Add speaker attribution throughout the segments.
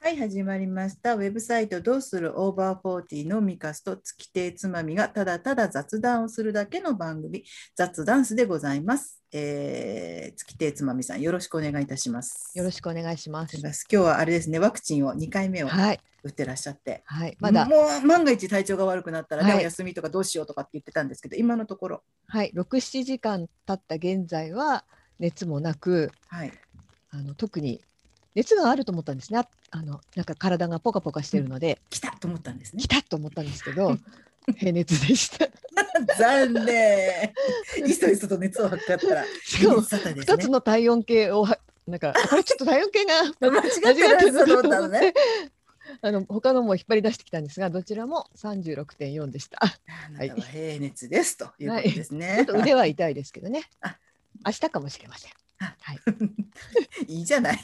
Speaker 1: はい、始まりました。ウェブサイトどうするオーバーフォーティのミカスと月亭つまみがただただ雑談をするだけの番組、雑ダンスでございます。えー、月亭つまみさん、よろしくお願いいたします。
Speaker 2: よろしくお願いします
Speaker 1: お。願いします。今日はあれですね、ワクチンを2回目を
Speaker 2: はい、
Speaker 1: 打ってらっしゃって、
Speaker 2: はい、まだ、
Speaker 1: もう万が一体調が悪くなったら、ね
Speaker 2: はい
Speaker 1: お休みとかどうしようとかって言ってたんですけど、今のところ、
Speaker 2: はい、六七時間経った現在は熱もなく、
Speaker 1: はい、
Speaker 2: あの特に熱があると思ったんですね。ああのなんか体がポカポカしてるので、
Speaker 1: 来たと思ったんですね
Speaker 2: 来。たと思ったんですけど、平熱 でした。
Speaker 1: 残念。いそいそと熱を測ったら、
Speaker 2: しかも
Speaker 1: 熱だったです
Speaker 2: 二つ
Speaker 1: ね。
Speaker 2: の体温計をはなんかこれちょっと体温計
Speaker 1: 間
Speaker 2: が
Speaker 1: 違ってるぞ
Speaker 2: 間違
Speaker 1: と
Speaker 2: って
Speaker 1: 思
Speaker 2: る
Speaker 1: った
Speaker 2: と
Speaker 1: の
Speaker 2: 思っ
Speaker 1: ね
Speaker 2: て。あの他のも引っ張り出してきたんですが、どちらも三十六点四でした。
Speaker 1: あなたは平熱ですということです
Speaker 2: ちょ
Speaker 1: ね
Speaker 2: っ。と腕は痛いですけどね
Speaker 1: あ。
Speaker 2: 明日かもしれません。
Speaker 1: あ
Speaker 2: はい、
Speaker 1: いいじゃない。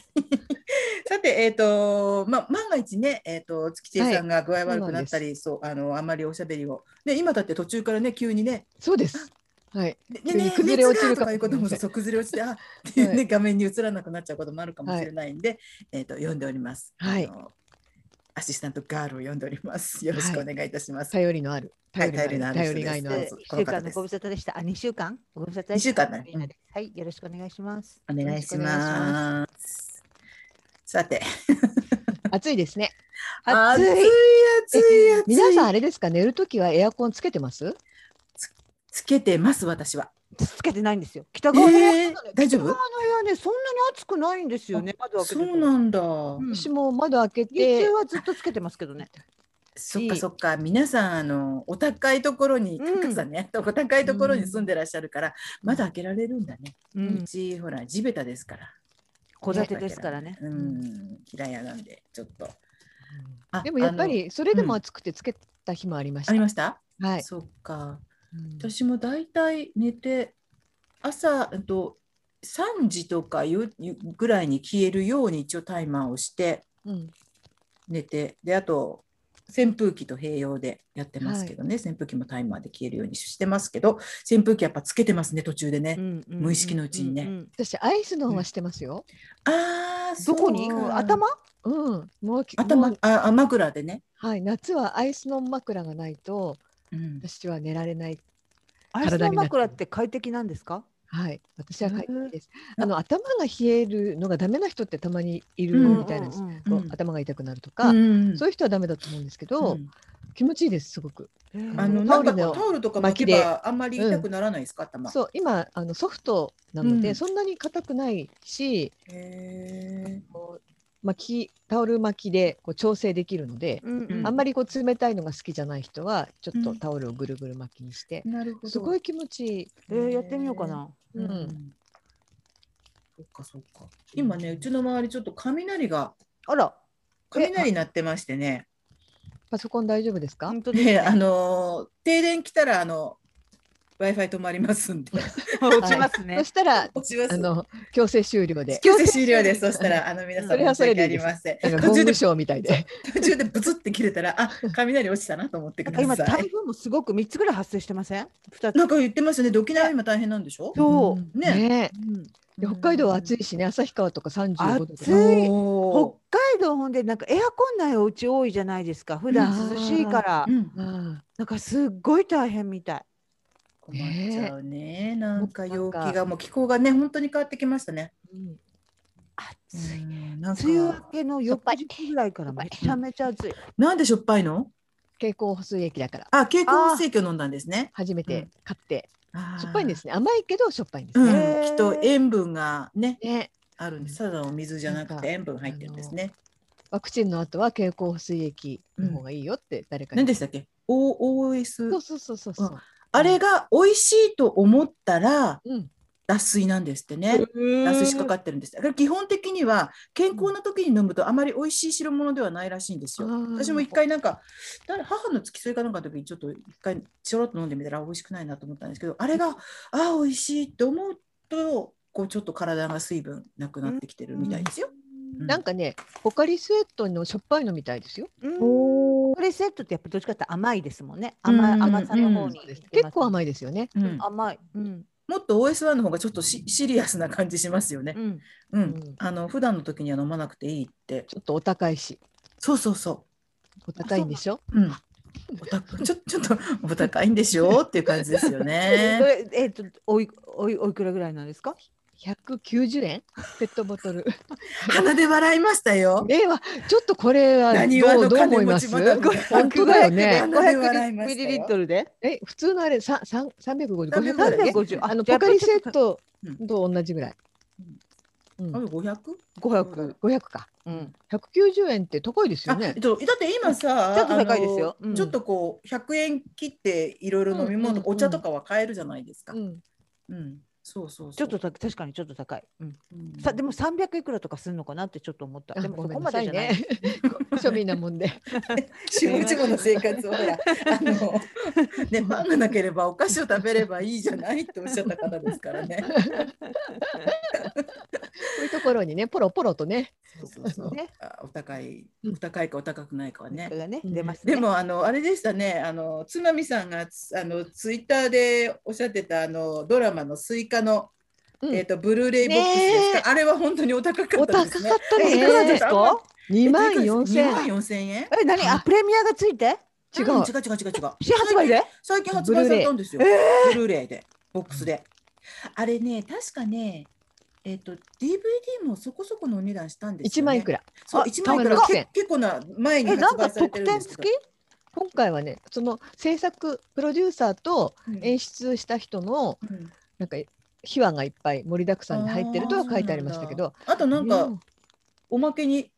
Speaker 1: さて、えっ、と、まあ、万が一ね、えっ、と、月千さんが具合悪くなったり、そう、あの、あんまりおしゃべりを。で、今だって途中からね、急にね、
Speaker 2: そうです。はい、
Speaker 1: で
Speaker 2: 急
Speaker 1: で
Speaker 2: に
Speaker 1: ね、
Speaker 2: 崩れ落ちる
Speaker 1: 熱がと
Speaker 2: か
Speaker 1: か
Speaker 2: もし
Speaker 1: い
Speaker 2: れ
Speaker 1: うことも、
Speaker 2: ません
Speaker 1: そう、崩れ落ちて、あ、っていうね、
Speaker 2: は
Speaker 1: 画面に映らなくなっちゃうこともあるかもしれないんで。えっ、と、読んでおります。
Speaker 2: はい
Speaker 1: あの。アシスタントガールを読んでおります。よろしくお願いいたします。
Speaker 2: 頼りのある。
Speaker 1: はい
Speaker 2: 頼りないのあ
Speaker 1: 頼りのある人
Speaker 2: る
Speaker 1: で。そう
Speaker 3: 一
Speaker 1: この
Speaker 3: 週
Speaker 1: 方
Speaker 3: 間
Speaker 1: で
Speaker 3: の
Speaker 1: す
Speaker 3: ご無沙汰でした。あ、二週間。ご無沙汰で
Speaker 1: 二
Speaker 3: した。
Speaker 1: 週間だね
Speaker 3: みんなではい、よろしくお願いします。
Speaker 1: お願いし
Speaker 3: よろくお願いしま
Speaker 1: ます。さて、
Speaker 2: 暑いですね。
Speaker 1: 暑い、暑い、暑い。
Speaker 2: 皆さんあれですか、寝るときはエアコンつけてます。
Speaker 1: つけてます、私は。
Speaker 3: す。つけてないんですよ。北
Speaker 1: え
Speaker 3: 側の部屋、
Speaker 1: ー大丈
Speaker 3: 北
Speaker 1: 夫
Speaker 3: 側の部屋ね、そんなに暑くないんですよね。窓開け
Speaker 1: そ
Speaker 3: てると
Speaker 1: うなんだ。
Speaker 3: うん
Speaker 2: 私も窓開け
Speaker 3: 日
Speaker 2: て
Speaker 3: 中。はずっとつけてますけどね。
Speaker 1: そっかそっか、皆さん、あの、お高いところに、
Speaker 3: うん
Speaker 1: 高さね、お高いところに住んでらっしゃるから、まだ開けられるんだね。
Speaker 3: う。
Speaker 1: うんち、ほら、地べたですから。
Speaker 3: 戸建てですからね。
Speaker 1: うん、平屋なんで、ちょっと。あ
Speaker 2: でもやっぱ
Speaker 1: あの
Speaker 2: り、それでも暑くてつけた日もありまし
Speaker 1: あり
Speaker 2: た。
Speaker 1: ました。
Speaker 2: はい。
Speaker 1: そっか。
Speaker 2: うん
Speaker 1: 私もだいたい寝て、朝、うんと。3時とかよよぐらいに消えるように一応タイマーをして、
Speaker 2: うん
Speaker 1: 寝てであと扇風機と併用でやってますけどね、扇風機もタイマーで消えるようにしてますけど扇風機やっぱつけてますね途中でね、
Speaker 3: うん
Speaker 1: 無意識のうちにね。
Speaker 3: んんん
Speaker 2: 私アイスの方はしてますよ。
Speaker 1: あー
Speaker 3: どこに
Speaker 1: そうか
Speaker 3: 頭
Speaker 2: うん。もうき
Speaker 1: 頭
Speaker 2: もう
Speaker 1: ああ枕でね、
Speaker 2: はい。夏はアイスの枕がないと
Speaker 1: うん、
Speaker 2: 私は寝られない。
Speaker 3: アイス
Speaker 2: 体
Speaker 3: の
Speaker 2: になってる
Speaker 3: 枕って快適なんですか
Speaker 2: はい。私は快適です。
Speaker 1: うん
Speaker 2: あの頭が冷えるのがダメな人ってたまにいうる
Speaker 1: ん
Speaker 2: みたいなんです。
Speaker 3: うんうんうん
Speaker 2: こう
Speaker 1: うん
Speaker 2: 頭が痛くなるとか、
Speaker 1: うん
Speaker 2: そういう人はダメだと思うんですけど、
Speaker 1: うん
Speaker 2: 気持ちいいですすごく。
Speaker 3: えー
Speaker 1: あの
Speaker 2: タ
Speaker 1: な
Speaker 2: オ
Speaker 1: んか
Speaker 2: ルの
Speaker 1: こうタオルとか巻
Speaker 2: 巻き
Speaker 1: け
Speaker 2: で
Speaker 1: ばあんまり痛くならないですか、頭
Speaker 2: そう今あのソフトなので、
Speaker 1: うん
Speaker 2: そんなに硬くないし、
Speaker 1: へ
Speaker 2: こう巻きタオル巻きでこう調整できるので、
Speaker 3: うんう
Speaker 1: うん
Speaker 2: あん
Speaker 3: ん
Speaker 2: まりこう冷たいのが好きじゃない人はちょっ
Speaker 1: う
Speaker 2: と
Speaker 1: ん
Speaker 2: タオルをぐるぐる巻きにして、
Speaker 1: ーなるほど
Speaker 2: すごい気持ちいい。
Speaker 3: えーやってみようかな。
Speaker 1: う
Speaker 2: うん
Speaker 1: んそっかそっか今ねうちの周りちょっと雷が
Speaker 3: あら、
Speaker 1: 雷鳴ってましてね
Speaker 2: パソコン大丈夫ですか？
Speaker 3: 本当です
Speaker 1: ね、
Speaker 3: ね。
Speaker 1: あのー停電来たらあの Wi-Fi 止まりますんで。
Speaker 3: 落ちます
Speaker 2: そ
Speaker 3: ね。
Speaker 2: したら
Speaker 1: 落ちま
Speaker 2: あ
Speaker 1: す。
Speaker 2: の強制終了で。
Speaker 1: 強制終了です。そしたらあの皆さん
Speaker 2: それ
Speaker 1: 申
Speaker 2: は
Speaker 1: し
Speaker 2: それ
Speaker 1: 訳
Speaker 2: で
Speaker 1: あ
Speaker 2: いい
Speaker 1: り
Speaker 2: です
Speaker 1: ません。
Speaker 2: なんか
Speaker 1: 途
Speaker 2: ゴ
Speaker 1: 中で
Speaker 2: ーグショーみたいで。
Speaker 1: 途中でブツって切れたらあ雷落ちたなと思って
Speaker 3: な
Speaker 1: く
Speaker 3: ん
Speaker 1: だ
Speaker 3: か今
Speaker 1: さ
Speaker 3: 台
Speaker 1: い。
Speaker 3: 風もすごく三つぐらい発生してません？二つ。
Speaker 1: なんか言ってますね。沖縄今大変なんでしょ？
Speaker 3: そう
Speaker 2: うん
Speaker 1: ね
Speaker 2: ね
Speaker 3: うん
Speaker 2: で北海道は暑いしね、旭川とか35度とか
Speaker 3: 暑。い
Speaker 1: お
Speaker 3: 北海道ほんでなんかエアコンないお家多いじゃないですか普段涼しいから
Speaker 1: ーうん
Speaker 2: うん
Speaker 3: なんかすっごい大変みたい
Speaker 1: 困っちゃうね。なんか陽気
Speaker 2: なん
Speaker 1: がもう気候がね本当に変わってきましたね。
Speaker 2: うん
Speaker 3: 暑い
Speaker 1: うんなん
Speaker 3: 梅雨明
Speaker 1: か
Speaker 3: けの翌日ぐらいからめちゃめちゃ暑い
Speaker 1: なんでしょっぱいの？
Speaker 2: 蛍光補水液だから
Speaker 1: あ、蛍光補水液を飲んだんですね。
Speaker 2: 初め
Speaker 1: うん
Speaker 2: て買って、
Speaker 1: あー
Speaker 2: しょっぱいんですね甘いけどしょっぱいんです
Speaker 1: うん、
Speaker 2: ね。
Speaker 3: へー
Speaker 1: きっと塩分がね
Speaker 2: ね
Speaker 1: あるんですただの水じゃなく
Speaker 2: なん
Speaker 1: て
Speaker 2: か
Speaker 1: 塩分入ってるんですね
Speaker 2: ワクチンの後は蛍光補水液の方がいいよって誰かに。
Speaker 1: 何でしたっけ OOS
Speaker 2: そうそうそうそうそう。
Speaker 1: あれが美味しいと思ったら
Speaker 2: うん。
Speaker 1: 脱水なんですってね脱水しかかってるんですだから基本的には健康な時に飲むとあまり美味しい白物ではないらしいんですよ
Speaker 2: あー
Speaker 1: 私も一回なんか誰母の付き添いかなんかの時にちょっと一回ちょろっと飲んでみたら美味しくないなと思ったんですけどあれがあー美味しいと思うとこうちょっと体が水分なくなってきてるみたいですよ。う
Speaker 2: なんかねポカリスエットのしょっぱいのみたいですよ。
Speaker 3: これセットってやっぱどっちかって甘いですもんね甘
Speaker 1: う
Speaker 3: い
Speaker 1: ん
Speaker 3: 甘さの方に
Speaker 2: 結構
Speaker 3: い
Speaker 2: 甘いですよね。
Speaker 1: うん
Speaker 3: 甘いうん
Speaker 1: もっと OS1 の方がちょっとシシリアスな感じしますよね
Speaker 3: う。ん
Speaker 1: うん、
Speaker 2: うん
Speaker 1: あの普段の時には飲まなくていいって。
Speaker 2: ちょっとお高いし。
Speaker 1: そうそうそ
Speaker 2: お高いんでしょ
Speaker 1: う。うん。おた ちょちょっとお高いんでしょうっていう感じですよ
Speaker 3: え
Speaker 1: ね。
Speaker 3: ー、えっと、おい、おい、おいくらぐらいなんですか。
Speaker 2: 190円ペットボトル。
Speaker 1: 鼻で笑いましたよ。
Speaker 2: えはちょっとこれは
Speaker 1: 何
Speaker 2: ど
Speaker 1: は
Speaker 2: う
Speaker 1: の
Speaker 2: どう
Speaker 1: 金
Speaker 2: 思い
Speaker 1: 持
Speaker 2: ま
Speaker 1: ち
Speaker 2: す
Speaker 1: まだ
Speaker 2: 本当だよね。
Speaker 1: 鼻で笑いま
Speaker 3: ミ
Speaker 1: した
Speaker 3: リ
Speaker 1: よ
Speaker 3: リットルで。
Speaker 2: え普通のあれさ三三百五十
Speaker 1: 350
Speaker 2: 500
Speaker 1: そう
Speaker 2: だ
Speaker 1: だ
Speaker 2: よ
Speaker 1: ね
Speaker 2: ね。
Speaker 3: 350
Speaker 2: あの
Speaker 3: じゃ
Speaker 2: ポカリ
Speaker 3: ちょ
Speaker 2: セ
Speaker 3: っと
Speaker 2: ット
Speaker 1: うん
Speaker 2: と同じぐらい。う
Speaker 1: あ
Speaker 2: ん、
Speaker 1: れ500?
Speaker 3: 500。
Speaker 2: 500か。
Speaker 3: うん。
Speaker 2: 190円って高いですよ
Speaker 1: あえ
Speaker 2: ね
Speaker 1: っ。とだって今さ
Speaker 3: ちょっと高いですよ。
Speaker 1: あのちょっとこう100円切っていろいろ飲み
Speaker 2: うんうん
Speaker 1: 物
Speaker 2: うん
Speaker 1: お茶とかは買えるじゃないですか
Speaker 2: う。ん、
Speaker 1: うんそうそう
Speaker 3: ち
Speaker 1: そ
Speaker 3: ょ
Speaker 1: う
Speaker 3: っとた確かにちょっと高い。うん、
Speaker 1: うん
Speaker 3: さでも300いくらとかするのかなってちょっと思った。
Speaker 2: あ
Speaker 3: でも
Speaker 2: ご
Speaker 3: そ
Speaker 2: め
Speaker 3: こ
Speaker 2: んな
Speaker 3: ま
Speaker 2: さ
Speaker 3: でじ
Speaker 2: い
Speaker 3: ゃない。
Speaker 2: ね。 庶民なもんで。
Speaker 1: 週一後の生活をほらあのねパンがなければお菓子を食べればいいじゃないっておっしゃった方ですからね。
Speaker 2: そういうところにねポロポロとね。
Speaker 1: そうそうそう
Speaker 3: ね
Speaker 1: あお高いお高いかお高くないかはね。
Speaker 3: がね
Speaker 2: うん
Speaker 3: 出ます、ね。
Speaker 1: でもあのあれでしたねあの津波さんがつあのツイッターでおっしゃってたあのドラマのスイカの、
Speaker 2: うん
Speaker 1: えっ、とブルーレイボックスですか、
Speaker 2: ねえ
Speaker 1: あれは本当にお高か
Speaker 2: お
Speaker 1: っ
Speaker 2: 高
Speaker 1: た
Speaker 2: かっ
Speaker 1: ですね。
Speaker 2: た
Speaker 1: え
Speaker 2: ね。
Speaker 1: いくらですか
Speaker 2: 二万四
Speaker 1: 2万
Speaker 2: 千。
Speaker 1: 4千円
Speaker 3: え何あプレミアがついて
Speaker 2: 違う
Speaker 1: 違う違う違う違う。
Speaker 3: 新発売で？
Speaker 1: 最近発売されたんですよ。ブルーレイで、ボックスで。あれね、確かね、えっ、と DVD もそこそこのお値段したんです
Speaker 2: 一
Speaker 1: よ、
Speaker 2: 万
Speaker 1: ね。
Speaker 2: いくら。
Speaker 1: そう
Speaker 2: あ
Speaker 1: 1万いくら
Speaker 2: 玉の
Speaker 1: け結構な前に
Speaker 3: えなん
Speaker 1: 発売
Speaker 3: か
Speaker 1: され
Speaker 3: 特
Speaker 1: てるん
Speaker 3: 典
Speaker 1: です
Speaker 3: 付
Speaker 1: け
Speaker 3: き
Speaker 1: ど？
Speaker 2: 今回はねその制作プロデューサーと
Speaker 1: うん
Speaker 2: 演出した人の
Speaker 1: うん
Speaker 2: なんか秘話がいっぱい盛りだくさんで入ってるとは書いてありましたけど。
Speaker 1: あとなん
Speaker 2: う
Speaker 1: かおまけに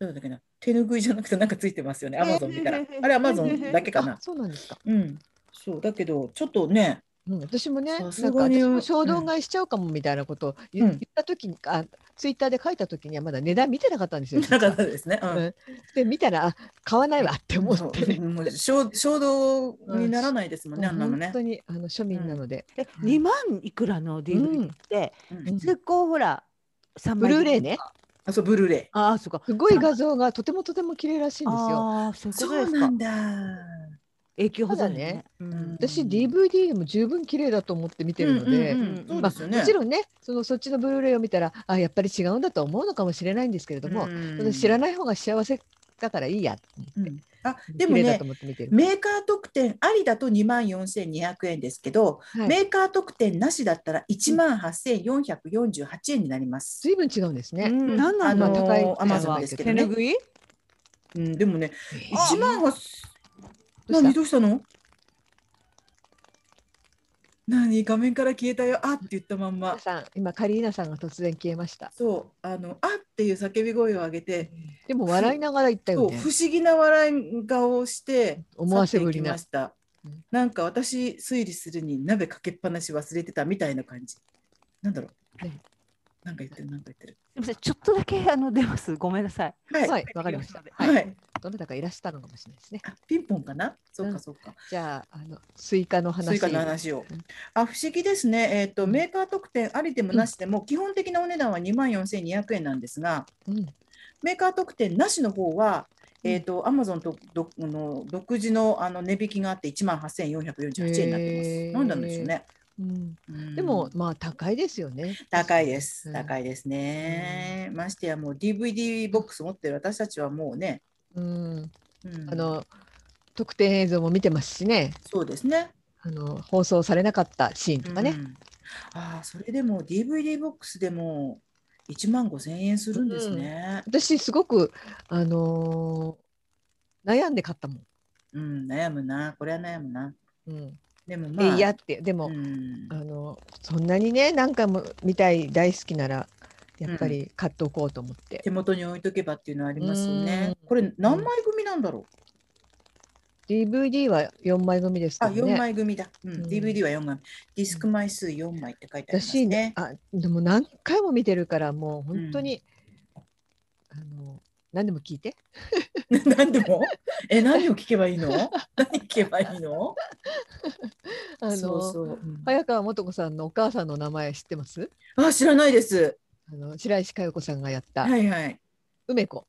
Speaker 1: なんだっけな手ぬぐいじゃなくてなんかついてますよね。アマゾン見た らあれアマゾンだけか
Speaker 2: あ
Speaker 1: な。
Speaker 2: そうなんですか。
Speaker 1: うん。そうだけどちょっとね、
Speaker 2: うん、私もね、なん
Speaker 1: さ
Speaker 2: か
Speaker 1: すがに
Speaker 2: 私も衝動買いしちゃうかもみたいなことを言,、
Speaker 1: うん
Speaker 2: 言った時にあツイッターで書いた時にはまだ値段見てなかったんですよ。
Speaker 1: なかったですね。うん。
Speaker 2: で見たらあ買わないわって思ってね。
Speaker 1: もう衝衝動にならないですもんね、あんなの
Speaker 2: 本
Speaker 1: ね
Speaker 2: 当。にあの庶民なので、
Speaker 3: え2万いくらの
Speaker 2: う
Speaker 3: DVD っ
Speaker 2: ん
Speaker 3: て、
Speaker 1: うん
Speaker 2: うん
Speaker 3: 通行ほら3枚
Speaker 2: ブルーレイね。
Speaker 1: あ、そうブルーレイ。
Speaker 3: ああそうか。
Speaker 2: すごい画像がとてもとても綺麗らしいんですよ。
Speaker 3: ああそういうこ
Speaker 1: そ
Speaker 3: とで
Speaker 1: う
Speaker 3: す
Speaker 1: な
Speaker 3: か
Speaker 1: ん。だ。
Speaker 3: 永久保存
Speaker 2: ただね
Speaker 3: ね。うん
Speaker 2: 私
Speaker 1: うん
Speaker 2: DVD でも十分綺麗だと思って見てるので、
Speaker 1: うんうんうんそう
Speaker 2: ま
Speaker 1: ですよ
Speaker 2: あ、
Speaker 1: ね。
Speaker 2: もちろんねそのそっちのブルーレイを見たらあやっぱり違うんだと思うのかもしれないんですけれども、その知ら
Speaker 1: ない。
Speaker 2: ない方が幸せだからいいやと思って、
Speaker 1: うんあ、でも
Speaker 2: 綺麗だ
Speaker 1: ね
Speaker 2: と。思って見てる。
Speaker 1: メーカー特典ありだと2万4200円ですけど、
Speaker 2: はい
Speaker 1: メーカー特典なしだったら1万8448円になります。
Speaker 2: 随分違うんです
Speaker 3: う
Speaker 2: ね。
Speaker 3: ん、何
Speaker 1: あ
Speaker 3: な
Speaker 1: の
Speaker 2: まあ
Speaker 3: の、
Speaker 2: 高い
Speaker 1: アマゾンですけど
Speaker 3: 手
Speaker 1: ね
Speaker 3: ぬ。ぐい？
Speaker 1: うん、でもね、
Speaker 3: あ
Speaker 1: 1万8
Speaker 2: どうした
Speaker 1: 何どうしたの何画面から消えたよあって言ったまんま
Speaker 2: 皆。さん今カリーナさんが突然消えました。
Speaker 1: そう、あの、あっていう叫び声を上げて、
Speaker 2: でも笑いながら言った
Speaker 1: そ
Speaker 2: よ
Speaker 1: う
Speaker 2: ね
Speaker 1: 不。思議な笑い顔をして
Speaker 2: 思わせぶ
Speaker 1: 去って
Speaker 2: り
Speaker 1: いき
Speaker 2: な
Speaker 1: ました
Speaker 2: うん
Speaker 1: なんか私推理するに鍋かけっぱなし忘れてたみたいな感じなんだろう、
Speaker 2: ね
Speaker 1: なんか言ってるなんか言ってる
Speaker 3: すみません、ちょっとだけあの出ます。ごめんなさい。
Speaker 1: はい、
Speaker 2: はい、わかりました。
Speaker 1: は
Speaker 2: はいい、どなたかいらしたのかもしれないですね。
Speaker 1: あピンポンかなそう
Speaker 2: う
Speaker 1: か
Speaker 2: ん
Speaker 1: そうか、
Speaker 2: じゃあ、あのスイカの
Speaker 1: ス
Speaker 2: 話。
Speaker 1: イカの話を
Speaker 2: うん
Speaker 1: あ不思議ですねえっ、と
Speaker 2: うん
Speaker 1: メーカー特典ありでもなしでも、基本的なお値段は2万4200円なんですが
Speaker 2: うん、
Speaker 1: メーカー特典なしの方は
Speaker 2: うん
Speaker 1: えっ、と、アマゾンとどあの独自のあの値引きがあって1万8448円になってます。
Speaker 2: へー
Speaker 1: なんなんでしょうね。
Speaker 2: うん、
Speaker 1: うん
Speaker 2: でも、まあ、高いですよね。
Speaker 1: 高いです、高
Speaker 2: い。
Speaker 1: いですね。ましてやもう DVD ボックス持ってる私たちはもうね、
Speaker 2: うん、
Speaker 1: うん
Speaker 2: あの、特典映像も見てますしね。
Speaker 1: そうですね。
Speaker 2: あの、放送されなかったシーンとか
Speaker 1: う
Speaker 2: ね。
Speaker 1: んああそれでも DVD ボックスでも1万5千円するんですね。
Speaker 2: 私、すごく、あのー悩んで買ったもん。
Speaker 1: うん、悩むな、これは悩むな。
Speaker 2: うん、
Speaker 1: でもまあ、
Speaker 2: でいやって、でも、
Speaker 1: うん
Speaker 2: あの、そんなにね、何回も見たい、大好きなら。やっぱり買っておこうと思って。
Speaker 1: 手元に置いとけばっていうのはありますよね
Speaker 2: う。ん
Speaker 1: これ何枚組なんだろう。
Speaker 2: DVD は4枚組ですか
Speaker 1: あ、
Speaker 2: ら
Speaker 1: 四
Speaker 2: ね。
Speaker 1: 枚組だ。うん、
Speaker 2: うん
Speaker 1: DVD は四枚、ディスク枚数四枚って書いてあります
Speaker 2: 私ね
Speaker 1: ね、。
Speaker 2: あでも何回も見てるからもう本当に、あの何でも聞いて
Speaker 1: 何でも？ え、何を聞けばい いの？何聞けばいいの？
Speaker 2: あの
Speaker 1: そうそううん
Speaker 2: 早川素子さんのお母さんの名前知ってます
Speaker 1: あ、知らないです。
Speaker 2: あの白石加代子さんがやった
Speaker 1: はいはい。
Speaker 2: 梅子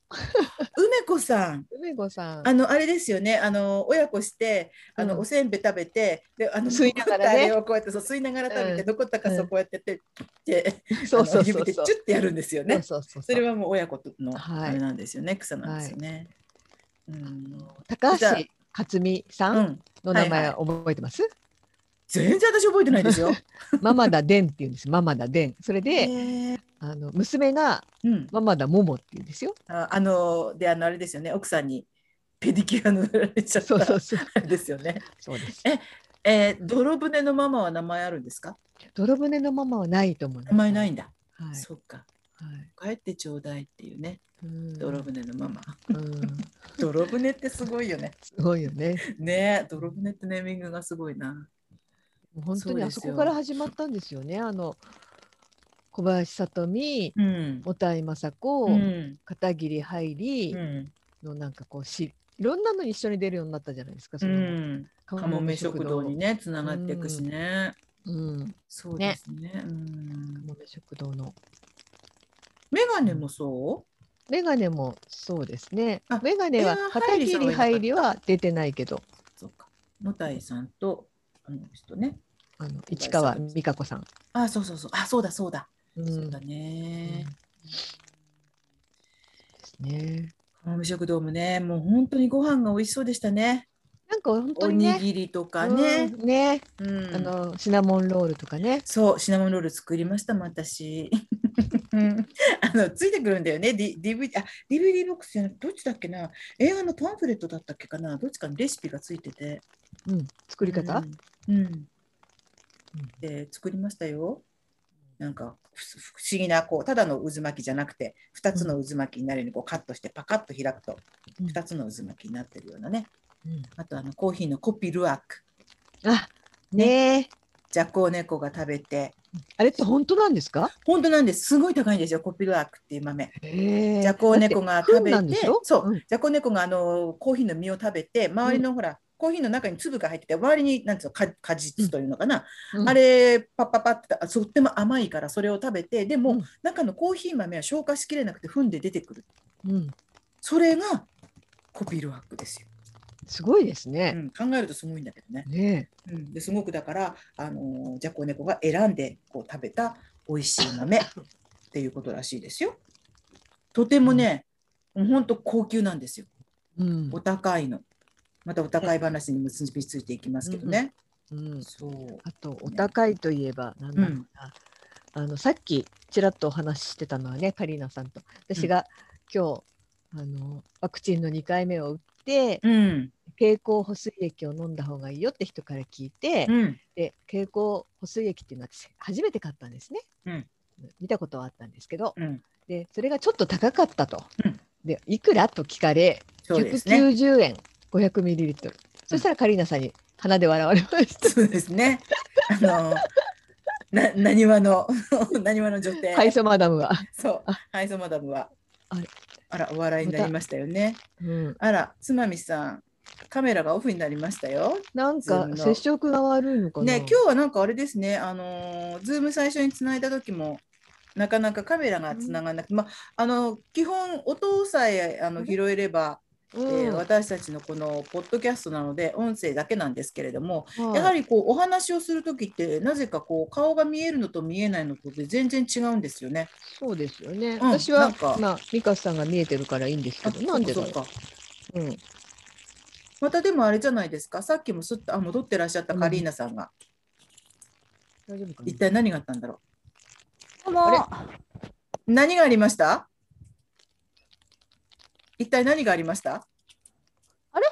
Speaker 1: 梅子さん。
Speaker 2: 梅子さん
Speaker 1: あのあれですよね。あの親子して、あの、
Speaker 2: うん
Speaker 1: おせんべい食べて、であの
Speaker 2: 吸いながらね
Speaker 1: 残ったあれをこうやってそう吸いながら食べて、
Speaker 2: うん
Speaker 1: 残ったかそ
Speaker 2: うん
Speaker 1: こうやってやって、って
Speaker 2: そうそ
Speaker 1: あの
Speaker 2: うそう
Speaker 1: 指で
Speaker 2: そう
Speaker 1: チュッてやるんですよね。
Speaker 2: そうそうそう
Speaker 1: それはもう親子の
Speaker 2: はい
Speaker 1: あれなんですよね。草なんですよね。うん
Speaker 2: 高
Speaker 1: じゃあ
Speaker 2: 橋克美さ
Speaker 1: うんん、
Speaker 2: の名
Speaker 1: はい
Speaker 2: 前
Speaker 1: はい
Speaker 2: 覚えてます、
Speaker 1: 全然私覚えてないですよ。
Speaker 2: ママダデンっていうんですママダデンそれで、
Speaker 1: へー
Speaker 2: あの娘が
Speaker 1: うん、
Speaker 2: ママダモモっていうんですよ
Speaker 1: ああのであのあれですよね奥さんにペディキュア塗られちゃった
Speaker 2: そうそうそう
Speaker 1: あれですよね。
Speaker 2: そうです
Speaker 1: えー、泥船のママは名前あるんですか
Speaker 2: 泥船のママはないと思います
Speaker 1: 名前ないんだ。
Speaker 2: はい、
Speaker 1: そっか帰
Speaker 2: はい
Speaker 1: ってちょうだいっていうね
Speaker 2: うん
Speaker 1: 泥船のママ。
Speaker 2: うん
Speaker 1: 泥船ってすごいよね。
Speaker 2: すごいよね
Speaker 1: ねえ泥船ってネーミングがすごいな。
Speaker 2: もう本当
Speaker 1: そう
Speaker 2: に
Speaker 1: で
Speaker 2: あ
Speaker 1: すよ
Speaker 2: そこから始まったんですよねあの小林さとみ
Speaker 1: うん。
Speaker 2: 小田井雅子、
Speaker 1: うん。
Speaker 2: 片桐入り
Speaker 1: うん。
Speaker 2: のなんかこうしいろんなのに一緒に出るようになったじゃないですか。
Speaker 1: う
Speaker 2: の
Speaker 1: ん。かもめ食堂に。ねつながっていくしね。
Speaker 2: うん。
Speaker 1: そうですね。うん
Speaker 2: か。もめ食堂の
Speaker 1: メガネもそ
Speaker 2: メガネもそうですね
Speaker 1: あ。
Speaker 2: メガネ
Speaker 1: メガ
Speaker 2: は
Speaker 1: ネは
Speaker 2: 片
Speaker 1: 入りさんはいなか
Speaker 2: 桐
Speaker 1: った
Speaker 2: 入りは出てないけど、
Speaker 1: うそうか。野谷さんとあの人ね。
Speaker 2: あの市川美香子さん。
Speaker 1: あそうそうそう。あそうだそうだ。
Speaker 2: う
Speaker 1: そうだ
Speaker 2: で
Speaker 1: ね。
Speaker 2: すね。
Speaker 1: かもめ食堂もねもう本当にご飯が美味しそうでしたね。
Speaker 2: なんか本当
Speaker 1: お
Speaker 2: に
Speaker 1: に
Speaker 2: ね。
Speaker 1: ぎりとかね
Speaker 2: う。んね、
Speaker 1: うん
Speaker 2: あのシナモンロールとかね。
Speaker 1: そう、シナモンロール作りましたもん、私。うん あのついてくるんだよね、D、DVD, あ DVD ボックスじゃなくてどっちだっけな映画のパンフレットだったっけかなどっちかにレシピがついてて
Speaker 2: うん。作り方。
Speaker 1: うん、うんで作りましたよなんかふ不思議なこうただの渦巻きじゃなくて2つの渦巻きになるようにこうカットしてパカッと開くと
Speaker 2: うん
Speaker 1: 2つの渦巻きになってるようなね
Speaker 2: うん
Speaker 1: あとあのコーヒーのコピルアック
Speaker 2: あ、ねえ。
Speaker 1: ジャコウネコが食べて
Speaker 2: あれって本当なんですか？
Speaker 1: 本当なんですすごい高いんですよコピルアックっていう豆
Speaker 2: へえ
Speaker 1: じゃこう猫が食べ
Speaker 2: だって糞なんで
Speaker 1: て
Speaker 2: しょ、
Speaker 1: そう、
Speaker 2: ん
Speaker 1: じゃこう猫があのコーヒーの実を食べて、周りのほら、コーヒーの中に粒が入ってて、周りになんつうのか果実というのかな、
Speaker 2: うん
Speaker 1: あれパッパッパってあとっても甘いからそれを食べて、でも、
Speaker 2: うん
Speaker 1: 中のコーヒー豆は消化しきれなくて踏んで出てくる。
Speaker 2: うん、
Speaker 1: それがコピルワックですよ、
Speaker 2: すごいです
Speaker 1: う
Speaker 2: ね。
Speaker 1: ん。考えるとすごいんだけどね。
Speaker 2: ね
Speaker 1: うん、ですごくだからあのじゃこう猫が選んでこう食べた美味しい豆っていうことらしいですよ。とてもね、もうほんと高級なんですよ。
Speaker 2: え、うん
Speaker 1: お高いの。またお高い話に結びついていきますけどね。
Speaker 2: うん、
Speaker 1: そう。
Speaker 2: あとお高いといえばなんだろうな、あのさっきちらっとお話ししてたのはねカリーナさんと私が今日、あのワクチンの2回目を打って
Speaker 1: うん。
Speaker 2: 経口補水液を飲んだ方がいいよって人から聞いて、
Speaker 1: うん。
Speaker 2: で経口補水液っていうのは私初めて買ったんですね、
Speaker 1: うん
Speaker 2: 見たことはあったんですけど
Speaker 1: うん。
Speaker 2: でそれがちょっと高かったと、
Speaker 1: うん
Speaker 2: でいくらと聞かれ
Speaker 1: そうですね。
Speaker 2: 190円、500ミリリットル。そしたらカリーナさんに鼻で笑われました。
Speaker 1: そうです ね。あの。な、なにわの、 なにわの女帝。
Speaker 2: ハイソマダ ムは。
Speaker 1: そう。ハイソマダムは。
Speaker 2: あれ
Speaker 1: あら、お笑いになりましたよね。
Speaker 2: うん、
Speaker 1: あら、つまみさん。カメラがオフになりましたよ。
Speaker 2: なん
Speaker 1: ズー
Speaker 2: か
Speaker 1: ムの
Speaker 2: 接触が悪いのかな。
Speaker 1: ね、今日はなんかあれですね。あのー、ズーム最初に繋いだ時も。なかなかカメラが繋がらなくて、まあ、あの、基本音さえ、あの、拾えれば。えー
Speaker 2: うん
Speaker 1: 私たちのこのポッドキャストなので音声だけなんですけれども、
Speaker 2: はい
Speaker 1: やはりこうお話をする時ってなぜかこう顔が見えるのと見えないのとで全然違うんですよね。
Speaker 2: そうですよね。
Speaker 1: うん
Speaker 2: 私
Speaker 1: な
Speaker 2: は
Speaker 1: んか
Speaker 2: まあミカさんが見えてるからいいんですけど、なんでだ
Speaker 1: そ
Speaker 2: ろ
Speaker 1: うかそうか
Speaker 2: う。うん、
Speaker 1: またでもあれじゃないですかさっきもすっとあ戻ってらっしゃったカリーナさんが、
Speaker 2: 大丈夫か
Speaker 1: 一体何があったんだろ
Speaker 3: どうも
Speaker 2: あれ
Speaker 1: う何がありました一体何がありました
Speaker 3: あれ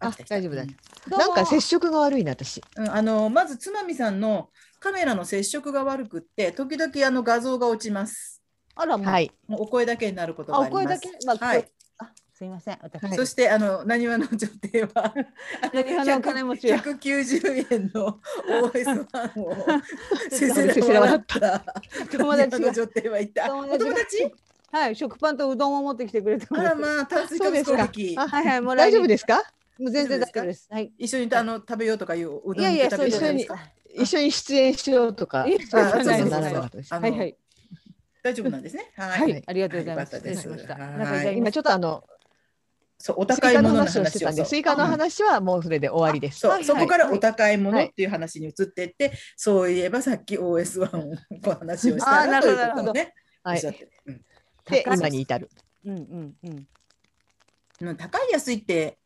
Speaker 2: あ
Speaker 1: 来た来た
Speaker 2: 大丈夫だ
Speaker 1: うん
Speaker 3: ど
Speaker 2: な。
Speaker 3: うも
Speaker 2: なんか接触が悪いな私。
Speaker 1: うんあのまずつまみさんのカメラの接触が悪くって時々あの画像が落ちます。
Speaker 3: あら、もう
Speaker 2: はい。
Speaker 1: もうお声だけになることが
Speaker 3: あ、
Speaker 1: あ
Speaker 3: お
Speaker 1: ります。
Speaker 3: 声だけ、まあ、
Speaker 1: はい。
Speaker 3: あ、すいません、私。
Speaker 2: はい
Speaker 1: そしてあのなにわの女帝は
Speaker 3: 何派のお金持ちは。
Speaker 1: 190円の OS ファンをせ
Speaker 2: せ
Speaker 1: せ
Speaker 2: せ
Speaker 1: ら笑
Speaker 2: ら笑
Speaker 1: っ
Speaker 2: った
Speaker 3: 友
Speaker 1: な
Speaker 3: 達
Speaker 1: にわの
Speaker 3: が。
Speaker 1: 女帝はいた。お
Speaker 3: 友達が
Speaker 1: 友達？
Speaker 3: はい、食パンとうどんを持ってきてくれた
Speaker 1: あらまあ炭水化物攻撃
Speaker 2: あ
Speaker 3: はいはい、もらい
Speaker 2: 大
Speaker 3: に
Speaker 2: 丈夫ですか？
Speaker 3: もう全然大丈夫です。はい。
Speaker 1: 一緒にあの食べようとかいううどん
Speaker 3: いやいや
Speaker 1: 食べようと
Speaker 2: そ
Speaker 1: か
Speaker 2: う一緒に
Speaker 1: ですか
Speaker 2: 一緒に出演しようとか
Speaker 3: いや、
Speaker 2: そうい
Speaker 1: あ
Speaker 2: う
Speaker 1: そ
Speaker 2: こ
Speaker 1: う
Speaker 2: と
Speaker 1: そう
Speaker 2: に
Speaker 1: そうそ
Speaker 2: はな
Speaker 1: う
Speaker 2: らなかったです。
Speaker 1: あの
Speaker 3: はいはい。
Speaker 1: 大丈夫なんですね。は。
Speaker 2: はいい
Speaker 3: ありがとうございます。
Speaker 1: よかった
Speaker 3: 失
Speaker 1: で
Speaker 3: 礼
Speaker 1: す
Speaker 3: しました。
Speaker 1: はい
Speaker 3: なんか意外に
Speaker 2: 今ちょっとあの
Speaker 1: そうお
Speaker 2: スイ
Speaker 1: 高い
Speaker 2: カ
Speaker 1: も
Speaker 2: の
Speaker 1: のの
Speaker 2: 話をし
Speaker 1: 話
Speaker 2: てた
Speaker 1: を
Speaker 2: んで、
Speaker 1: そう
Speaker 2: スイカの話はもうそれで終わりです。
Speaker 1: そう、
Speaker 3: はい
Speaker 1: そこから
Speaker 2: はい
Speaker 1: お高いもの
Speaker 2: はい
Speaker 1: っていう話に移っていって、そういえばさっき OS1 の話をした
Speaker 3: あー
Speaker 1: な
Speaker 3: な
Speaker 1: と
Speaker 3: る
Speaker 1: い
Speaker 3: ほ
Speaker 1: う
Speaker 3: ど
Speaker 1: ことをね、
Speaker 2: は
Speaker 1: おっしゃっ
Speaker 2: い。
Speaker 1: てるうん
Speaker 2: で
Speaker 3: 高い
Speaker 2: 今に至る。
Speaker 3: うんうんうん。
Speaker 1: うん高い安いって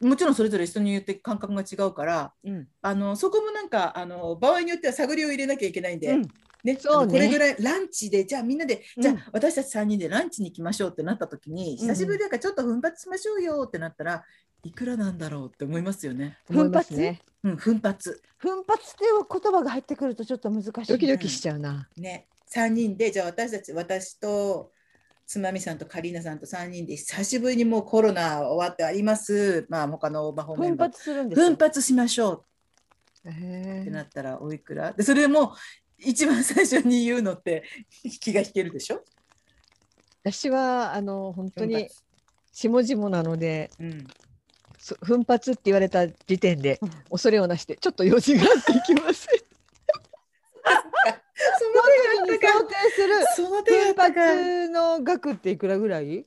Speaker 1: もちろんそれぞれ人によって感覚が違うから
Speaker 3: うん
Speaker 1: あのそこもなんかあの場合によっては探りを入れなきゃいけないんで、
Speaker 3: うん
Speaker 1: ね
Speaker 2: そ
Speaker 1: あ
Speaker 2: うね
Speaker 1: のこれぐらいランチでじゃあみんなで、
Speaker 3: うん
Speaker 1: じゃあ私たち3人でランチに行きましょうってなった時に
Speaker 2: うん
Speaker 1: 久しぶりだからちょっと奮発しましょうよってなったらいくらなんだろうって思いますよね。
Speaker 2: 思いますね。
Speaker 1: うん、奮発
Speaker 3: 奮発っていう言葉が入ってくるとちょっと難しいな。
Speaker 2: ドキドキしちゃうな。
Speaker 1: ね3人でじゃあ私たち私とつまみさんとカリーナさんと3人で久しぶりにもうコロナ終わってありますまあ他のオーバーホームメン
Speaker 3: 奮
Speaker 1: バー
Speaker 3: 発するんですよ。
Speaker 1: 奮発しましょう
Speaker 2: へ
Speaker 1: って
Speaker 2: え
Speaker 1: なったらおいくらでそれも一番最初に言うのって気が引けるでしょ
Speaker 2: 私はあの本当
Speaker 1: 奮
Speaker 2: に
Speaker 1: 発
Speaker 2: 下々なので
Speaker 1: うん、
Speaker 2: そ奮発って言われた時点で恐れをなしてちょっと用事があって行き ます。
Speaker 3: その時に想定する
Speaker 1: その
Speaker 3: 奮
Speaker 1: 手があったか
Speaker 3: 発の額っていくらぐらい？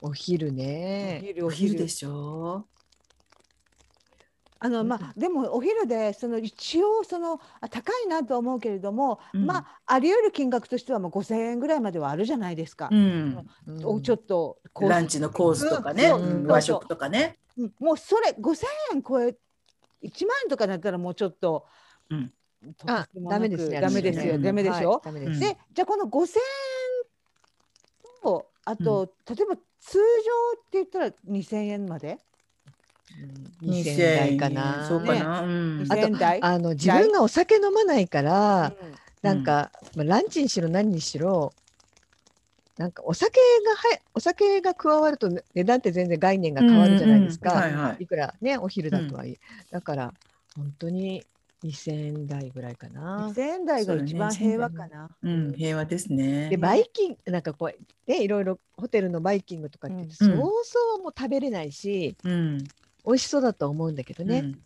Speaker 2: お昼ね。
Speaker 3: 昼
Speaker 1: お昼でしょ
Speaker 3: あのま
Speaker 2: う
Speaker 3: あでもお昼でその一応そのあ高いなとは思うけれども、
Speaker 1: うん
Speaker 3: まああり得る金額としてはまあ5000円ぐらいまではあるじゃないですか。
Speaker 1: うん、
Speaker 3: おちょっとこう
Speaker 1: ランチのコースとかね、
Speaker 3: うん
Speaker 1: うん
Speaker 2: そう
Speaker 1: 和食とかね、
Speaker 3: うんもうそれ5000円超え1万円とかだったらもうちょっと、
Speaker 1: うん
Speaker 3: と
Speaker 2: あ
Speaker 3: てつも
Speaker 2: ダ
Speaker 3: なく
Speaker 2: メですね。
Speaker 3: ダメですよ
Speaker 1: うん
Speaker 3: ダメでしょ。
Speaker 2: はいダメです。
Speaker 3: でじゃあこの5,000円とあと、例えば通常って言ったら2,000円まで
Speaker 2: うん2000台かな。
Speaker 1: そうかな、うん
Speaker 2: あと
Speaker 3: 2,000台
Speaker 2: あの自分がお酒飲まないから。なんか、まあ、ランチにしろ何にしろなんかお酒がはお酒が加わるとね値段って全然概念が変わるじゃないですか、
Speaker 1: うんうんうんはいはい
Speaker 2: くらねお昼だとはいえ、だから本当に2,000円台ぐらいかな。
Speaker 3: 2,000円台
Speaker 1: そ
Speaker 3: が
Speaker 1: うね
Speaker 3: 一番平和かな。
Speaker 1: うん、平和ですね
Speaker 2: でバイキングなんかこうねいろいろホテルのバイキングとかって、
Speaker 3: うん
Speaker 2: そうそうもう食べれないし、
Speaker 1: うん
Speaker 2: 美味しそうだと思うんだけど
Speaker 1: う
Speaker 2: ね。
Speaker 1: ん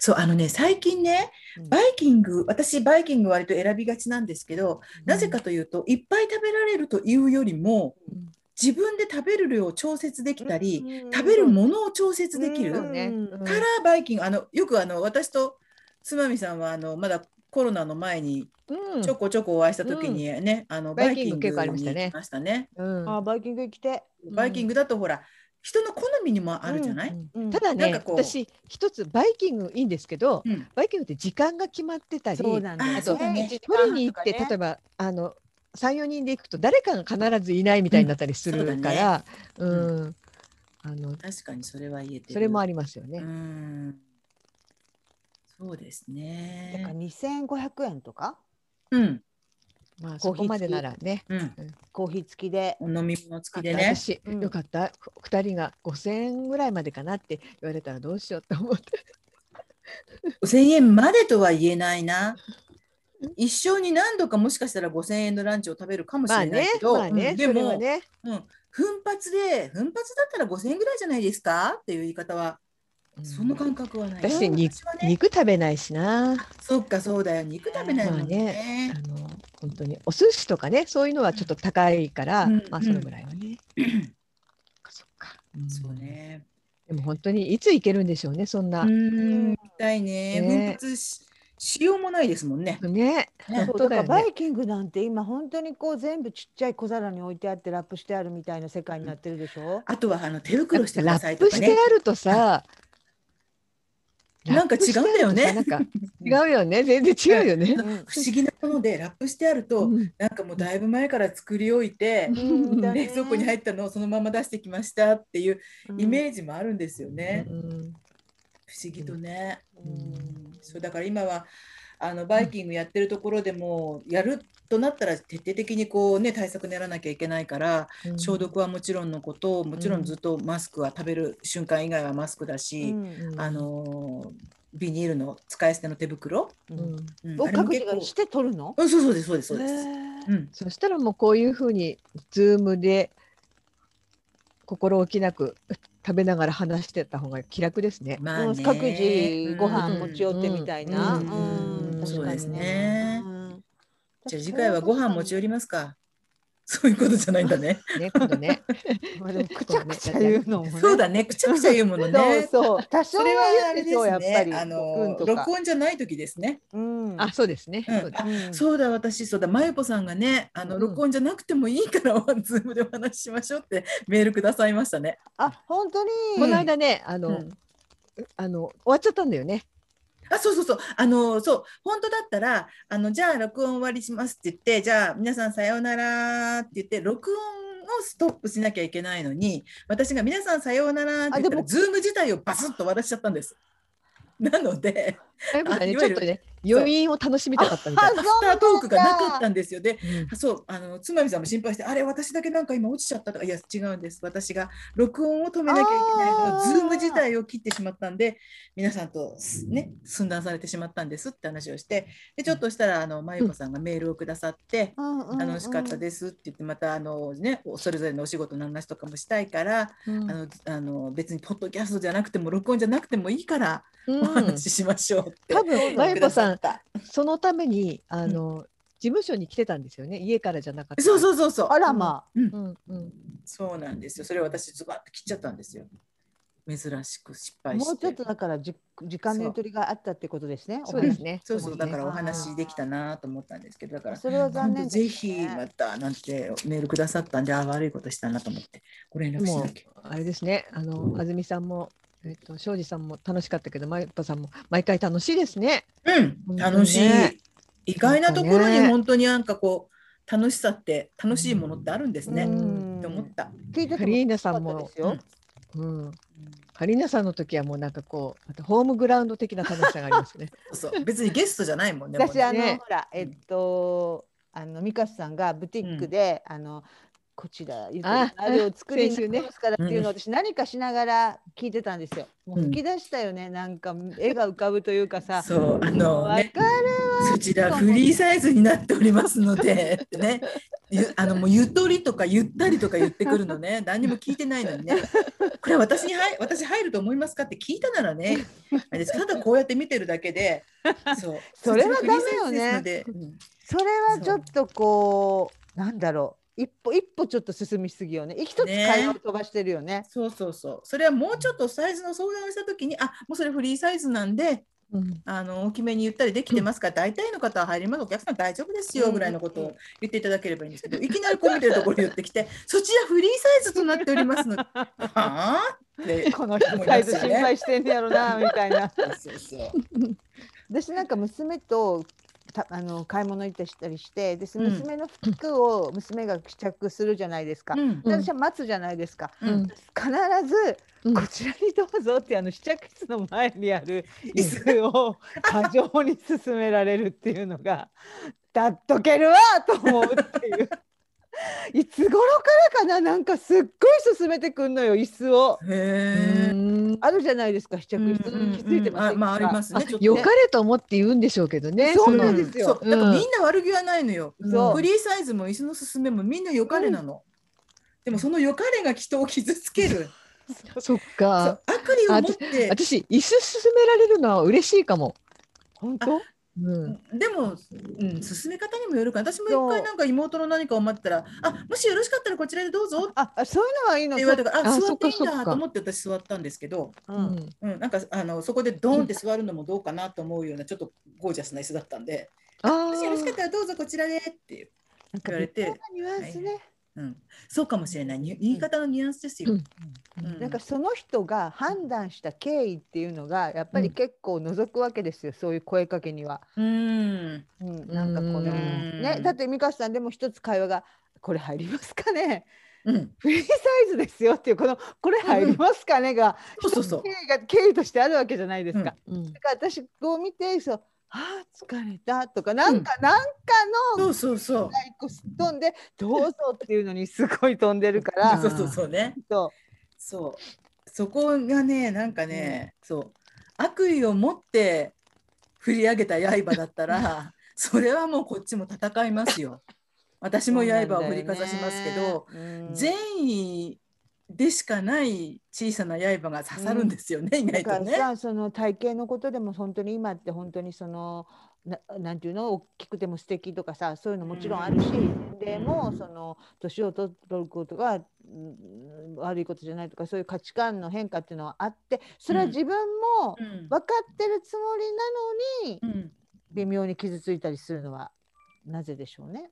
Speaker 1: そうあのね最近ね
Speaker 2: うん
Speaker 1: バイキング私バイキング割と選びがちなんですけど、なぜかというといっぱい食べられるというよりも
Speaker 2: うん
Speaker 1: 自分で食べる量を調節できたり、食べるものを調節できる、
Speaker 2: そうね
Speaker 3: うん
Speaker 2: うん
Speaker 1: カラーバイキングあのよくあの私とつまみさんはあのまだコロナの前に
Speaker 2: うん
Speaker 1: ちょこちょこお会いした時にね、あのバ
Speaker 2: バ
Speaker 1: イ
Speaker 2: イ
Speaker 1: キ
Speaker 2: キ
Speaker 1: ン
Speaker 2: ン
Speaker 1: グ
Speaker 2: グ
Speaker 1: に
Speaker 2: 結構ありましたね
Speaker 1: 行きましたね。
Speaker 2: うん
Speaker 3: あバイキング行きて。
Speaker 2: ん
Speaker 1: バイキングだとほら人の好みにもあるじゃない、
Speaker 2: うん
Speaker 3: うん
Speaker 2: ただ
Speaker 1: なん
Speaker 2: ね
Speaker 1: かこう
Speaker 2: 私一つバイキングいいんですけど、
Speaker 1: うん
Speaker 2: バイキングって時間が決まってたり
Speaker 3: そうなんだよね。
Speaker 1: あそうだね
Speaker 2: 取りに行って、例えばあの34人で行くと誰かが必ずいないみたいになったりす
Speaker 1: うんそう
Speaker 2: る
Speaker 1: だ
Speaker 2: か
Speaker 1: ね
Speaker 2: ら、うんあの
Speaker 1: 確かにそれは言えてる
Speaker 2: それもあ
Speaker 1: り
Speaker 2: りますよね。
Speaker 1: うんそうです
Speaker 3: だから
Speaker 1: ね
Speaker 3: 2500円とか
Speaker 1: うん
Speaker 2: まあ、
Speaker 3: コ
Speaker 2: そ
Speaker 3: ーヒー
Speaker 2: こまでならね。
Speaker 1: うん
Speaker 3: コーヒー付きで。
Speaker 1: お飲み物付きでね
Speaker 2: 私、
Speaker 3: うん
Speaker 2: よかった2人が5,000円ぐらいまでかなって言われたらどうしようと思って
Speaker 1: 5000円までとは言えないな一生に何度かもしかしたら5000円のランチを食べるかもし
Speaker 2: まあ
Speaker 1: れない
Speaker 2: ね
Speaker 1: けど、
Speaker 2: まあね、
Speaker 1: うんで
Speaker 2: それは
Speaker 1: も、
Speaker 2: ね
Speaker 1: うん、奮発で奮発だったら5000円ぐらいじゃないですかっていう言い方はその感覚はない、
Speaker 2: 私
Speaker 1: うん
Speaker 2: 肉
Speaker 1: はね
Speaker 2: 肉食べないしな。
Speaker 1: そっかそうだよ肉食べないもんね,、
Speaker 2: あの本当にお寿司とかねそういうのはちょっと高いから、
Speaker 1: うん
Speaker 2: まあそのぐらいはね。そっかそっか
Speaker 1: そう。ね
Speaker 2: でも本当にいつ行けるんでしょうねそんな。
Speaker 1: うんみたいね
Speaker 2: ね
Speaker 1: 奮発ししようもないですもんね
Speaker 2: ね
Speaker 1: ね
Speaker 3: そう
Speaker 2: 本当だ
Speaker 3: だか
Speaker 2: よ
Speaker 3: ら
Speaker 2: ね
Speaker 3: バイキングなんて今本当にこう全部ちっちゃい小皿に置いてあってラップしてあるみたいな世界になってるでしょ。
Speaker 1: あとはあの手袋してく
Speaker 2: ラ
Speaker 1: ださ
Speaker 2: ッ
Speaker 1: いと
Speaker 2: プ
Speaker 1: か
Speaker 2: し
Speaker 1: ね
Speaker 2: てあるとさ。
Speaker 1: なんか違うんだよね
Speaker 2: ラップしてあるとさなんか違うよ ね全然違うよね。
Speaker 3: うん
Speaker 1: 不思議なものでラップしてあると、
Speaker 2: うん
Speaker 1: なんかもうだいぶ前から作り置いて、
Speaker 2: うん
Speaker 3: だね
Speaker 1: 冷蔵庫に入ったのをそのまま出してきましたっていうイメージもあるんですよね、
Speaker 2: うん
Speaker 1: 不思議とね、
Speaker 2: うん
Speaker 1: そうだから今はあのバイキングやってるところでもやるとなったら徹底的にこうね対策練らなきゃいけないから消毒はもちろんのこともちろんずっとマスクは食べる瞬間以外はマスクだ
Speaker 3: う
Speaker 1: し、
Speaker 3: ん
Speaker 2: うん
Speaker 1: あのービニールの使い捨ての手袋、
Speaker 2: う
Speaker 3: うん
Speaker 2: ん
Speaker 1: うん
Speaker 3: を
Speaker 1: あれも
Speaker 3: 各自
Speaker 1: 結構
Speaker 3: がして取るの。
Speaker 1: うんそうそうですそうですそうです、
Speaker 3: へー
Speaker 1: うん
Speaker 2: そしたらもうこういうふうにズームで心置きなく食べながら話してた方が気楽ですね。
Speaker 1: まあ
Speaker 3: うん
Speaker 1: ね
Speaker 3: 各自ご
Speaker 2: う
Speaker 3: 飯
Speaker 2: ん
Speaker 3: 持ち寄ってみたいな。
Speaker 2: うん
Speaker 1: うん
Speaker 3: 確かに
Speaker 1: そうですね
Speaker 3: うん
Speaker 1: じゃあ次回はご飯持ち寄りますか。そういうことじゃないんだ ね。
Speaker 2: ね、今度ね。
Speaker 3: ま あでもくちゃくちゃ言うのもね。
Speaker 1: そうだね、くちゃくちゃ言うものね。
Speaker 3: そうそう。多少
Speaker 1: そ
Speaker 3: は
Speaker 1: れはあ
Speaker 3: あ
Speaker 1: れ
Speaker 3: れ
Speaker 1: で
Speaker 3: ですすね。やっぱり
Speaker 1: ね。あの録音じゃない時ですね。
Speaker 3: 音
Speaker 2: あ、そうですね。
Speaker 1: うん
Speaker 2: そうだ
Speaker 3: うん
Speaker 1: そうだ私そうだまゆぽさんがねあの、
Speaker 2: うん
Speaker 1: 録音じゃなくてもいいからズームでお話ししましょうってメールくださいましたね。
Speaker 3: あ本当に。
Speaker 2: この間ね、あの、
Speaker 1: うん
Speaker 2: あの終わっちゃったんだよね。
Speaker 1: あそうそうそうあのそう本当だったらあのじゃあ録音終わりしますって言ってじゃあ皆さんさようならって言って録音をストップしなきゃいけないのに私が皆さんさようならって言った
Speaker 3: あで
Speaker 1: ら
Speaker 3: も
Speaker 1: ズーム自体をバスッと終わらしちゃったんです。なので
Speaker 2: あやっぱね
Speaker 1: いわ
Speaker 2: ち
Speaker 1: ゆ
Speaker 2: ょ
Speaker 1: る
Speaker 2: っとね、余韻を楽しみたかったみたい
Speaker 1: ア
Speaker 2: な。
Speaker 1: フタートークがなかったんですよ。で
Speaker 2: うん
Speaker 1: そうあのつまみさんも心配してあれ私だけなんか今落ちちゃったとかいや違うんです私が録音を止めなきゃいけない
Speaker 3: あ
Speaker 1: の
Speaker 3: ー
Speaker 1: ズーム自体を切ってしまったんで皆さんとすね寸断されてしまったんですって話をしてでちょっとしたらあのまゆこさんがメールをくださって。
Speaker 3: うんうんうん
Speaker 1: 楽しかったですって言ってまたあの、ね、それぞれのお仕事の話とかもしたいから、
Speaker 2: うん
Speaker 1: あのあの別にポッドキャストじゃなくても録音じゃなくてもいいからお
Speaker 2: うん
Speaker 1: 話ししましょうって、
Speaker 2: 多分まゆこさん
Speaker 1: くだっ
Speaker 2: そのためにあの、事務所に来てたんですよね。家からじゃなかったた。
Speaker 1: そうそうそうそう
Speaker 3: あらま
Speaker 1: うん
Speaker 2: うんうん。
Speaker 1: そうなんですよ。それを私ズバッと切っちゃったんですよ。珍しく失
Speaker 3: あ。
Speaker 1: 敗して。
Speaker 3: もうちょっとだからじ時間のゆとりがあったってことですね。
Speaker 2: そうです
Speaker 3: ね。
Speaker 2: ね。
Speaker 1: そうそうだからお
Speaker 3: あ
Speaker 1: 話
Speaker 3: ー
Speaker 1: できたなと思ったんですけどだから。
Speaker 3: それは
Speaker 1: 本
Speaker 3: 残
Speaker 1: 当
Speaker 3: 念です、
Speaker 1: ぜ
Speaker 3: ね。
Speaker 1: ひまたなんてメールくださったんであ悪いことしたなと思ってご連絡し
Speaker 2: もう
Speaker 1: なきゃ。
Speaker 2: あれですね。あの安住さんも。えっと、庄司さんも楽しかったけど、まゆっぱさんも毎回楽しいですね。
Speaker 1: うん
Speaker 2: 本当にね
Speaker 1: 楽しい、意外なところに
Speaker 2: ね
Speaker 1: 本当になんかこう楽しさって楽しいものってあるんですね。
Speaker 2: う
Speaker 1: っ
Speaker 2: ん
Speaker 1: て思った。
Speaker 3: 聞いてて
Speaker 2: カ
Speaker 3: も
Speaker 2: リーナさん
Speaker 3: 良かっ
Speaker 2: も
Speaker 3: たです、よ
Speaker 2: うん、カリーナさんの時はもうなんかこう、あとホームグラウンド的な楽しさがありますね。
Speaker 1: そうそう別にゲストじゃないもんね。もう
Speaker 3: 私
Speaker 1: ね
Speaker 3: あの、
Speaker 2: ね
Speaker 3: ほらえっとあのミカスさんがブティックで、あのこちらゆとりのあれを作り
Speaker 2: 先週
Speaker 3: に
Speaker 2: ね
Speaker 3: ますからっていうのを私何かしながら聞いてたんですよ。もう
Speaker 1: うん
Speaker 3: 吹き出したよね、なんか絵が浮かぶというか さ。
Speaker 1: そうあの
Speaker 3: わ
Speaker 1: ね
Speaker 3: かる
Speaker 1: そちらフリーサイズになっておりますので、ってね、ゆあのもうゆとりとかゆったりとか言ってくるのね、 何にも聞いてないのにね、これ私に入私入ると思いますかって聞いたならね、あれですただこうやって見てるだけで、そう、
Speaker 3: それは
Speaker 1: そちらフリーサイズですのでうん
Speaker 3: それはちょっとこうなんだろう一歩一歩ちょっと進みすぎよね一つ
Speaker 1: ね
Speaker 3: 会話を飛ばしてるよね。
Speaker 1: そうそうそう、それはもうちょっとサイズの相談をしたときに、あもうそれフリーサイズなんで、
Speaker 2: うん、
Speaker 1: あの大きめにゆったりできてますから、大体の方は入ります、お客さん大丈夫ですよぐらいのことを言っていただければいいんですけど、いきなりこう見てるところ言ってきて、そちらフリーサイズとなっておりますので、はあって
Speaker 3: この人
Speaker 1: 思い
Speaker 3: サ
Speaker 1: ま
Speaker 3: イ
Speaker 1: す
Speaker 3: ズ
Speaker 1: よね
Speaker 3: 心配してんねやろなみたいな。
Speaker 1: そうそう
Speaker 3: 私なんか娘とたあの買い物行ったりしたりしてで
Speaker 1: ん
Speaker 3: 娘の服を娘が試着するじゃないですか。
Speaker 1: うん
Speaker 3: で私は待つじゃないですか。
Speaker 1: うん
Speaker 3: 必ず、
Speaker 2: うん
Speaker 3: こちらにどうぞってあの試着室の前にある椅子を過剰に進められるっていうのがだっとけるわと思うっ ていういつ頃からかななんかすっごい進めてくんのよ椅子を
Speaker 1: へえ。
Speaker 2: うん
Speaker 3: あるじゃないですか試着室、気づいて
Speaker 1: あ
Speaker 3: ませんか
Speaker 1: まあありますね。ちょっと
Speaker 2: 良
Speaker 1: ね
Speaker 2: かれと思って言うんでしょうけどね。
Speaker 3: そう
Speaker 2: の
Speaker 3: なんですよ
Speaker 1: そうだからみんな悪気はないのよ。
Speaker 3: そう
Speaker 1: フリーサイズも椅子の勧めもみんな良かれなの。でもその良かれが人を傷つける。
Speaker 2: そ
Speaker 1: そ
Speaker 2: っか
Speaker 1: う。悪意を持って。
Speaker 2: 私椅子勧められるのは嬉しいかも。
Speaker 3: 本当
Speaker 2: うん。
Speaker 1: でも、うん、進め方にもよるから私も一
Speaker 3: そ
Speaker 1: 回
Speaker 3: う
Speaker 1: なんか妹の何かを待ってたら「あもしよろしかったらこちらでどうぞ」って
Speaker 3: ああそういうのはいいの
Speaker 1: 言われたから「あ
Speaker 2: あ
Speaker 1: 座っていいん
Speaker 2: そっ
Speaker 1: だ」
Speaker 2: かそっか
Speaker 1: と思って私座ったんですけど、
Speaker 3: そう
Speaker 2: う
Speaker 3: うん
Speaker 2: ん。
Speaker 1: うん、なんかあのそこでドーンって座るのもどうかなと思うようなちょっとゴージャスな椅子だったんで「
Speaker 2: あ
Speaker 1: もしよろしかっ
Speaker 2: あ。
Speaker 1: たらどうぞこちらで」っていう言われて、
Speaker 3: ニュアンスね、
Speaker 1: うん、そうかもしれないに言い方のニュアンスですよ。
Speaker 2: うん
Speaker 1: うん
Speaker 3: なんかその人が判断した経緯っていうのがやっぱり結構覗くわけですよ、そういう声かけには。
Speaker 1: うん
Speaker 3: うん、なんかこの、
Speaker 2: うん
Speaker 3: ねだって美香さんでも一つ会話が「これ入りますかね
Speaker 1: うん、
Speaker 3: フリーサイズですよ」っていうこの「これ入りますかねが」
Speaker 1: そうそうそう
Speaker 3: 経緯が経緯としてあるわけじゃないですか。
Speaker 1: う
Speaker 2: うん
Speaker 3: だ。から私こう見てそう「あー疲れた」とかなんか、なんかの
Speaker 1: そうそうそう
Speaker 3: 一個すっ飛んで「どうぞ」っていうのにすごい飛んでるか
Speaker 2: あ
Speaker 3: ら。
Speaker 2: ー
Speaker 1: そうそうそうね。
Speaker 3: そう
Speaker 1: そう。そこがね、なんかね、そう。悪意を持って振り上げた刃だった ら、それはもうこっちも戦いますよ。私も刃を振りかざしますけど、、善意でしかない小さな刃が刺さるんですよね、意
Speaker 3: だ
Speaker 1: 外
Speaker 3: か
Speaker 1: と
Speaker 3: ら
Speaker 1: ね。
Speaker 3: さその体型のことでも本当に今って本当にそのななんていうの大きくても素敵とかさそういうのもちろんあるし、でもその年を取ることがうん悪いことじゃないとかそういう価値観の変化っていうのはあってそれは自分も
Speaker 1: うん
Speaker 3: 分かってるつもりなのに
Speaker 1: うん
Speaker 3: 微妙に傷ついたりするのはなぜでしょうね。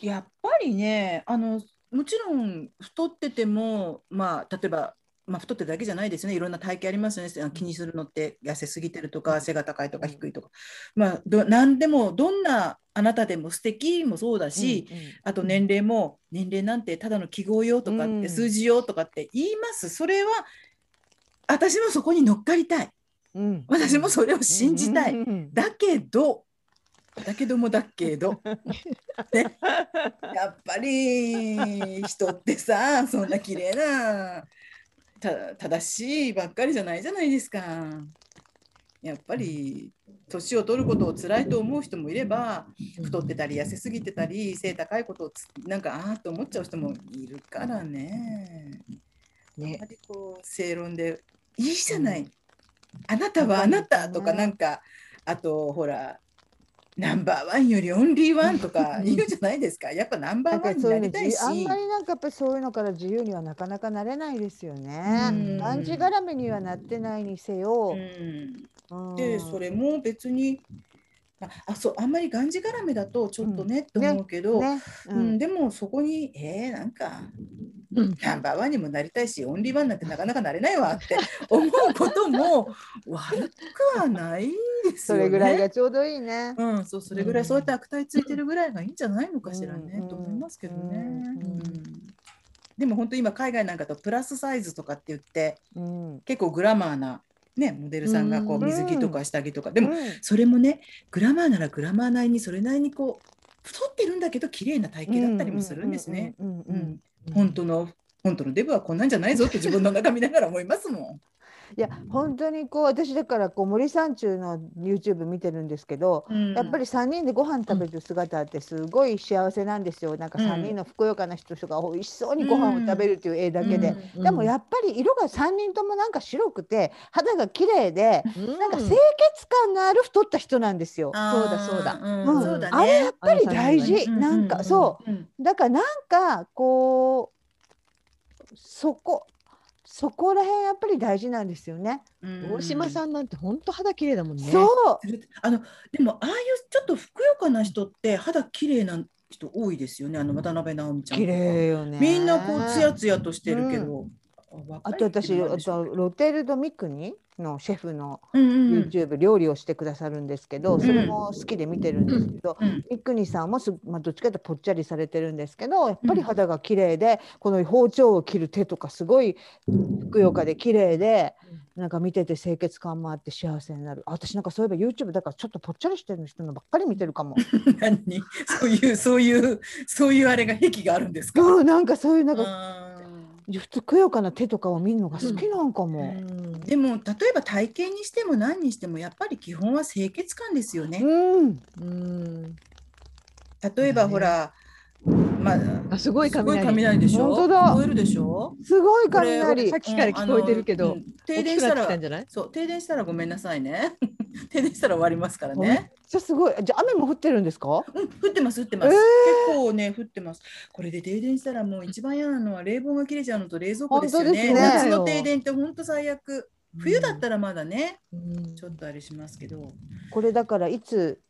Speaker 1: やっぱりねあのもちろん太っててもまあ例えば、まあ、太ってるだけじゃないですよねいろんな体型ありますよねあの気にするのって痩せすぎてるとか背が高いとか
Speaker 3: うん
Speaker 1: 低いとか、まあ、ど何でもどんなあなたでも素敵もそうだし、
Speaker 3: うんうん
Speaker 1: あと年齢も年齢なんてただの記号よとかって
Speaker 3: うん
Speaker 1: 数字よとかって言いますそれは私もそこに乗っかりたい
Speaker 3: うん
Speaker 1: 私もそれを信じたい、
Speaker 3: うんうん
Speaker 1: だけどだけどもだけど、ね、やっぱり人ってさそんな綺麗なた正しいばっかりじゃないじゃないですか。やっぱり年を取ることを辛いと思う人もいれば太ってたり痩せすぎてたり背高いことをつなんかああと思っちゃう人もいるからね。
Speaker 2: ね
Speaker 1: やっぱりこう正論でいいじゃない、あなたはあなたとかなんかあとほらナンバーワンよりオンリーワンとか言うじゃないですかやっぱナンバ
Speaker 3: だ
Speaker 1: ー
Speaker 3: か
Speaker 1: ワン
Speaker 3: ら
Speaker 1: に
Speaker 3: そ
Speaker 1: な
Speaker 3: ういうの
Speaker 1: りたい
Speaker 3: 自
Speaker 1: し
Speaker 3: あんまりなんかやっぱりそういうのから自由にはなかなかなれないですよ
Speaker 1: うん
Speaker 3: ね。がんじがらめにはなってないにせよ。
Speaker 1: うんでそれも別にああそうあんまりがんじがらめだとちょっとねって
Speaker 3: ね
Speaker 1: 思うけど、
Speaker 3: をね、う
Speaker 1: うん
Speaker 3: ん、
Speaker 1: でもそこにえー、なんか
Speaker 2: うん
Speaker 1: ナンバーワンにもなりたいしオンリーワンなんてなかなかなれないわって思うことも悪くはないです
Speaker 3: そ
Speaker 1: よね。
Speaker 3: れぐらいがちょうどいいね。
Speaker 1: うん、そうそれぐらい、
Speaker 2: うん
Speaker 1: そうやって悪態ついてるぐらいがいいんじゃないのかしらね、
Speaker 3: うん
Speaker 1: と思いますけどね。う
Speaker 3: うんん
Speaker 1: でも本当今海外なんかだとプラスサイズとかって言って
Speaker 3: うん。
Speaker 1: 結構グラマーな、ね、モデルさんがこう
Speaker 2: うん
Speaker 1: 水着とか下着とか、でも
Speaker 3: うん
Speaker 1: それもねグラマーならグラマーなりにそれなりにこう太ってるんだけど綺麗な体型だったりもするんですね。。
Speaker 3: うんうんう
Speaker 1: うん
Speaker 3: うん
Speaker 1: ん本当の本当のデブはこんなんじゃないぞって自分の中見ながら思いますもん。
Speaker 3: いや本当にこう私だからこう森三中の YouTube 見てるんですけど。 やっぱり3人でご飯食べてる姿ってすごい幸せなんですよ。なんか3人のふくよかな人が美味しそうにご飯を食べるっていう絵だけで、でもやっぱり色が3人ともなんか白くて肌が綺麗で、なんか清潔感のある太った人なんですよ。
Speaker 1: あ
Speaker 2: そう
Speaker 1: ー
Speaker 2: だそうだ
Speaker 1: うん
Speaker 2: うん
Speaker 1: そうだね。
Speaker 3: あれやっぱり大
Speaker 1: あの三
Speaker 3: 事。
Speaker 1: 人はね
Speaker 3: なん
Speaker 1: うんうんうん
Speaker 3: かそう
Speaker 1: うん
Speaker 3: うだからなんかこうそこそこら辺やっぱり大事なんですよね。
Speaker 1: うん
Speaker 2: 大島さんなんて本当肌綺麗だもんね。
Speaker 3: そう
Speaker 1: あのでもああいうちょっとふくよかな人って肌綺麗な人多いですよねあの渡辺直美ちゃんと
Speaker 3: 綺
Speaker 1: か
Speaker 3: 麗よね。
Speaker 1: みんなこうツヤツヤとしてるけど、若
Speaker 3: あ
Speaker 1: い
Speaker 3: と
Speaker 1: 人
Speaker 3: 私
Speaker 1: なん
Speaker 3: あ
Speaker 1: でしょ
Speaker 3: と
Speaker 1: うけど
Speaker 3: ロテルドミクニのシェフの
Speaker 1: うんうんうん
Speaker 3: YouTube 料理をしてくださるんですけど、
Speaker 1: ん
Speaker 3: それも好きで見てるんですけど、
Speaker 1: うん
Speaker 3: ミクニさんもす、まあ、どっちかというとぽっちゃりされてるんですけどやっぱり肌が綺麗で、この包丁を切る手とかすごいふくよかで綺麗で、なんか見てて清潔感もあって幸せになるあ私なんかそういえば YouTube だからちょっとぽっちゃりしてる人のばっかり見て るかも、
Speaker 1: 何そういうそういうそういうあれが癖があるんですか、
Speaker 3: うん、 なんかそういうなんか
Speaker 1: あー
Speaker 3: ふくよかな手とかを見るのが好きなんかも。
Speaker 1: でも例えば体型にしても何にしてもやっぱり基本は清潔感ですよね。
Speaker 3: うん
Speaker 2: うん。
Speaker 1: 例えばほら、まあ
Speaker 2: あすごい
Speaker 1: すごい
Speaker 2: 雷。
Speaker 1: 雷でしょ
Speaker 3: 本当だ
Speaker 1: 聞こえるでしょ
Speaker 3: すごい
Speaker 1: これ
Speaker 3: 雷
Speaker 2: さっきから聞こえてるけど
Speaker 1: あのうん停電した
Speaker 2: 大きくなってき
Speaker 1: ら
Speaker 2: んじゃない？
Speaker 1: そう停電したらごめんなさいね。 停電したら終わりますから
Speaker 3: めっ
Speaker 1: ね。
Speaker 3: ちゃすごいじゃあ雨も降ってるんですか
Speaker 1: うん、降ってます降ってます。
Speaker 3: えー
Speaker 1: 結構ね降ってます。これで停電したらもう一番嫌なのは冷房が切れちゃうのと冷蔵庫ですよね。
Speaker 3: 本当ですね
Speaker 1: 夏の停電って本当最悪。冬だったらまだね、
Speaker 2: うん
Speaker 1: ちょっとあれしますけど。
Speaker 3: これだからいつ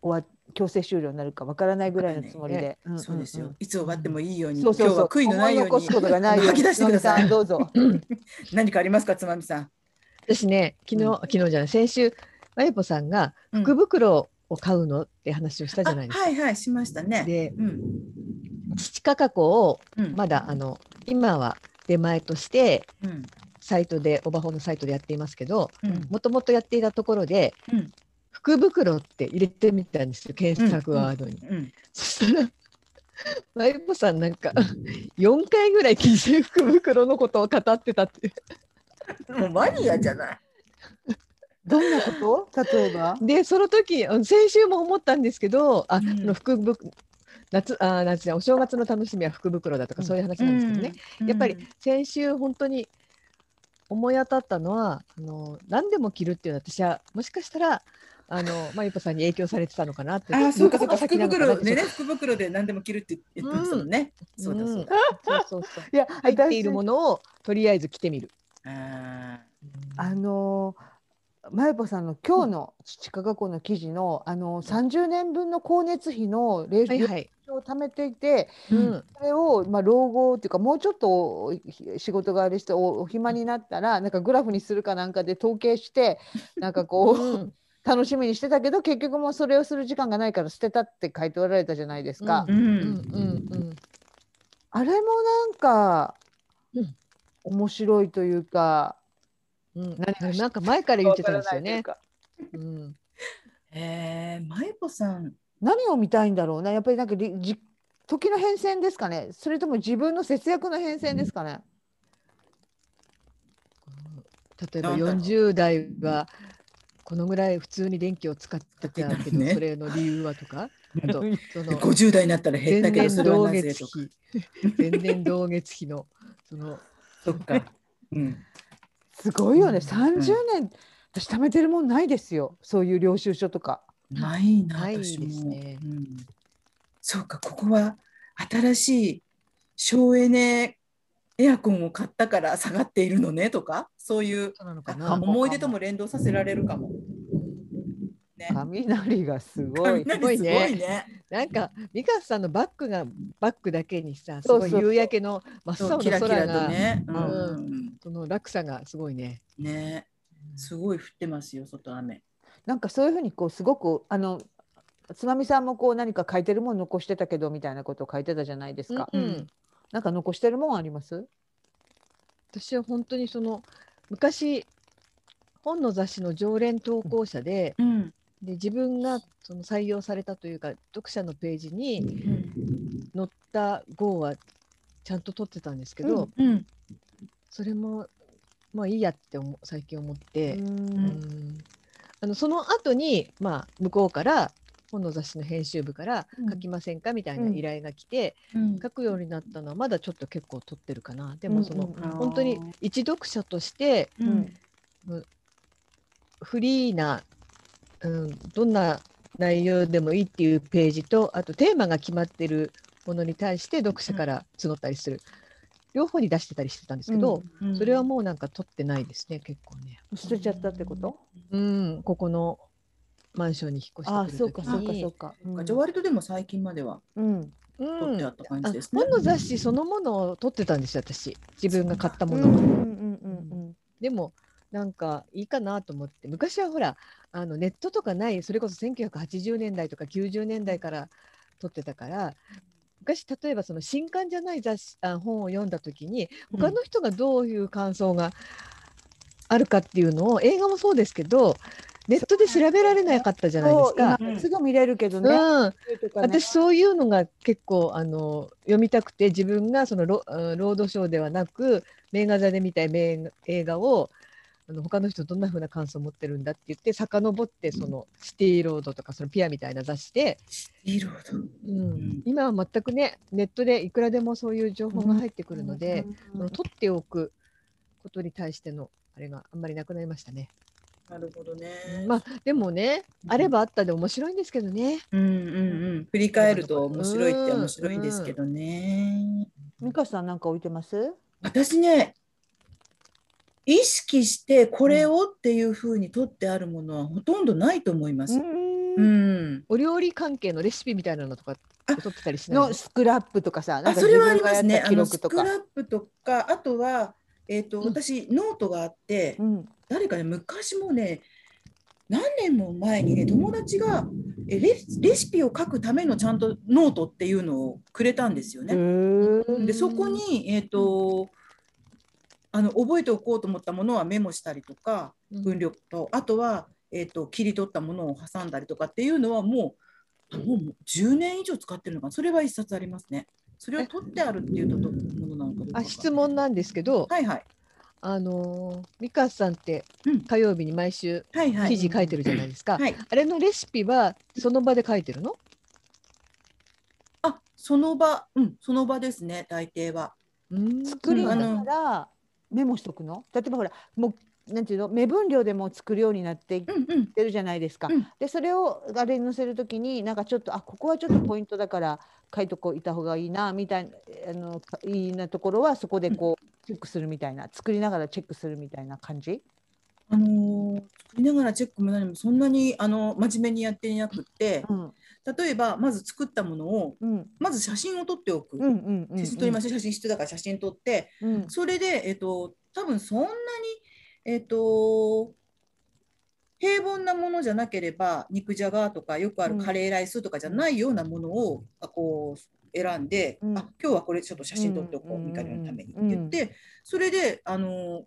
Speaker 3: 終わ強制終了になるかわからないぐらいのつもりで、んんん
Speaker 1: そうですよ。いつ終わってもいいように。
Speaker 3: そうそう
Speaker 1: 今
Speaker 3: そう
Speaker 1: 日は悔いのないように。
Speaker 3: 思い残すことがないように
Speaker 1: 吐き出してくださ
Speaker 3: つまみん
Speaker 1: い。
Speaker 3: どうぞ
Speaker 1: 何かありますかつまみさん。
Speaker 2: 私ね昨日、
Speaker 1: うん
Speaker 2: 昨日じゃない先週まゆぽさんが福袋を買うのって話をしたじゃないですか。
Speaker 1: はいはいしましたね。
Speaker 2: で
Speaker 1: うん
Speaker 2: 父価格を
Speaker 1: うん
Speaker 2: まだあの今は出前として
Speaker 1: うん
Speaker 2: サイトでオバホのサイトでやっていますけど
Speaker 1: うん
Speaker 2: もともとやっていたところで、
Speaker 1: うん
Speaker 2: 福袋って入れてみたんですよ検索ワードに。
Speaker 1: うん。
Speaker 2: そしたらまゆぽさんなんか4回ぐらい偽善福袋のことを語ってたっていう
Speaker 1: もうマニアじゃない。
Speaker 3: どんなこと例えば
Speaker 2: でその時あの先週も思ったんですけどあ、
Speaker 1: うん
Speaker 2: その福袋夏あ夏じゃないお正月の楽しみは福袋だとか
Speaker 3: うん
Speaker 2: そういう話なんですけどね、
Speaker 1: うん
Speaker 2: やっぱり先週本当に思い当たったのはあの何でも着るっていうのは私はもしかしたらあのまあゆぽさんに影響されてたのかなって。
Speaker 1: ああ、そうか、そうか、
Speaker 2: 向こ
Speaker 1: 福
Speaker 2: うが先なの
Speaker 1: 袋
Speaker 2: かなっ
Speaker 1: で
Speaker 2: て
Speaker 1: ね、福袋で何でも着るって言ってましたもんね。そうだ、そうだ。
Speaker 2: うんそうそうそう。
Speaker 3: いや
Speaker 2: 入っているも
Speaker 3: の
Speaker 2: のをとりあえず着てみる。
Speaker 1: あ
Speaker 3: あのー、まゆぽさんの今日の地下学校の記事の、あのー、30年分の光熱費の令
Speaker 2: はいはい。
Speaker 3: 状を貯めていて
Speaker 1: ー
Speaker 2: う。ん。
Speaker 3: それを、まあ、老後っていうかもうちょっとひ仕事があれしておお暇になったらなんかグラフにするかなんかで統計してなんかこう
Speaker 2: うん
Speaker 3: 楽しみにしてたけど結局もうそれをする時間がないから捨てたって書いておられたじゃないですか。
Speaker 1: う。
Speaker 2: うんんうん
Speaker 3: あれもなんか、
Speaker 2: うん
Speaker 3: 面白いというか
Speaker 2: うんうん。
Speaker 3: 何がし
Speaker 2: なんか前から言ってたんですよね
Speaker 3: わ。から
Speaker 2: うん。
Speaker 1: ええ、まゆぽさん。
Speaker 3: ないというか何を見たいんだろうなやっぱりなんかりじ時の変遷ですかねそれとも自分の節約の変遷ですかね、
Speaker 2: 例えば
Speaker 1: なんだろう
Speaker 2: 40代はこのぐらい普通に電気を使ってた けど、
Speaker 1: ね
Speaker 2: それの理由はとか、あとその
Speaker 1: 五十代になったら減っ
Speaker 2: 前
Speaker 1: たけど、
Speaker 2: 年
Speaker 1: それは
Speaker 2: 同
Speaker 1: なぜ
Speaker 2: 月
Speaker 1: とか。
Speaker 2: 比、前年同月比のその
Speaker 1: そっか。 うん。
Speaker 3: すごいよね、
Speaker 2: うん
Speaker 3: 30年私貯めてるもんないですよそういう領収書とか。
Speaker 1: ないな。
Speaker 2: ない
Speaker 1: 私も
Speaker 2: ですね
Speaker 1: うんそうか、ここは新しい省エネ。エアコンを買ったから下がっているのねとか、そういう
Speaker 2: そうなのか
Speaker 1: あ
Speaker 2: な。
Speaker 1: 思い出とも連動させられるかも。ね。
Speaker 3: 雷がすご
Speaker 1: 雷
Speaker 3: い。
Speaker 1: すごい
Speaker 2: すごい
Speaker 1: ね。
Speaker 2: なんかミカさんのバックがバックだけにさ、す
Speaker 3: そう
Speaker 2: ご
Speaker 3: そう
Speaker 2: い夕焼けの真っ
Speaker 1: そ
Speaker 2: 青
Speaker 1: う
Speaker 2: の
Speaker 1: キラキ
Speaker 2: 空
Speaker 1: ラと
Speaker 2: が
Speaker 1: ね。う
Speaker 2: うん
Speaker 1: ん。
Speaker 2: その落差がすごいね。
Speaker 1: ね。すごい降ってますよ、外雨。
Speaker 3: なんかそういうふうにこうすごくあのつまみさんもこう何か書いてるもん残してたけどみたいなことを書いてたじゃないですか。
Speaker 2: うんう
Speaker 1: うん
Speaker 2: ん。
Speaker 3: なんか残してるもんあります？
Speaker 2: 私は本当にその昔本の雑誌の常連投稿者で
Speaker 1: うん。
Speaker 2: で自分がその採用されたというか読者のページに載った号はちゃんと取ってたんですけど、
Speaker 1: うん。
Speaker 2: それもまあいいやって思う最近思って、
Speaker 1: ん
Speaker 2: うんあのその後にまあ向こうから本の雑誌の編集部から書きませんかみたいな依頼が来て、書くようになったのはまだちょっと結構取ってるかなでもその、
Speaker 3: うんうん
Speaker 2: 本当に一読者として
Speaker 1: うん。
Speaker 2: フリーな、うん、どんな内容でもいいっていうページとあとテーマが決まってるものに対して読者から募ったりする、両方に出してたりしてたんですけど、
Speaker 1: うん
Speaker 2: それはもうなんか取ってないですね結構ね。
Speaker 3: 捨てちゃったってこと？
Speaker 2: うんここのマンションに引っ越
Speaker 3: ああ
Speaker 2: してくる時に
Speaker 3: そうかそうかそうか。
Speaker 1: うんじゃあ割とでも最近までは
Speaker 3: うん。
Speaker 2: うん
Speaker 1: 取ってあった感
Speaker 2: あ
Speaker 1: じですね。
Speaker 2: 本の雑誌そのものを取ってたんですよ私自分が買った
Speaker 3: う
Speaker 2: も
Speaker 3: ん
Speaker 2: のを。
Speaker 3: うんうん
Speaker 2: でもなんかいいかなと思って昔はほらあのネットとかないそれこそ1980年代とか90年代から撮ってたから昔例えばその新刊じゃない雑誌あ本を読んだ時に
Speaker 1: うん
Speaker 2: 他の人がどういう感想があるかっていうのを映画もそうですけどネットで調べられなかったじゃないですか。
Speaker 3: そう今すぐ見れるけど
Speaker 2: う
Speaker 3: ね。
Speaker 2: ん、
Speaker 3: とかね
Speaker 2: 私そういうのが結構あの読みたくて自分がそのロうんロードショーではなく名画座で見たい名映画をあの他の人どんな風な感想を持ってるんだって言って遡ってそのシティロードとかそのピアみたいな雑誌で、
Speaker 1: いいロード。ん
Speaker 2: 今は全くねネットでいくらでもそういう情報が入ってくるので、
Speaker 3: う
Speaker 2: そ
Speaker 3: ん
Speaker 2: の取っておくことに対してのあれがあんまりなくなりましたね。
Speaker 1: なるほどね。
Speaker 2: まあでもね、あればあったで面白いんですけどね。
Speaker 1: うんうんうん。振り返ると面白いって面白いんですけどね。
Speaker 3: 美香さんなんか置いてます？
Speaker 1: 私ね意識してこれをっていうふうに取ってあるものはほとんどないと思います。うんん。
Speaker 2: お料理関係のレシピみたいなのとか取ってたりしない
Speaker 3: の
Speaker 2: です
Speaker 3: スクラップとかさ、なん
Speaker 1: あ
Speaker 3: か
Speaker 1: それはあります
Speaker 3: 自分
Speaker 1: ね。
Speaker 3: がやった
Speaker 1: あ
Speaker 3: 記
Speaker 1: の
Speaker 3: 録
Speaker 1: ス
Speaker 3: と
Speaker 1: ク
Speaker 3: か。
Speaker 1: ラップとかあとは、えーと
Speaker 2: うん
Speaker 1: 私ノートがあって、
Speaker 3: うん
Speaker 1: 誰かね昔もね何年も前にね友達がえレレシピを書くためのちゃんとノートっていうのをくれたんですよね。
Speaker 3: へえ
Speaker 1: でそこに、えー、とあの覚えておこうと思ったものはメモしたりとか
Speaker 2: うん
Speaker 1: 分量とあとは、えー、と切り取ったものを挟んだりとかっていうのはもうあもう10年以上使ってるのかなそれは一冊ありますね。それを取ってあるっていうとどものなのかどうかわかんな
Speaker 2: あ
Speaker 1: い
Speaker 2: 質問なんですけど、
Speaker 1: はいはい
Speaker 2: あのー美香さんって
Speaker 1: うん
Speaker 2: 火曜日に毎週
Speaker 1: はいはい
Speaker 2: 記事書いてるじゃないですか、
Speaker 1: はい
Speaker 2: あれのレシピはその場で書いてるの
Speaker 1: あその場うんその場ですね大抵は
Speaker 2: うん
Speaker 3: 作り
Speaker 1: うん
Speaker 3: な
Speaker 1: あ
Speaker 3: が
Speaker 1: の
Speaker 3: らメモしとくの？例えばほらもうなんていうの目分量でもう作るようになっていっ
Speaker 1: うんうん
Speaker 3: てるじゃないですか。
Speaker 1: うん
Speaker 3: でそれをあれに載せるときになんかちょっとあここはちょっとポイントだから書いとこういた方がいいなみたいなあのいいなところはそこでこうチェックするみたいな作りながらチェックするみたいな感じ。
Speaker 1: あのー作りながらチェックも何もそんなにあの真面目にやっていなくって
Speaker 3: うん
Speaker 1: 例えばまず作ったものを
Speaker 3: うん
Speaker 1: まず写真を撮っておく、
Speaker 3: うんうんうんうん
Speaker 1: 写真撮りましょう写真必要だから写真撮って
Speaker 3: うん
Speaker 1: それで、えっと、多分そんなに、えっと、平凡なものじゃなければ肉じゃがとかよくある
Speaker 3: うん
Speaker 1: カレーライスとかじゃないようなものを、あこう選んで、
Speaker 3: うん
Speaker 1: あ今日はこれちょっと写真撮っておこう、
Speaker 3: うん
Speaker 1: ミカリのためにって
Speaker 3: うん
Speaker 1: 言って、それであの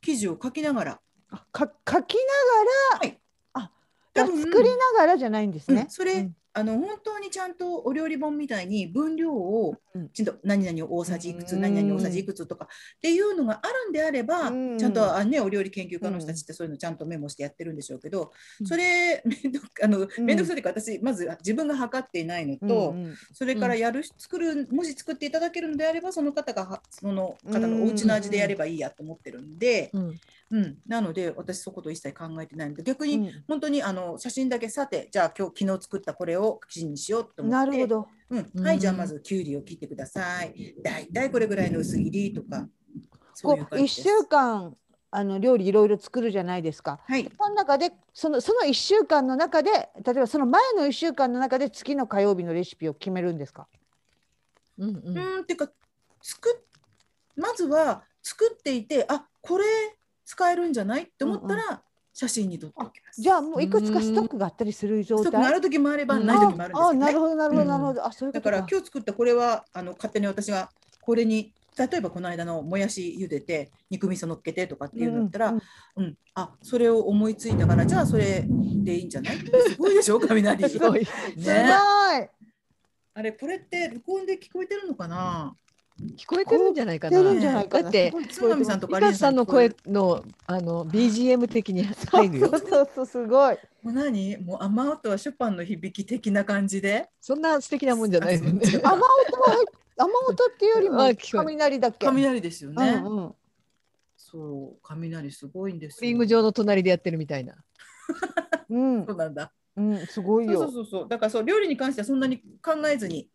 Speaker 1: 記事を書きながら
Speaker 3: あか書きながら、
Speaker 1: はい
Speaker 3: あ
Speaker 1: 多
Speaker 3: あ
Speaker 1: 分
Speaker 3: 作りながらじゃないんですね。
Speaker 1: うんそれ
Speaker 3: うん
Speaker 1: あの本当にちゃんとお料理本みたいに分量を
Speaker 3: うん
Speaker 1: ちんと何々を大さじいくつ、
Speaker 3: うん
Speaker 1: 何々を大さじいくつとかっていうのがあるんであれば、
Speaker 3: うん
Speaker 1: ちゃんとあ、ね、お料理研究家の人たちってそういうのちゃんとメモしてやってるんでしょうけど、それめんどくあの
Speaker 3: ん
Speaker 1: めんどくさいというか私まず自分が測っていないのと、
Speaker 3: うんうん
Speaker 1: それからやる作るもし作っていただけるのであればその方がはその方のお家の味でやればいいやと思ってるんで、
Speaker 2: うん
Speaker 1: うんなので私そういうことを一切考えてないので逆に
Speaker 3: うん
Speaker 1: 本当にあの写真だけさてじゃあ今日昨日作ったこれを記事にしようと思って
Speaker 3: なるほ、ど。
Speaker 1: う、
Speaker 2: うんん
Speaker 1: はいじゃあまずきゅうりを切ってください大体これぐらいの薄切りとかそうい
Speaker 3: こ
Speaker 1: う
Speaker 3: う
Speaker 1: 感じ
Speaker 3: 一
Speaker 1: です
Speaker 3: 週間あの料理いろいろ作るじゃないですか。
Speaker 1: はい
Speaker 3: その中でそのその一週間の中で例えばその前の一週間の中で次の火曜日のレシピを決めるんですか。
Speaker 2: うん
Speaker 1: う
Speaker 2: うん
Speaker 1: ーんっていうか作っまずは作っていてあこれ使えるんじゃないって思ったら写真に撮っておきます、
Speaker 3: じゃあもういくつかストックがあったりする状
Speaker 1: ストック
Speaker 3: 態。
Speaker 1: がある時もあれば
Speaker 2: うん
Speaker 1: ない時もあるんです
Speaker 3: あ
Speaker 1: よ
Speaker 3: あな
Speaker 1: ね
Speaker 3: るほどなるほど
Speaker 2: うん
Speaker 3: なるほど。あそういう
Speaker 1: だ
Speaker 3: こと
Speaker 1: から
Speaker 3: か。
Speaker 1: 今日作ったこれはあの勝手に私がこれに例えばこの間のもやし茹でて肉味噌乗っけてとかっていうのだったら、
Speaker 3: うん
Speaker 1: うん、あそれを思いついたからじゃあそれでいいんじゃないってすごいでしょ 雷
Speaker 2: すごい。
Speaker 3: す
Speaker 1: ね
Speaker 3: ごい。
Speaker 1: あれこれって録音で聞こえてるのかな
Speaker 2: 聞こえてるんじゃないか
Speaker 3: 出
Speaker 2: な。
Speaker 3: るんじゃないかな。
Speaker 2: だって
Speaker 3: すごい聞
Speaker 1: 津
Speaker 3: こえて
Speaker 1: 波
Speaker 3: ます
Speaker 1: さんとか
Speaker 2: ミ
Speaker 1: リ
Speaker 2: カ
Speaker 1: ン
Speaker 2: さんの
Speaker 1: 聞こえ
Speaker 2: 声
Speaker 1: る
Speaker 2: のあの BGM 的に入るよ
Speaker 3: そ。うそうそうすごい。
Speaker 1: もう何もう雨音はショパンの響き的な感じで
Speaker 2: そんな素敵なもんじゃないですね。
Speaker 1: あ
Speaker 3: 雨音は入っ雨音っていうよりも
Speaker 2: あ聞こえる
Speaker 3: 雷だっけ。
Speaker 1: 雷ですよね、
Speaker 3: うんうん。
Speaker 1: そう雷すごいんです
Speaker 2: ボーリング場の隣でやってるみたいな。
Speaker 3: うん
Speaker 1: そ、うなんだ
Speaker 3: うん、すごい
Speaker 1: そうそう
Speaker 3: よ。
Speaker 1: そうそうだからそう料理に関してはそんなに考えずに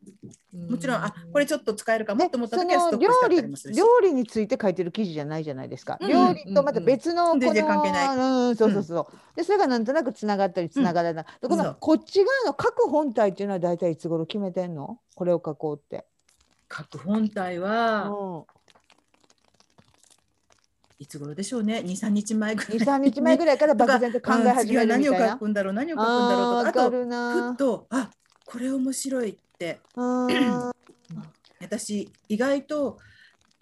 Speaker 1: もちろんあこれちょっと使えるかも
Speaker 3: で
Speaker 1: と思った
Speaker 3: そ
Speaker 1: 時はス
Speaker 3: の
Speaker 1: トッ
Speaker 3: 料
Speaker 1: クしてあったりもする
Speaker 3: 理
Speaker 1: し
Speaker 3: 料理について書いてる記事じゃないじゃないですか。
Speaker 1: うん
Speaker 3: 料理とまた別のこの
Speaker 1: 全然関係ない
Speaker 3: うん、そうそうそう。でそれがなんとなくつながったりつながらない。でこ
Speaker 1: そ
Speaker 3: の
Speaker 1: う
Speaker 3: こっち側の各本体っていうのは大体いつ頃決めてんの？これを書こうって。
Speaker 1: 各本体
Speaker 3: う
Speaker 1: は
Speaker 3: ん。
Speaker 1: いつ頃でしょうね23日前ぐらい
Speaker 3: 二三日前ぐらいから
Speaker 1: とか
Speaker 3: 漠然と考え始めるみ
Speaker 1: うん次は何
Speaker 3: たい
Speaker 1: を
Speaker 3: な
Speaker 1: 書。くんだろう何を書くんだろ
Speaker 3: あ
Speaker 1: う
Speaker 3: ー
Speaker 1: と
Speaker 3: わ
Speaker 1: かあと
Speaker 3: かる
Speaker 1: ふっ
Speaker 3: な。
Speaker 1: とあこれ面白いって
Speaker 3: うん
Speaker 1: 私意外と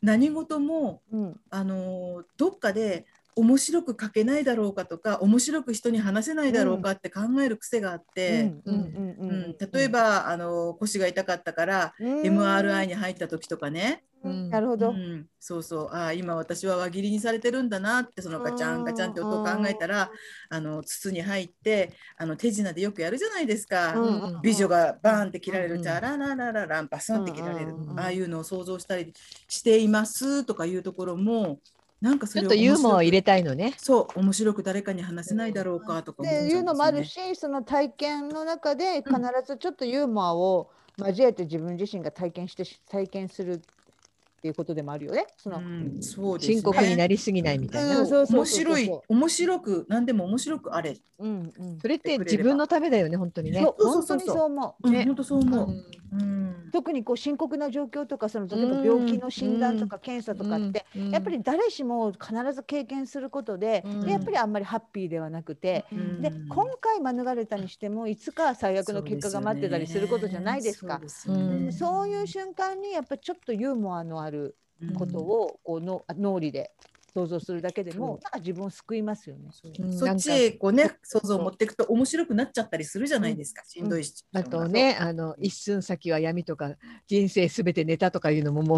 Speaker 1: 何事も
Speaker 3: うん。
Speaker 1: あのーどっかで面白く書けないだろうかとか面白く人に話せないだろうかって考える癖があって、
Speaker 3: うんうんう
Speaker 1: うんん
Speaker 3: うん
Speaker 1: 例えば、あのー腰が痛かったから、
Speaker 3: うん
Speaker 1: MRI に入った時とかね、
Speaker 2: うん
Speaker 3: なるほ
Speaker 1: う
Speaker 3: ど。
Speaker 1: ん、そうそうあー今私は輪切りにされてるんだなってそのガチャンガチャンって音を考えたらあの筒に入ってあの手品でよくやるじゃないですか。
Speaker 3: うんうん
Speaker 1: 美女がバーンって切られ
Speaker 2: うん
Speaker 1: る、
Speaker 2: うん
Speaker 1: じゃあララララランバスンって切られる、
Speaker 3: うんうんうん
Speaker 1: ああいうのを想像したりしていますとかいうところもなんかそ
Speaker 2: ち
Speaker 1: れ
Speaker 2: ょ
Speaker 1: を
Speaker 2: っとユーモアを
Speaker 1: 面白く
Speaker 2: 入れたいのね。
Speaker 1: そう面白く誰かに話せないだろうかとか思っちゃ
Speaker 3: っ
Speaker 1: ん
Speaker 3: て
Speaker 1: です
Speaker 3: い
Speaker 1: よ
Speaker 3: う
Speaker 1: ね
Speaker 3: のもあるし、その体験の中で必ずちょっとユーモアを交えて自分自身が体験してし体験するっていうことでもあるよね。その、
Speaker 1: う
Speaker 3: うん
Speaker 1: ん、そうですね
Speaker 2: 深刻になりすぎないみたいな。
Speaker 3: うんそうそうそうそう
Speaker 1: 面白い面白く何でも面白くあれ、
Speaker 3: うんうん
Speaker 2: それって自分のためだよね、本当にね。
Speaker 3: そう
Speaker 1: そう
Speaker 3: 本
Speaker 1: そ
Speaker 3: 当
Speaker 1: うそうそう
Speaker 3: にそう思う。
Speaker 1: うん、
Speaker 2: ね
Speaker 1: 本当そう思う、
Speaker 2: ん
Speaker 1: うん
Speaker 3: 特にこう深刻な状況とかその例えば病気の診断とか検査とかって、
Speaker 2: うん
Speaker 3: やっぱり誰しも必ず経験することで,、
Speaker 2: うん
Speaker 3: でやっぱりあんまりハッピーではなくて、
Speaker 1: うん
Speaker 3: で今回免れたにしてもいつか最悪の結果が待ってたりすることじゃないですか。
Speaker 1: そうですよね
Speaker 2: ん
Speaker 3: そういう瞬間にやっぱりちょっとユーモアのあることをこうの、あ脳裏で想像するだけで
Speaker 1: そう
Speaker 3: もなんか自分を救いますよね。
Speaker 2: うん
Speaker 1: そっちへこうね想像を持っていくと面白くなっちゃったりするじゃないですか、しんどいし。
Speaker 2: あとね、あの一寸先は闇とか人生すべてネタとかいうのもも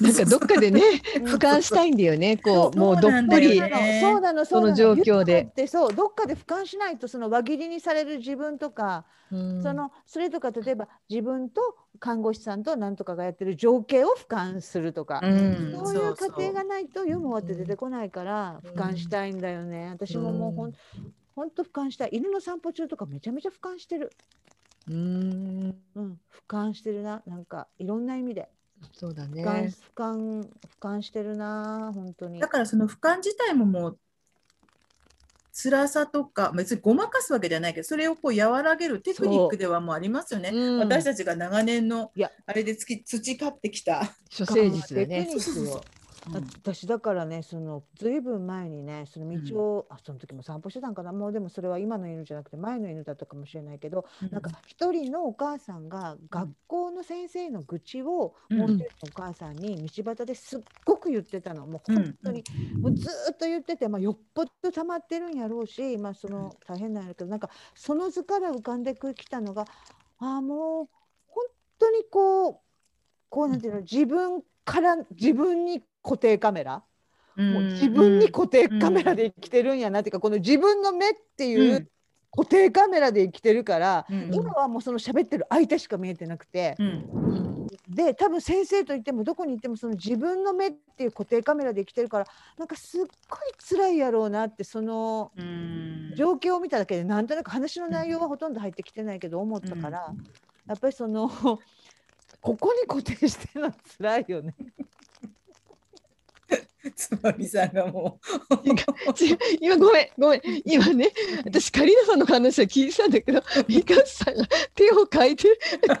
Speaker 2: うなんかどっかでね俯瞰したいんだよねこうもうどっぷ
Speaker 1: そう
Speaker 2: り
Speaker 1: なん
Speaker 3: そう
Speaker 1: だよね
Speaker 3: なの
Speaker 2: そ
Speaker 3: そうなの
Speaker 2: の状況
Speaker 3: ユーモア
Speaker 2: で
Speaker 3: っ。てそうどっかで俯瞰しないとその輪切りにされる自分とか、
Speaker 2: うん
Speaker 3: そのそれとか例えば自分と看護師さんとなんとかがやってる情景を俯瞰するとか、
Speaker 1: うん
Speaker 3: そういう過程が
Speaker 1: そう
Speaker 3: ないとユーモアって出てこないから
Speaker 1: うん
Speaker 3: 俯瞰したいんだよね、私ももうほんほんと俯瞰したい犬の散歩中とかめちゃめちゃ俯瞰してる、
Speaker 2: うーん
Speaker 3: うん、俯瞰してるななんかいろんな意味で
Speaker 2: そうだ
Speaker 3: 俯瞰、
Speaker 2: ね。
Speaker 3: 俯瞰俯瞰してるな本当に
Speaker 1: だからその俯瞰自体ももう辛さとか別にごまかすわけじゃないけどそれをこう和らげるテクニックではもうありますよね。
Speaker 2: うん
Speaker 1: 私たちが長年の
Speaker 3: いや
Speaker 1: あれでつき培ってきた。
Speaker 2: 処世術だね
Speaker 3: テク。ニックを
Speaker 1: うん
Speaker 3: 私だからねそのずいぶん前にねその道を、あその時も散歩してたんかなもうでもそれは今の犬じゃなくて前の犬だったかもしれないけど、なんか一人のお母さんが学校の先生の愚痴を、
Speaker 1: うん
Speaker 3: もう一人のお母さんに道端ですっごく言ってたのもう本当に、もうずーっと言ってて、まあ、よっぽど溜まってるんやろうし、まあ、その大変なんやろうけどなんかその図から浮かんできたのがああもう本当にこうこうなんていうの自分から自分に固定カメラ、
Speaker 1: うん
Speaker 3: もう自分に固定カメラで生きてるんやなっていうかこの自分の目っていうう固定カメラで生きてるから、
Speaker 1: うん
Speaker 3: 今はもうその喋ってる相手しか見えてなくて、
Speaker 1: うん
Speaker 3: で多分先生といってもどこに行ってもその自分の目っていう固定カメラで生きてるからなんかすっごい辛いやろうなってその
Speaker 1: うん
Speaker 3: 状況を見ただけでなんとなく話の内容はほとんど入ってきてないけど思ったから、やっぱりそのここに固定してるのは辛いよね。
Speaker 1: つまみさんがも
Speaker 2: 違う今ごめんごめん今ね私カリーナさんの話は聞いてたんだけどミカスさんが手を変えて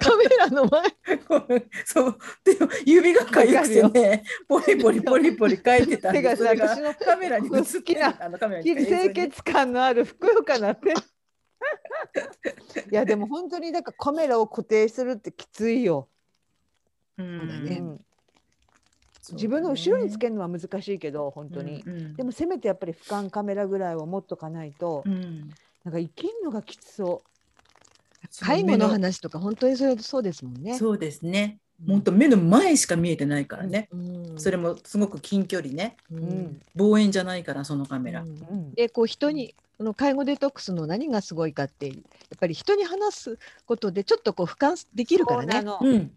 Speaker 2: カメラの前
Speaker 1: う そうでも指がかゆくてねポリポリポリポリ書いてたん
Speaker 3: 手
Speaker 1: で
Speaker 3: が
Speaker 1: す
Speaker 3: さ
Speaker 1: それが
Speaker 3: 私の
Speaker 1: カメラに映ってる
Speaker 3: 好き
Speaker 1: あのカメラに
Speaker 3: 清潔感のあるふくよかなって。いやでも本当にだからカメラを固定するってきついよ。
Speaker 1: うん
Speaker 2: だ
Speaker 3: う
Speaker 2: ね
Speaker 3: ん、自分の後ろにつけるのは難しいけど本当に。
Speaker 1: うんうん
Speaker 3: でもせめてやっぱり俯瞰カメラぐらいは持っとかないと、
Speaker 1: うん
Speaker 3: なんか生きるのがきつそ
Speaker 2: 介護の話とか本当にそれそうですもんね。
Speaker 1: そうですね本当目の前しか見えてないからね、
Speaker 2: うん
Speaker 1: それもすごく近距離ね
Speaker 2: う
Speaker 3: う。
Speaker 2: ん
Speaker 1: 望遠じゃないからそのカメラ、
Speaker 2: うん
Speaker 3: うん
Speaker 2: でこう人にこの介護デトックスの何がすごいかってやっぱり人に話すことでちょっとこう俯瞰できるから
Speaker 3: そうな
Speaker 2: ね
Speaker 3: の
Speaker 1: うん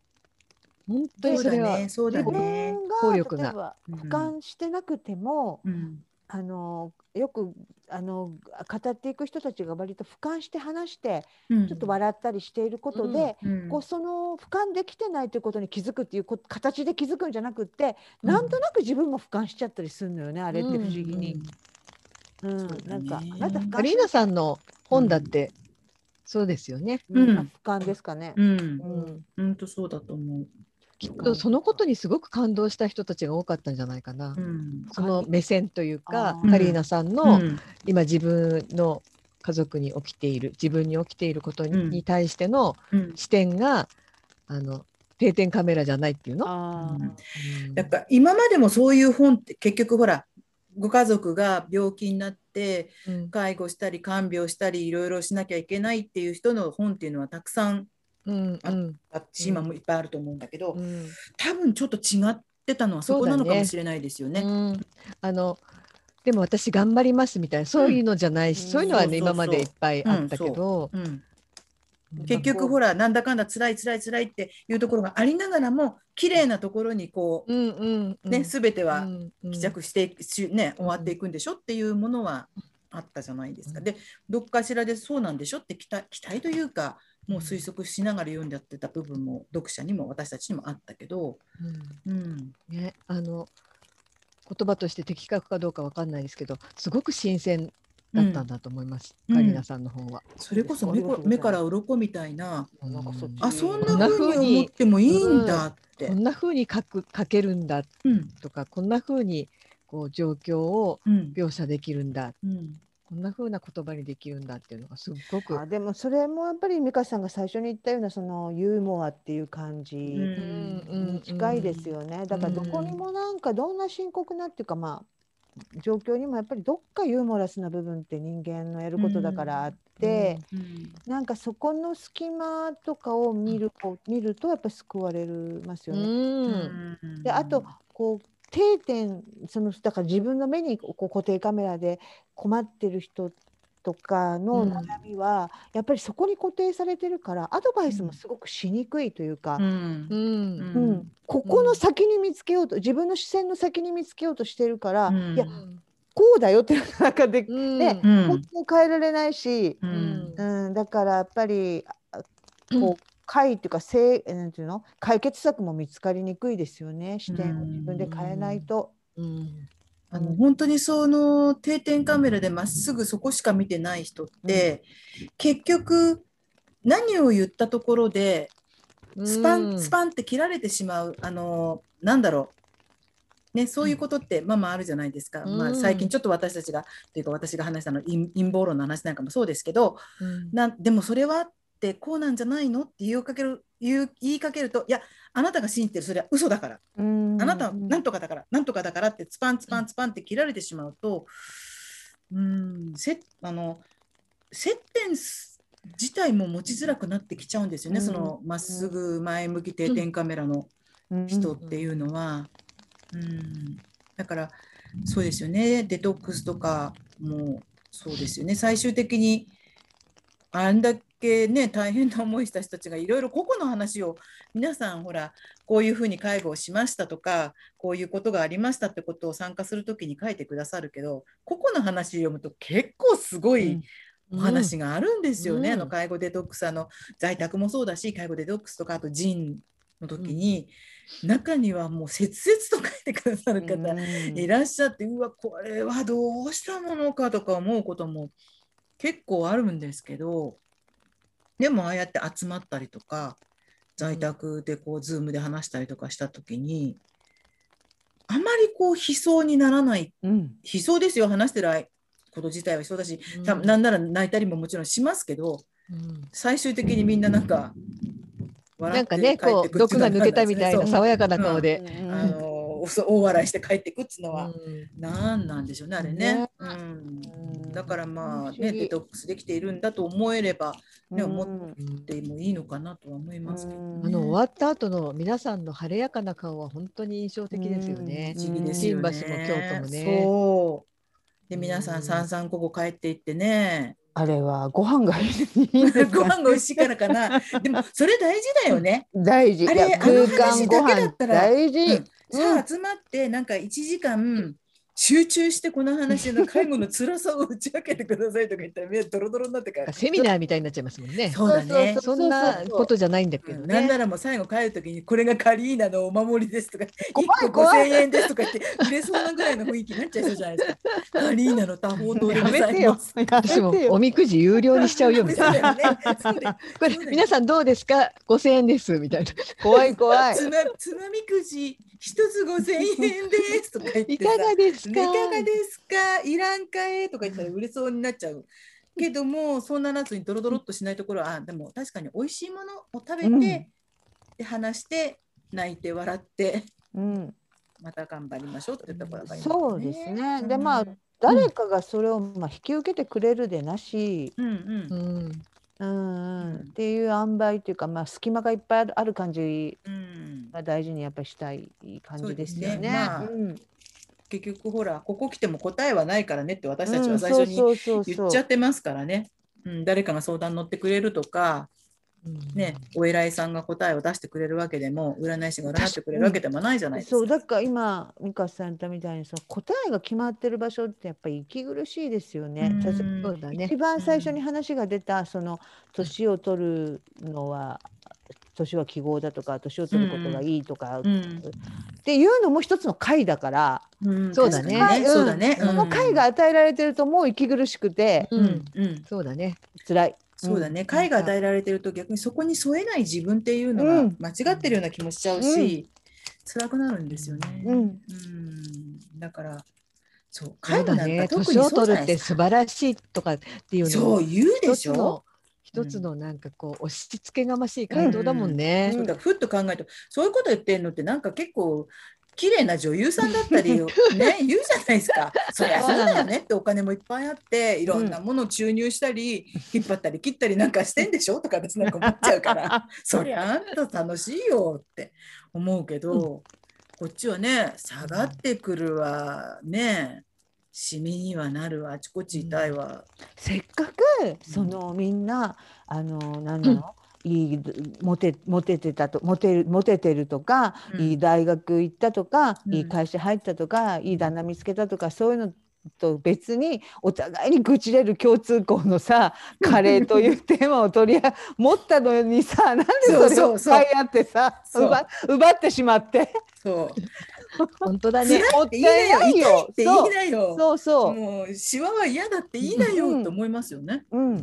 Speaker 2: 本当にそれは
Speaker 1: そうだ
Speaker 3: 自
Speaker 1: ね
Speaker 3: 分
Speaker 2: 効
Speaker 3: が
Speaker 2: 力が
Speaker 3: 例えば俯瞰してなくても、
Speaker 1: うん
Speaker 3: あのよくあの語っていく人たちが割と俯瞰して話して
Speaker 1: うん
Speaker 3: ちょっと笑ったりしていることで、
Speaker 1: うん
Speaker 3: こうその俯瞰できてないということに気づくっていうこ形で気づくんじゃなくって、なんとなく自分も俯瞰しちゃったりするのよねあれって不思議に。うん
Speaker 1: そうだ
Speaker 3: な
Speaker 1: ね
Speaker 3: んかあなた俯
Speaker 2: ア
Speaker 3: 瞰
Speaker 2: リ
Speaker 3: し
Speaker 2: ーナさんの本だってそうですよね。
Speaker 1: うん
Speaker 3: うんあ俯瞰ですかね。
Speaker 1: うん
Speaker 3: う、ん
Speaker 1: 本当そうだと思
Speaker 2: きっとそのことにすごく感動した人たちが多かったんじゃないかな
Speaker 1: う。う。ん。
Speaker 2: その目線というか
Speaker 3: あー
Speaker 2: カリーナさんの
Speaker 1: うん
Speaker 2: 今自分の家族に起きている自分に起きていること
Speaker 1: うん
Speaker 2: にに対しての
Speaker 1: うん
Speaker 2: 視点があの定点カメラじゃないっていうの。
Speaker 3: あー
Speaker 2: うん
Speaker 1: だから今までもそういう本って結局ほらご家族が病気になって
Speaker 2: うん
Speaker 1: 介護したり看病したりいろいろしなきゃいけないっていう人の本っていうのはたくさん
Speaker 2: うんうん
Speaker 1: あっち今もいっぱいあると思うんだけど、
Speaker 2: うん
Speaker 1: 多分ちょっと違ってたのはそこなのかもしれないですよね。
Speaker 2: うんあのでも私頑張りますみたいなそういうのじゃないし、
Speaker 3: うん
Speaker 2: そういうのはね、
Speaker 1: そうそうそう
Speaker 2: 今までいっぱいあったけど、
Speaker 1: うん
Speaker 2: うん
Speaker 1: 結局ほらなんだかんだ辛い辛い辛いっていうところがありながらも綺麗なところにこ
Speaker 2: うんうんう、
Speaker 1: うんね全ては
Speaker 2: うんうん
Speaker 1: 帰着していくしね終わっていくんでしょっていうものはあったじゃないですか。でどっかしらでそうなんでしょって期待期待というかもう推測しながら読んでやってた部分も読者にも私たちにもあったけど、う
Speaker 2: うん
Speaker 1: ん、
Speaker 2: ね、あの言葉として的確かどうかわかんないですけどすごく新鮮だったんだと思います、
Speaker 1: うん
Speaker 2: カリーナさんの方は。
Speaker 1: それこそ目こ目から鱗みたいな
Speaker 3: なんかそっち
Speaker 1: あそんな風に思ってもいいんだって。
Speaker 2: こんな風に書く書けるんだ
Speaker 1: うん
Speaker 2: とかこんな風にこう状況を
Speaker 1: うん
Speaker 2: 描写できるんだ
Speaker 1: うん
Speaker 2: こんな風な言葉にできるんだっていうのがすっごく
Speaker 3: あでもそれもやっぱり美香さんが最初に言ったようなそのユーモアっていう感じ。
Speaker 1: うん
Speaker 3: に近いですよね、だからどこにもなんかどんな深刻なっていうかまあ状況にもやっぱりどっかユーモラスな部分って人間のやることだからあって、
Speaker 1: うん
Speaker 3: なんかそこの隙間とかを見るこう見るとやっぱり救われますよ
Speaker 2: う
Speaker 3: ね。
Speaker 2: ん
Speaker 3: であとこう定点そのだから自分の目にこう固定カメラで困ってる人とかの悩みは、やっぱりそこに固定されてるからアドバイスもすごくしにくいというか、
Speaker 1: うん
Speaker 2: う
Speaker 1: うんん
Speaker 3: うんここの先に見つけようと自分の視線の先に見つけようとしてるから、
Speaker 1: うん
Speaker 3: いやこうだよってなかなかで、
Speaker 2: うん
Speaker 3: ね
Speaker 1: う
Speaker 3: 本
Speaker 1: ん
Speaker 3: 当に変えられないし、
Speaker 1: う
Speaker 2: うんん
Speaker 3: うん、だからやっぱりあ
Speaker 2: うん
Speaker 3: こう解っていうかせいなんていうの解決策も見つかりにくいですよね視点を自分で変えないと。
Speaker 2: うん
Speaker 1: あの本当にその定点カメラでまっすぐそこしか見てない人って、結局何を言ったところでスパン、スパンって切られてしまうあのなんだろうねそういうことってまあまああるじゃないですか、
Speaker 2: うん
Speaker 1: まあ、最近ちょっと私たちがというか私が話したの陰陰謀論の話なんかもそうですけど
Speaker 2: うん
Speaker 1: なんでもそれはってこうなんじゃないのって言いかける言う言いかけるといやあなたが信じてるそれは嘘だから
Speaker 3: うん
Speaker 1: あなたはなんとかだから、なんとかだからってスパンスパンスパンって切られてしまうと、うん、せあの接点す自体も持ちづらくなってきちゃうんですよね、
Speaker 3: うん
Speaker 1: そのまっすぐ前向き定点カメラの人っていうのは。うん、だからそうですよねデトックスとかもそうですよね最終的にあんだけね大変な思いした人たちがいろいろ個々の話を皆さんほらこういうふうに介護をしましたとかこういうことがありましたってことを参加するときに書いてくださるけど個々の話読むと結構すごいお話があるんですよね、
Speaker 2: うん
Speaker 1: あの介護デトックスあの在宅もそうだし介護デトックスとかあとジンの時に、中にはもう切々と書いてくださる方いらっしゃってうわこれはどうしたものかとか思うことも結構あるんですけどでもああやって集まったりとか在宅でこう Zoom で話したりとかした時にあまりこう悲壮にならない
Speaker 3: うん
Speaker 1: 悲壮ですよ話してること自体は悲壮だし
Speaker 2: うん
Speaker 1: 多分なんなら泣いたりももちろんしますけど
Speaker 2: うん
Speaker 1: 最終的にみんななんか笑って
Speaker 2: なんか
Speaker 1: 帰
Speaker 2: ね
Speaker 1: って
Speaker 2: こ
Speaker 1: く
Speaker 2: う
Speaker 1: ってい
Speaker 2: 毒
Speaker 1: うのは
Speaker 2: が抜けたみたい
Speaker 1: そ
Speaker 2: な
Speaker 1: う
Speaker 2: 爽やかな顔で、
Speaker 1: あのおそ大笑いして帰ってくっていうのは
Speaker 2: うん
Speaker 1: なんなんでしょうねあれね。
Speaker 2: ね
Speaker 1: うん
Speaker 3: うん
Speaker 1: だからまあ
Speaker 3: 不思
Speaker 1: ね
Speaker 3: 議
Speaker 1: デトックスできているんだと思えればね思
Speaker 3: うん
Speaker 1: でもいいのかなとは思いますけど、
Speaker 3: うん
Speaker 2: あの終わった後の皆さんの晴れやかな顔は本当に印象的ですよね
Speaker 1: 不。思議ですよね。
Speaker 2: 新橋も京都もね
Speaker 1: そう。で皆さ
Speaker 2: うんん
Speaker 1: 三々ここ帰っていってね。
Speaker 3: あれはご飯がいい
Speaker 1: ご飯が美味しいからかな。でもそれ大事だよね。
Speaker 3: 大事
Speaker 1: あれ
Speaker 3: いや
Speaker 1: あの
Speaker 3: 空間
Speaker 1: 話
Speaker 3: ご
Speaker 1: だけだ
Speaker 3: 飯
Speaker 1: ったら
Speaker 3: 大事、
Speaker 1: うん
Speaker 3: うん
Speaker 1: さあ集まってなんか1時間集中してこの話の介護の辛さを打ち明けてくださいとか言ったらみんなドロドロになってから。
Speaker 2: セミナーみたいになっちゃいますもんね。
Speaker 1: そうだね。
Speaker 2: そんなことじゃないんだけど
Speaker 1: うんなん
Speaker 2: ね。
Speaker 1: ならもう最後帰るときにこれがカリーナのお守りですとか
Speaker 3: 怖い
Speaker 1: 1個
Speaker 3: 怖
Speaker 1: 5000
Speaker 3: い
Speaker 1: 円ですとか言って売れそうなぐらいの雰囲気になっちゃいそうじゃないですか。カリーナの多方塔で
Speaker 4: や
Speaker 1: ござ
Speaker 4: めて
Speaker 1: い
Speaker 4: よ
Speaker 1: ます。
Speaker 4: や
Speaker 2: 私も
Speaker 4: めてよ
Speaker 2: おみくじ有料にしちゃうよみ
Speaker 1: そう
Speaker 2: た
Speaker 1: だ
Speaker 2: いな。
Speaker 1: よねそうだよ
Speaker 2: これ皆さんどうですか？5000円ですみたいな。
Speaker 3: 怖い怖い
Speaker 1: つまつまみくじ一つ5000円ですとか言って
Speaker 2: い
Speaker 1: さ
Speaker 2: かがです
Speaker 1: い
Speaker 2: か？
Speaker 1: かがですかいらんかえとか言ったら売れそうになっちゃう。けどもそんな夏にドロドロっとしないところはあでも確かに美味しいものを食べて、
Speaker 3: うん
Speaker 1: で話して泣いて笑って
Speaker 3: うん、
Speaker 1: また頑張りましょうっていうところがありますね
Speaker 3: そうですねでまあ
Speaker 1: うん
Speaker 3: 誰かがそれをまあ引き受けてくれるでなし、
Speaker 1: うん
Speaker 2: う
Speaker 1: うん
Speaker 2: ん。
Speaker 3: うんうん
Speaker 1: うん
Speaker 3: っていう塩梅というか、まあ、隙間がいっぱいあるある感じ
Speaker 1: うん
Speaker 3: が大事にやっぱりしたい感じですよ
Speaker 1: そうですね
Speaker 3: ね。
Speaker 1: まあ
Speaker 3: うん
Speaker 1: 結局ほらここ来ても答えはないからねって私たちは最初に
Speaker 3: うんそうそうそうそう
Speaker 1: 言っちゃってますからね。うん、誰かが相談に乗ってくれるとか、ね、お偉いさんが答えを出してくれるわけでも占い師が占ってくれるわけでもないじゃないですか。
Speaker 3: そうだから今美香さん言ったみたいにその答えが決まってる場所ってやっぱり息苦しいですよね。
Speaker 1: うん
Speaker 3: 例え
Speaker 2: そうだ
Speaker 3: ば
Speaker 2: ね
Speaker 3: 一。番最初に話が出たその年を取るのは年は記号だとか年を取ることがいいとか、
Speaker 1: う
Speaker 3: っ
Speaker 1: ん
Speaker 3: ていうのも一つの解だから、
Speaker 1: うん
Speaker 2: そうだね
Speaker 1: 確かに
Speaker 3: うん
Speaker 1: そうだね。
Speaker 3: その解が与えられてるともう息苦しくて
Speaker 1: う、
Speaker 2: うん
Speaker 1: うんん。うん
Speaker 2: そうだね。
Speaker 3: 辛い。
Speaker 1: そうだね。解が与えられてると逆にそこに添えない自分っていうのが
Speaker 3: うん
Speaker 1: 間違ってるような気もしちゃうし、辛くなるんですよね。
Speaker 3: うん
Speaker 1: うんだから、そう、
Speaker 2: そう
Speaker 1: 解
Speaker 2: だ
Speaker 1: なんか
Speaker 2: ね。
Speaker 1: 特
Speaker 2: 年
Speaker 1: に
Speaker 2: を
Speaker 1: そうじゃ
Speaker 2: 取る
Speaker 1: な
Speaker 2: っ
Speaker 1: いで
Speaker 2: て
Speaker 1: す
Speaker 2: 素晴らしいとかっていう
Speaker 1: か。
Speaker 2: の
Speaker 1: そ
Speaker 2: を
Speaker 1: う言うで
Speaker 2: 一
Speaker 1: し
Speaker 2: つ
Speaker 1: ょ
Speaker 2: の。一つのなんかこう押し付けがましい回答だもん
Speaker 1: うん
Speaker 2: ね
Speaker 1: そう。だふっと考えるとそういうこと言ってんのってなんか結構綺麗な女優さんだった りね言うじゃないですかそりゃそうだよねってお金もいっぱいあっていろんなものを注入したり、 引っ張ったり切ったりなんかしてんでしょとか私なんか思っちゃうから そりゃあんた楽しいよって思うけど、こっちはね下がってくるわねシミにはなるわあちこち痛いわ、
Speaker 3: せっかくそのみんなあのなんだろう、いいモテモテてたとモテるモテてるとか、
Speaker 1: うん
Speaker 3: いい大学行ったとか、
Speaker 1: うん
Speaker 3: いい会社入ったとかいい旦那見つけたとかそういうのと別にお互いに愚痴れる共通項 のさカレーというテーマを取りあ持ったのにさなんで
Speaker 1: そう
Speaker 3: それ
Speaker 1: そう
Speaker 3: をいっ
Speaker 1: そう
Speaker 3: ぱいあってさ
Speaker 1: そう
Speaker 3: 奪奪ってしまって
Speaker 1: そう
Speaker 2: 本当だ
Speaker 1: 辛い
Speaker 2: ね。
Speaker 1: って言いなよ痛いって言いなよ
Speaker 3: そうそう。
Speaker 1: もうシワは嫌だって言いな
Speaker 3: う
Speaker 1: よ
Speaker 3: ん
Speaker 1: と思いますよね、
Speaker 3: うん、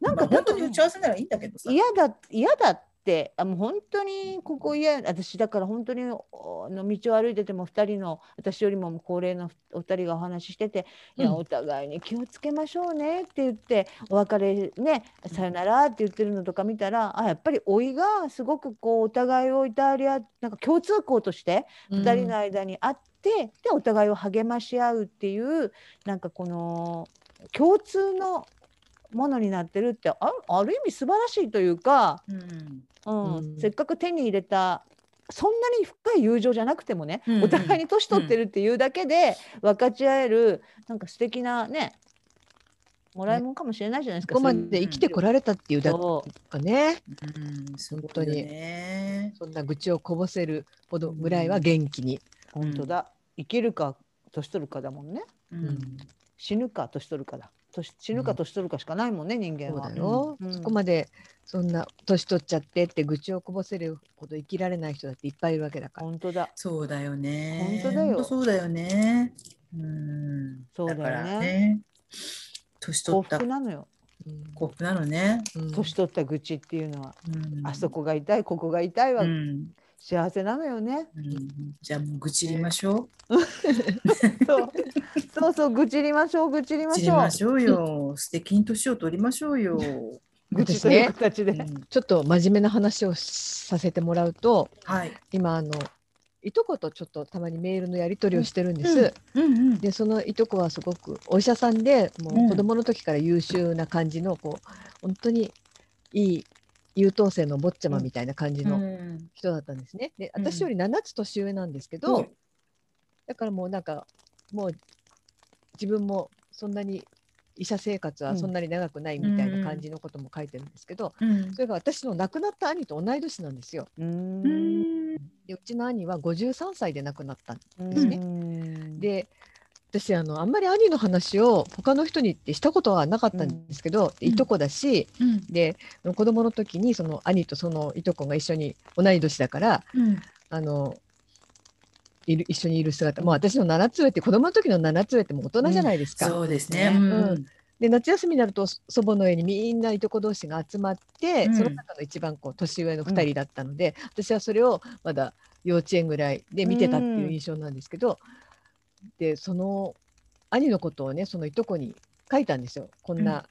Speaker 3: なん
Speaker 1: まあ
Speaker 3: か
Speaker 1: 本当に打ち合わせならいいんだけどさ
Speaker 3: 嫌だ嫌だってあもう本当にここ嫌私だから本当におあの道を歩いてても2人の私よりも高齢のお二人がお話ししてて、
Speaker 1: う
Speaker 3: い
Speaker 1: ん
Speaker 3: やお互いに気をつけましょうねって言ってお別れねさよならって言ってるのとか見たらあやっぱり老いがすごくこうお互いをイタリアなんか共通項として2人の間にあって、でお互いを励まし合うっていうなんかこの共通のものになってるってあある意味素晴らしいというか、
Speaker 1: うん
Speaker 3: うん
Speaker 2: うん
Speaker 3: せっかく手に入れたそんなに深い友情じゃなくてもね、
Speaker 1: うん
Speaker 3: お互いに年取ってるっていうだけで分かち合えるなんか素敵なねもらいもんかもしれないじゃないです
Speaker 2: こ
Speaker 3: か。
Speaker 2: こま
Speaker 3: そういう
Speaker 2: で生きてこられたっていうだ
Speaker 3: そう
Speaker 2: かね。
Speaker 1: うん、すごいよ
Speaker 2: 本当に
Speaker 1: ね
Speaker 2: そんな愚痴をこぼせるほどぐらいは元気に。
Speaker 3: 本当だ生きるか年取るかだもんね
Speaker 1: うん
Speaker 3: 死ぬか年取るかだ年死ぬか年取るかしかないもんね、人間
Speaker 2: そう
Speaker 3: は
Speaker 2: だ。よ、
Speaker 3: うん
Speaker 2: そこまでそんな年取っちゃってって愚痴をこぼせるほど生きられない人だっていっぱいいるわけだから。
Speaker 3: 本当だ。
Speaker 1: そうだよね。
Speaker 3: 本当だよ
Speaker 1: そうだよね。うん。
Speaker 3: そうだよね
Speaker 1: からね。年
Speaker 3: 幸
Speaker 1: 取った
Speaker 3: 福なのよ。
Speaker 1: 幸福なのね。
Speaker 2: うん
Speaker 3: 年取った愚痴っていうのは、
Speaker 1: うん、
Speaker 3: あそこが痛い、ここが痛いは
Speaker 1: うん。
Speaker 3: 幸せなのよね。
Speaker 1: うん、じゃあもう愚痴りましょ
Speaker 3: そう、そうそう、愚痴りましょう、愚痴り
Speaker 1: う。
Speaker 3: ま
Speaker 1: 愚痴
Speaker 3: し
Speaker 1: り
Speaker 3: ょう
Speaker 1: ま。しょうよ。素敵に年を取りましょうよ。う
Speaker 3: 愚痴
Speaker 2: 私
Speaker 3: とい
Speaker 2: ね
Speaker 3: う形で。
Speaker 1: ん
Speaker 2: ちょっと真面目な話をさせてもらうと
Speaker 1: はい。
Speaker 2: 今あのいとことちょっとたまにメールのやり取りをしてるんです。
Speaker 1: うんうん。
Speaker 2: でそのいとこはすごくお医者さんで
Speaker 1: う
Speaker 2: も
Speaker 1: ん
Speaker 2: う子供の時から優秀な感じのこう本当にいい優等生の坊ちゃまみたいな感じ
Speaker 1: う
Speaker 2: の
Speaker 1: ん。
Speaker 2: 人だったんですね。で
Speaker 1: うん
Speaker 2: 私より7つ年上なんですけど、だからもうなんかもう自分もそんなに医者生活はそんなに長くないみたいな感じのことも書いてるんですけど、
Speaker 1: うん
Speaker 2: それが私の亡くなった兄と同い年なんですよ。
Speaker 3: うーん
Speaker 1: う。ん。
Speaker 2: でうちの兄は53歳で亡くなったん
Speaker 3: うん
Speaker 2: ねで私あのあんまり兄の話を他の人にってしたことはなかったんですけど、でいとこだし、
Speaker 1: うん。
Speaker 2: で子供の時にその兄とそのいとこが一緒に同い年だから
Speaker 1: うん。
Speaker 2: あのいる一緒にいる姿もう私の7つ上って子供の時の7つ上ってもう大人じゃないですか。
Speaker 1: そうですね。
Speaker 3: う
Speaker 1: うん。
Speaker 2: で夏休みになるとそ祖母の家にみんないとこ同士が集まって、
Speaker 1: うん
Speaker 2: その中の一番こう年上の2人だったので、私はそれをまだ幼稚園ぐらいで見てたっていう印象なんですけど、でその兄のことをねそのいとこに書いたんですよこんな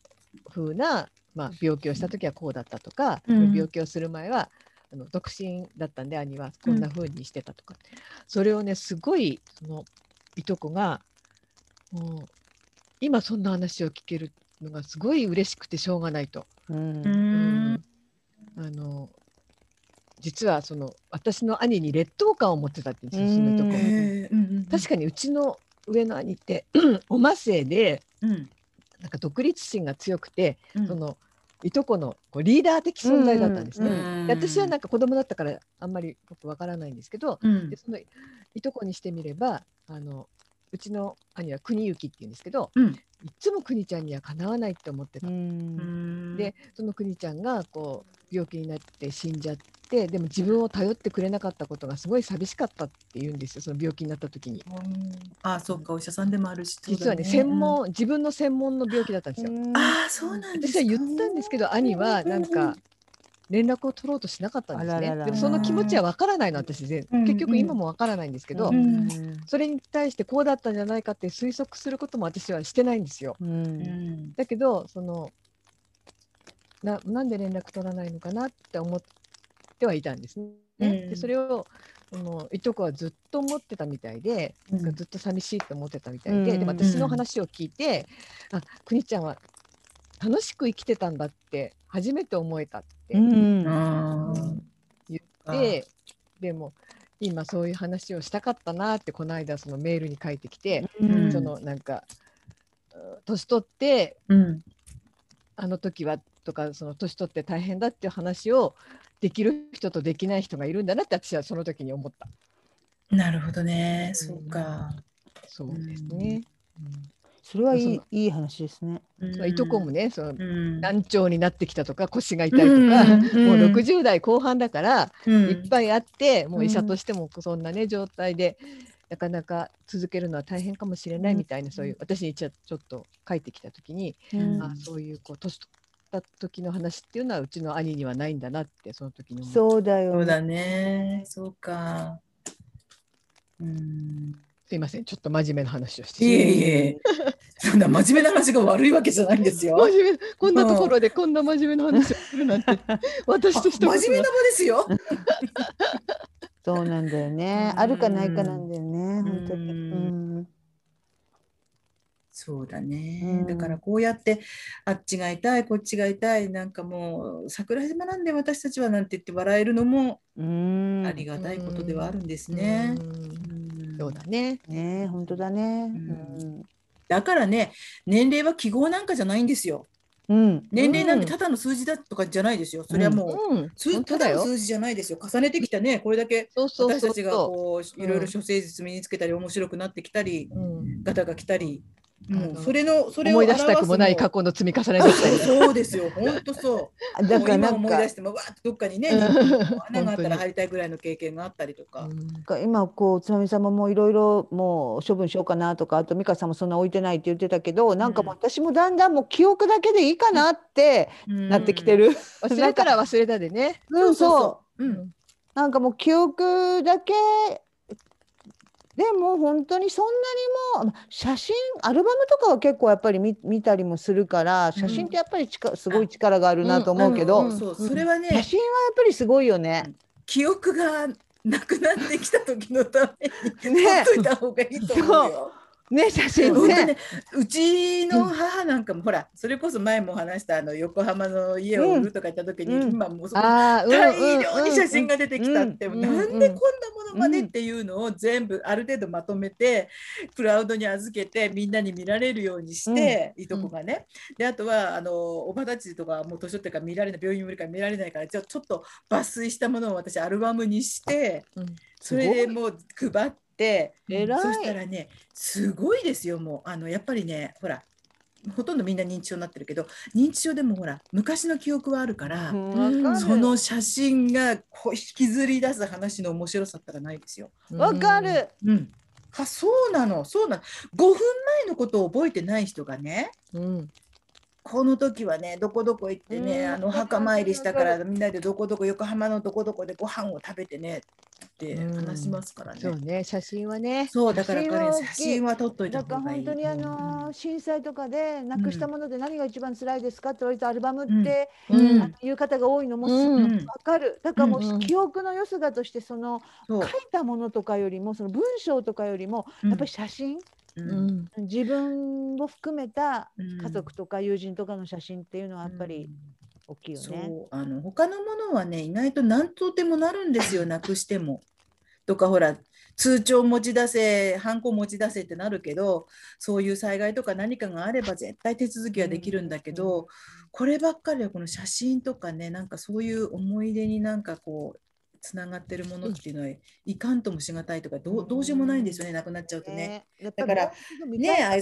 Speaker 2: 風な、まあ、病気をした時はこうだったとか、
Speaker 1: うん
Speaker 2: 病気をする前はあの独身だったんで兄はこんな風にしてたとか、それをねすごいそのいとこがもう今そんな話を聞けるのがすごい嬉しくてしょうがないと。
Speaker 3: うん
Speaker 1: う。ん。
Speaker 2: あの実はその私の兄に劣等感を持ってたって言うんですよ、うちのいとこ
Speaker 3: うん
Speaker 1: へーうん。
Speaker 2: 確かにうちの上の兄って おませで
Speaker 1: に。うん。
Speaker 2: なんか独立心が強くて、
Speaker 1: うん
Speaker 2: そのいとこのこうリーダー的存在だったんですね。
Speaker 1: うん
Speaker 2: で私はなんか子供だったからあんまり僕わからないんですけど、
Speaker 1: うん
Speaker 2: で。そのいとこにしてみればあのうちの兄は国行って言うんですけど、
Speaker 1: うん
Speaker 2: いっつも国ちゃんにはかなわないって思ってた
Speaker 3: う。
Speaker 1: うんん
Speaker 2: で、その国ちゃんがこう病気になって死んじゃってでも自分を頼ってくれなかったことがすごい寂しかったって言うんですよその病気になった時に。
Speaker 1: うんあ、そうか、お医者さんでもあるし。
Speaker 2: 実はね
Speaker 1: そうだ
Speaker 2: 専門、自分の専門の病気だったんですよ。
Speaker 1: うんああ、そうなんです
Speaker 2: 私
Speaker 1: か。
Speaker 2: は言ったんですけど兄はなんか連絡を取ろうとしなかったんです
Speaker 3: あらら
Speaker 2: ね。
Speaker 3: ら
Speaker 2: でもその気持ちはわからないの私全
Speaker 1: うん
Speaker 2: 結局今もわからないんですけど
Speaker 3: う。ん
Speaker 2: それに対してこうだったんじゃないかって推測することも私はしてないんですよ。
Speaker 3: う。
Speaker 1: うんん。
Speaker 2: だけどそのななんで連絡取らないのかなって思ってはいたんですね。
Speaker 1: うん
Speaker 2: でそれをそのいとこはずっと思ってたみたいで、
Speaker 1: うん
Speaker 2: なんかずっと寂しいと思ってたみたいで、
Speaker 3: うん
Speaker 2: でも私の話を聞いて「あくにちゃんは楽しく生きてたんだって初めて思えた」って
Speaker 3: うん。
Speaker 1: あー
Speaker 2: 言って、でも今そういう話をしたかったなってこの間そのメールに書いてきて、
Speaker 1: うん
Speaker 2: そのなんかうん年取って
Speaker 1: うん
Speaker 2: あの時はとかその年取って大変だっていう話をできる人とできない人がいるんだなって私はその時に思った。
Speaker 1: なるほどね。そうか。
Speaker 2: そうですね。
Speaker 3: それはい
Speaker 2: そ
Speaker 3: い
Speaker 2: の
Speaker 3: いい話ですね。
Speaker 2: うんそういとこも
Speaker 1: ね。
Speaker 2: ねその
Speaker 1: うん。
Speaker 2: 難聴になってきたとか腰が痛いとか、もう
Speaker 1: も
Speaker 2: 60代後半だから、いっ
Speaker 1: い
Speaker 2: ぱいあってもう医者
Speaker 1: うん
Speaker 2: としてもそんなね状態でなかなか続けるのは大変かもしれないみたいな、そういう私にちょちょっと書いてきた時に、
Speaker 1: うん
Speaker 2: あそういうこう年取った時の話っていうのはうちの兄にはないんだなってその時に思う
Speaker 3: そうだよ、
Speaker 1: そうだね。そうか。うん。
Speaker 2: すいませんちょっと真面目な話をして
Speaker 1: いえ いえ。そんな真面目な話が悪いわけじゃないんですよ。
Speaker 2: 真面目こんなところでこんな真面目な話をす るなんて私としては
Speaker 1: 真面目な場ですよ。
Speaker 3: そうなんだよね。
Speaker 1: うん
Speaker 3: あるかないかなんだよね。本当に。
Speaker 1: うん
Speaker 3: うん
Speaker 1: そうだね、
Speaker 3: うん
Speaker 1: だからこうやってあっちが痛いこっちが痛いなんかもう桜島なんで私たちはなんて言って笑えるのも
Speaker 3: うん。
Speaker 1: ありがたいことではあるんですね
Speaker 2: ね。。
Speaker 1: うん
Speaker 2: そうだね。
Speaker 3: ねえ、本当だね。
Speaker 1: んだからね年齢は記号なんかじゃないんですよ。
Speaker 3: うん。うん。
Speaker 1: 年齢なんてただの数字だとかじゃないですよ。それはもう、
Speaker 2: うん、
Speaker 1: 数
Speaker 2: 本
Speaker 1: た
Speaker 2: 当だ
Speaker 1: だの
Speaker 2: よ。
Speaker 1: 数字じゃないですよ。重ねてきたねこれだけ
Speaker 2: そうそう
Speaker 1: 私
Speaker 2: そ
Speaker 1: た
Speaker 2: う
Speaker 1: ちが
Speaker 2: そ
Speaker 1: こう
Speaker 2: うん
Speaker 1: いろいろ処世術身につけたり面白くなってきたり
Speaker 2: う。うん
Speaker 1: ガタが来たりも
Speaker 2: あ
Speaker 1: う
Speaker 2: の
Speaker 1: それのそれを
Speaker 2: 思い出したくもない
Speaker 1: 表す
Speaker 2: 過去の積み重ね
Speaker 1: の
Speaker 2: だったり
Speaker 1: そうですよ本当そう。
Speaker 3: あだからな
Speaker 1: もう今
Speaker 3: ん
Speaker 1: 思い
Speaker 3: か
Speaker 1: 出してもわーっとどっかにね
Speaker 2: うん
Speaker 1: 穴があった
Speaker 2: 本当
Speaker 1: ら
Speaker 2: に
Speaker 1: 入りたいぐらいの経験があったりとか、、
Speaker 3: か今こうつまみ様もいろいろもう処分しようかなとかあと美香さんもそんな置いてないって言ってたけどなんかもう私もだんだんもう記憶だけでいいかなってなってきてる。
Speaker 2: 忘れたら忘れたでね。
Speaker 3: うん、そう
Speaker 2: うんん
Speaker 3: なんかもう記憶だけでも本当にそんなにも写真アルバムとかは結構やっぱり見見たりもするから写真ってやっぱりちか、すごい力があるなと思うけど、
Speaker 2: うんうんうん
Speaker 1: そうそれは
Speaker 3: 写
Speaker 1: ね
Speaker 3: 真はやっぱりすごいよね。
Speaker 1: 記憶がなくなってきた時のために
Speaker 3: ね
Speaker 1: 取っといた方がいいと思うよ。
Speaker 3: ね写
Speaker 1: 本
Speaker 3: 真
Speaker 1: 当ね
Speaker 3: ね。
Speaker 1: うちの母なんかもほらそれこそ前も話したあの横浜の家を売るとか言った時に、
Speaker 3: うん
Speaker 1: 今もうそこ
Speaker 2: ああ、うん
Speaker 1: 大量に写真
Speaker 2: が。
Speaker 1: が出てきたって、
Speaker 2: うん
Speaker 1: なんでこんなものまねっていうのを全部ある程度まとめてクラウドに預けてみんなに見られるようにして、いとこがねであとはあのおばたちとかはもう年取ってから見られない病院にいるから見られないからじゃあちょっと抜粋したものを私アルバムにして
Speaker 2: うん
Speaker 1: それでもう配って
Speaker 3: えら
Speaker 1: そした
Speaker 3: い。
Speaker 1: らねすごいですよもうあのやっぱりねほらほとんどみんな認知症になってるけど認知症でもほら昔の記憶はあるから。
Speaker 3: うんわかる
Speaker 2: うん
Speaker 1: その写真がこう引きずり出す話の面白さったらないですよ。
Speaker 3: わか。る。
Speaker 1: うん、あそうなのそうなの5分前のことを覚えてない人がね
Speaker 2: うん
Speaker 1: この時はねどこどこ行ってね、
Speaker 3: うん
Speaker 1: あの墓参りしたからみんなでどこどこ横浜のどこどこでご飯を食べてねって話しますからね。
Speaker 2: そうね、写真はね。
Speaker 1: そうだから
Speaker 3: 写真
Speaker 1: 彼
Speaker 3: は大きい
Speaker 1: 写真は撮っとい
Speaker 3: な
Speaker 1: た
Speaker 3: んか
Speaker 1: 方がい
Speaker 3: 本
Speaker 1: い
Speaker 3: 当。にあのー震災とかでなくしたもので何が一番辛いですかって言われたアルバムって、
Speaker 1: うん
Speaker 3: あの言う方が多いのもすごい
Speaker 1: うん
Speaker 2: う
Speaker 3: わかる。だからも
Speaker 2: うんうん
Speaker 3: う記憶の良すがとしてその
Speaker 1: そ
Speaker 3: 書いうたものとかよりもその文章とかよりも
Speaker 1: うん
Speaker 3: やっぱり写真、
Speaker 1: うん
Speaker 3: 自分を含めた
Speaker 1: うん
Speaker 3: 家族とか友人とかの写真っていうのはやっぱり大きいよ
Speaker 1: そ
Speaker 3: ね。
Speaker 1: うあの他のものはね意外と何とでもなるんです よなくしても。とかほら通帳持ち出せハンコ持ち出せってなるけどそういう災害とか何かがあれば絶対手続きはできるんだけど、こればっかりはこの写真とかねなんかそういう思い出になんかこうつながってるものっていうのはいかんともしがたいとかどうどうしようもないんですよねなくなっちゃうとね。
Speaker 3: やっぱり
Speaker 1: だから
Speaker 3: 見
Speaker 1: ね
Speaker 3: たい
Speaker 1: あい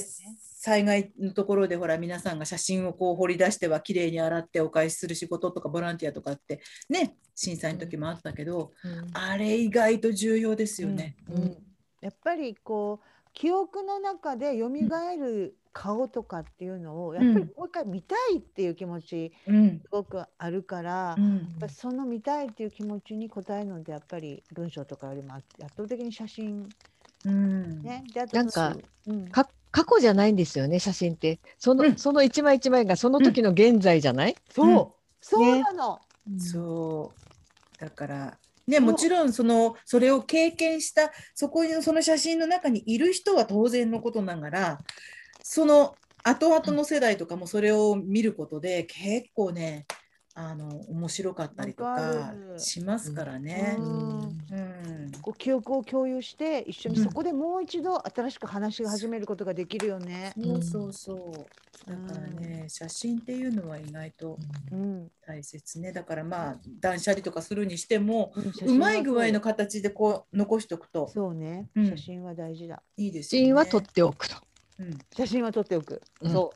Speaker 1: 災害のところでほら皆さんが写真をこう掘り出しては綺麗に洗ってお返しする仕事とかボランティアとかってね震災の時もあったけど、あれ意外と重要ですよね。
Speaker 2: うんうん
Speaker 3: やっぱりこう記憶の中で蘇る顔とかっていうのをやっぱ
Speaker 1: う
Speaker 3: り
Speaker 1: ん
Speaker 3: もう一回見たいっていう気持ち
Speaker 1: うん
Speaker 3: すごくあるから、
Speaker 1: う
Speaker 3: やっ
Speaker 1: ん
Speaker 3: ぱその見たいっていう気持ちに応えるのでやっぱり文章とかよりも圧倒的に写真
Speaker 1: うん
Speaker 3: ね。であと
Speaker 2: なんか、
Speaker 3: うん
Speaker 2: か過去じゃないんですよね、写真って。その、
Speaker 1: うん
Speaker 2: その一枚一枚がその時の現在じゃない。
Speaker 3: そう、
Speaker 1: うん
Speaker 3: そうなの、
Speaker 1: そうだからねもちろんそのそれを経験したそこにその写真の中にいる人は当然のことながらその後々の世代とかもそれを見ることで結構ねあの面白かったりと
Speaker 5: わか
Speaker 1: か
Speaker 5: る
Speaker 1: しますからね
Speaker 2: う。ん
Speaker 1: うん
Speaker 5: こう記憶を共有して一緒にそこでもう一度新しく話を始めることができるよね。
Speaker 1: そうそうそう。だからね、写真っていうのは意外と
Speaker 5: うん、
Speaker 1: 大切ね。だからまあ断捨離とかするにしても、
Speaker 5: う
Speaker 1: うまい具合の形でこう残しとくと
Speaker 5: そうね、
Speaker 1: うん
Speaker 5: 写真は大事だ。
Speaker 1: いいです
Speaker 2: 写
Speaker 1: よね。
Speaker 2: 真は撮っておくと。
Speaker 1: うん
Speaker 5: 写真は撮っておく。
Speaker 2: うん
Speaker 5: そ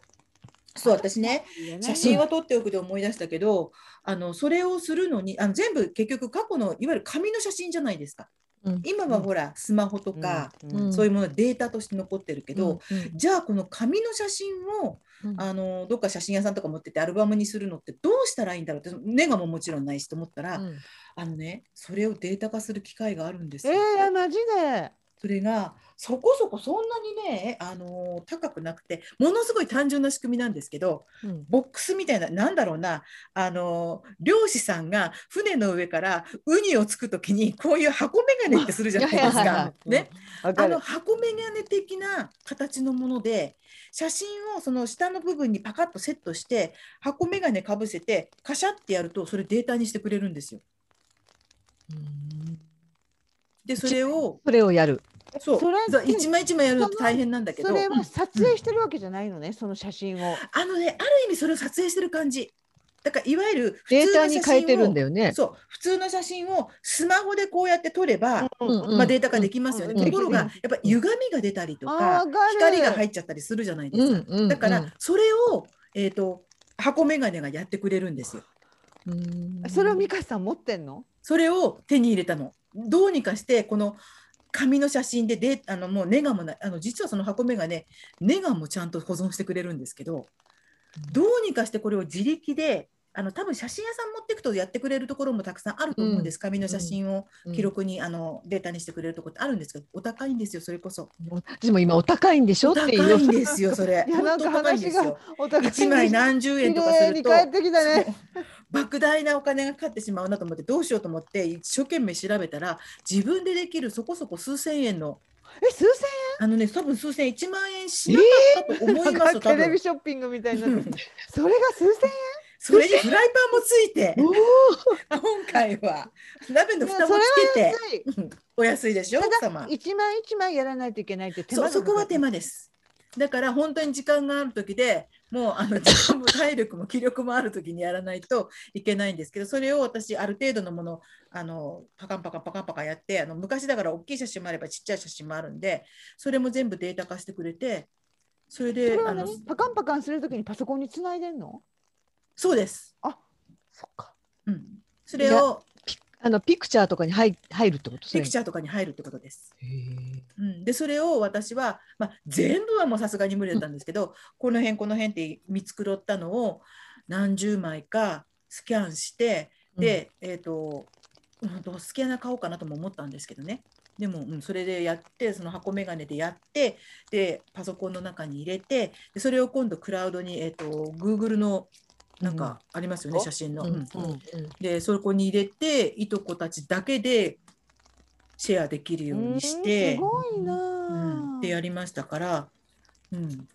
Speaker 1: そう私ね
Speaker 5: う。いいよね
Speaker 1: 写真は撮っておくで思い出したけど、あのそれをするのにあの全部結局過去のいわゆる紙の写真じゃないですか。
Speaker 2: うん
Speaker 1: 今はほらスマホとか、
Speaker 5: うんうん
Speaker 2: ん
Speaker 1: そういうものデータとして残ってるけど、
Speaker 2: うん
Speaker 1: じゃあこの紙の写真を
Speaker 2: うん
Speaker 1: あのどっか写真屋さんとか持っててアルバムにするのってどうしたらいいんだろうってネガももちろんないしと思ったら、
Speaker 2: うん
Speaker 1: あのねそれをデータ化する機会があるんです
Speaker 5: え
Speaker 1: よ。
Speaker 5: ー、マジで。
Speaker 1: それがそこそこそんなにねあの高くなくてものすごい単純な仕組みなんですけど
Speaker 2: うん
Speaker 1: ボックスみたいななんだろうなあの漁師さんが船の上からウニをつく時にこういう箱眼鏡ってするじゃないです
Speaker 2: はいはいは
Speaker 1: か。
Speaker 2: い
Speaker 1: ね、
Speaker 5: わか
Speaker 1: あの
Speaker 5: る。
Speaker 1: 箱眼鏡的な形のもので写真をその下の部分にパカッとセットして箱眼鏡かぶせてカシャってやるとそれデータにしてくれるんですよ。でそれを
Speaker 2: それをやる。
Speaker 1: そう
Speaker 5: それ
Speaker 1: そう一枚一枚やるのって大変なんだけど
Speaker 5: それは撮影してるわけじゃないのね、その写真を。
Speaker 1: あのねある意味それを撮影してる感じ。だからいわゆる普
Speaker 2: デー
Speaker 1: 通
Speaker 2: タ
Speaker 1: の
Speaker 2: に
Speaker 1: 写
Speaker 2: 変えて
Speaker 1: 真
Speaker 2: る
Speaker 1: を、
Speaker 2: んだよね。
Speaker 1: そう普通の写真をスマホでこうやって撮れば、
Speaker 2: うんうん
Speaker 1: まあ、データ化できますよね。
Speaker 2: うん
Speaker 1: ところがやっぱ歪みが出たりとか、
Speaker 5: ーわかる
Speaker 1: 光が入っちゃったりするじゃないですか。
Speaker 2: うんうんうん
Speaker 1: だから、それを、えっ、と、箱眼鏡がやってくれるんですよ。
Speaker 2: うん
Speaker 5: それを美香さん持ってんの
Speaker 1: それを手に入れたの。どうにかして、この。紙の写真でで、あの、もうネガもない、あの、実はその箱眼鏡、ネガもちゃんと保存してくれるんですけど。どうにかして、これを自力で。あの多分写真屋さん持ってくとやってくれるところもたくさんあると思うんです、紙の写真を記録に、あのデータにしてくれるところってあるんですけどお高いんですよそれこそ
Speaker 2: うんでも今お高いんでしょ
Speaker 1: お
Speaker 2: って
Speaker 1: 高
Speaker 2: いう
Speaker 1: いんですよそれ
Speaker 5: いやなんか
Speaker 1: 本当高いんです
Speaker 5: 話
Speaker 1: よ
Speaker 5: お互いに
Speaker 1: 1枚何十円
Speaker 5: 綺
Speaker 1: とかす
Speaker 5: 麗
Speaker 1: る
Speaker 5: に
Speaker 1: と
Speaker 5: 帰ってきたね。
Speaker 1: 莫大なお金がかかってしまうなと思ってどうしようと思って一生懸命調べたら自分でできるそこそこ数千円の
Speaker 5: え、数千
Speaker 1: あのね多分数千円1万円しなかったと思い
Speaker 5: 円
Speaker 1: ます
Speaker 5: な
Speaker 1: よ、
Speaker 5: んかテ
Speaker 1: 多
Speaker 5: レビ
Speaker 1: 分
Speaker 5: ショッピングみたいになってる。それが数千
Speaker 1: それにフライパンもついて
Speaker 2: おー
Speaker 1: 今回は鍋の
Speaker 5: 円
Speaker 1: 蓋
Speaker 5: そ
Speaker 1: も
Speaker 5: れは
Speaker 1: つけて
Speaker 5: 安い。
Speaker 1: お安いでしょ奥様
Speaker 5: 一枚一枚やらないといけないって手
Speaker 1: そ
Speaker 5: 間が
Speaker 1: う
Speaker 5: かか
Speaker 1: そ
Speaker 5: る
Speaker 1: こは手間ですだから本当に時間がある時でもう あの時間も体力も気力もある時にやらないといけないんですけどそれを私ある程度のものあのパカンパカンパカンパカンやってあの昔だから大きい写真もあればちっちゃい写真もあるんでそれも全部データ化してくれてそれ
Speaker 5: そ
Speaker 1: で
Speaker 5: れは
Speaker 1: あの
Speaker 5: 何パカンパカンするときにパソコンにつないでんの
Speaker 1: そうです、
Speaker 5: あそっか。
Speaker 1: うん、それを
Speaker 2: あのピクチャーとかに入入るってこと。
Speaker 1: ピクチャーとかに入るってことです。
Speaker 2: ャー。
Speaker 1: うん、でそれを私は、まあ、全部はもうさすがに無理だったんですけど、この辺この辺って見繕ったのを何十枚かスキャンしてで、えっ、とうんとスキャナー買おうかなとも思ったんですけどねでも、うん、それでやってその箱眼鏡でやってでパソコンの中に入れてでそれを今度クラウドに、えー、と Google のなんかありますよね、
Speaker 5: うん
Speaker 1: 写真の。
Speaker 2: う
Speaker 1: うん
Speaker 2: ん
Speaker 1: でそこに入れていとこたちだけでシェアできるようにして。
Speaker 5: うんすごいな
Speaker 1: うん
Speaker 5: あ。
Speaker 1: でやりましたから、うん、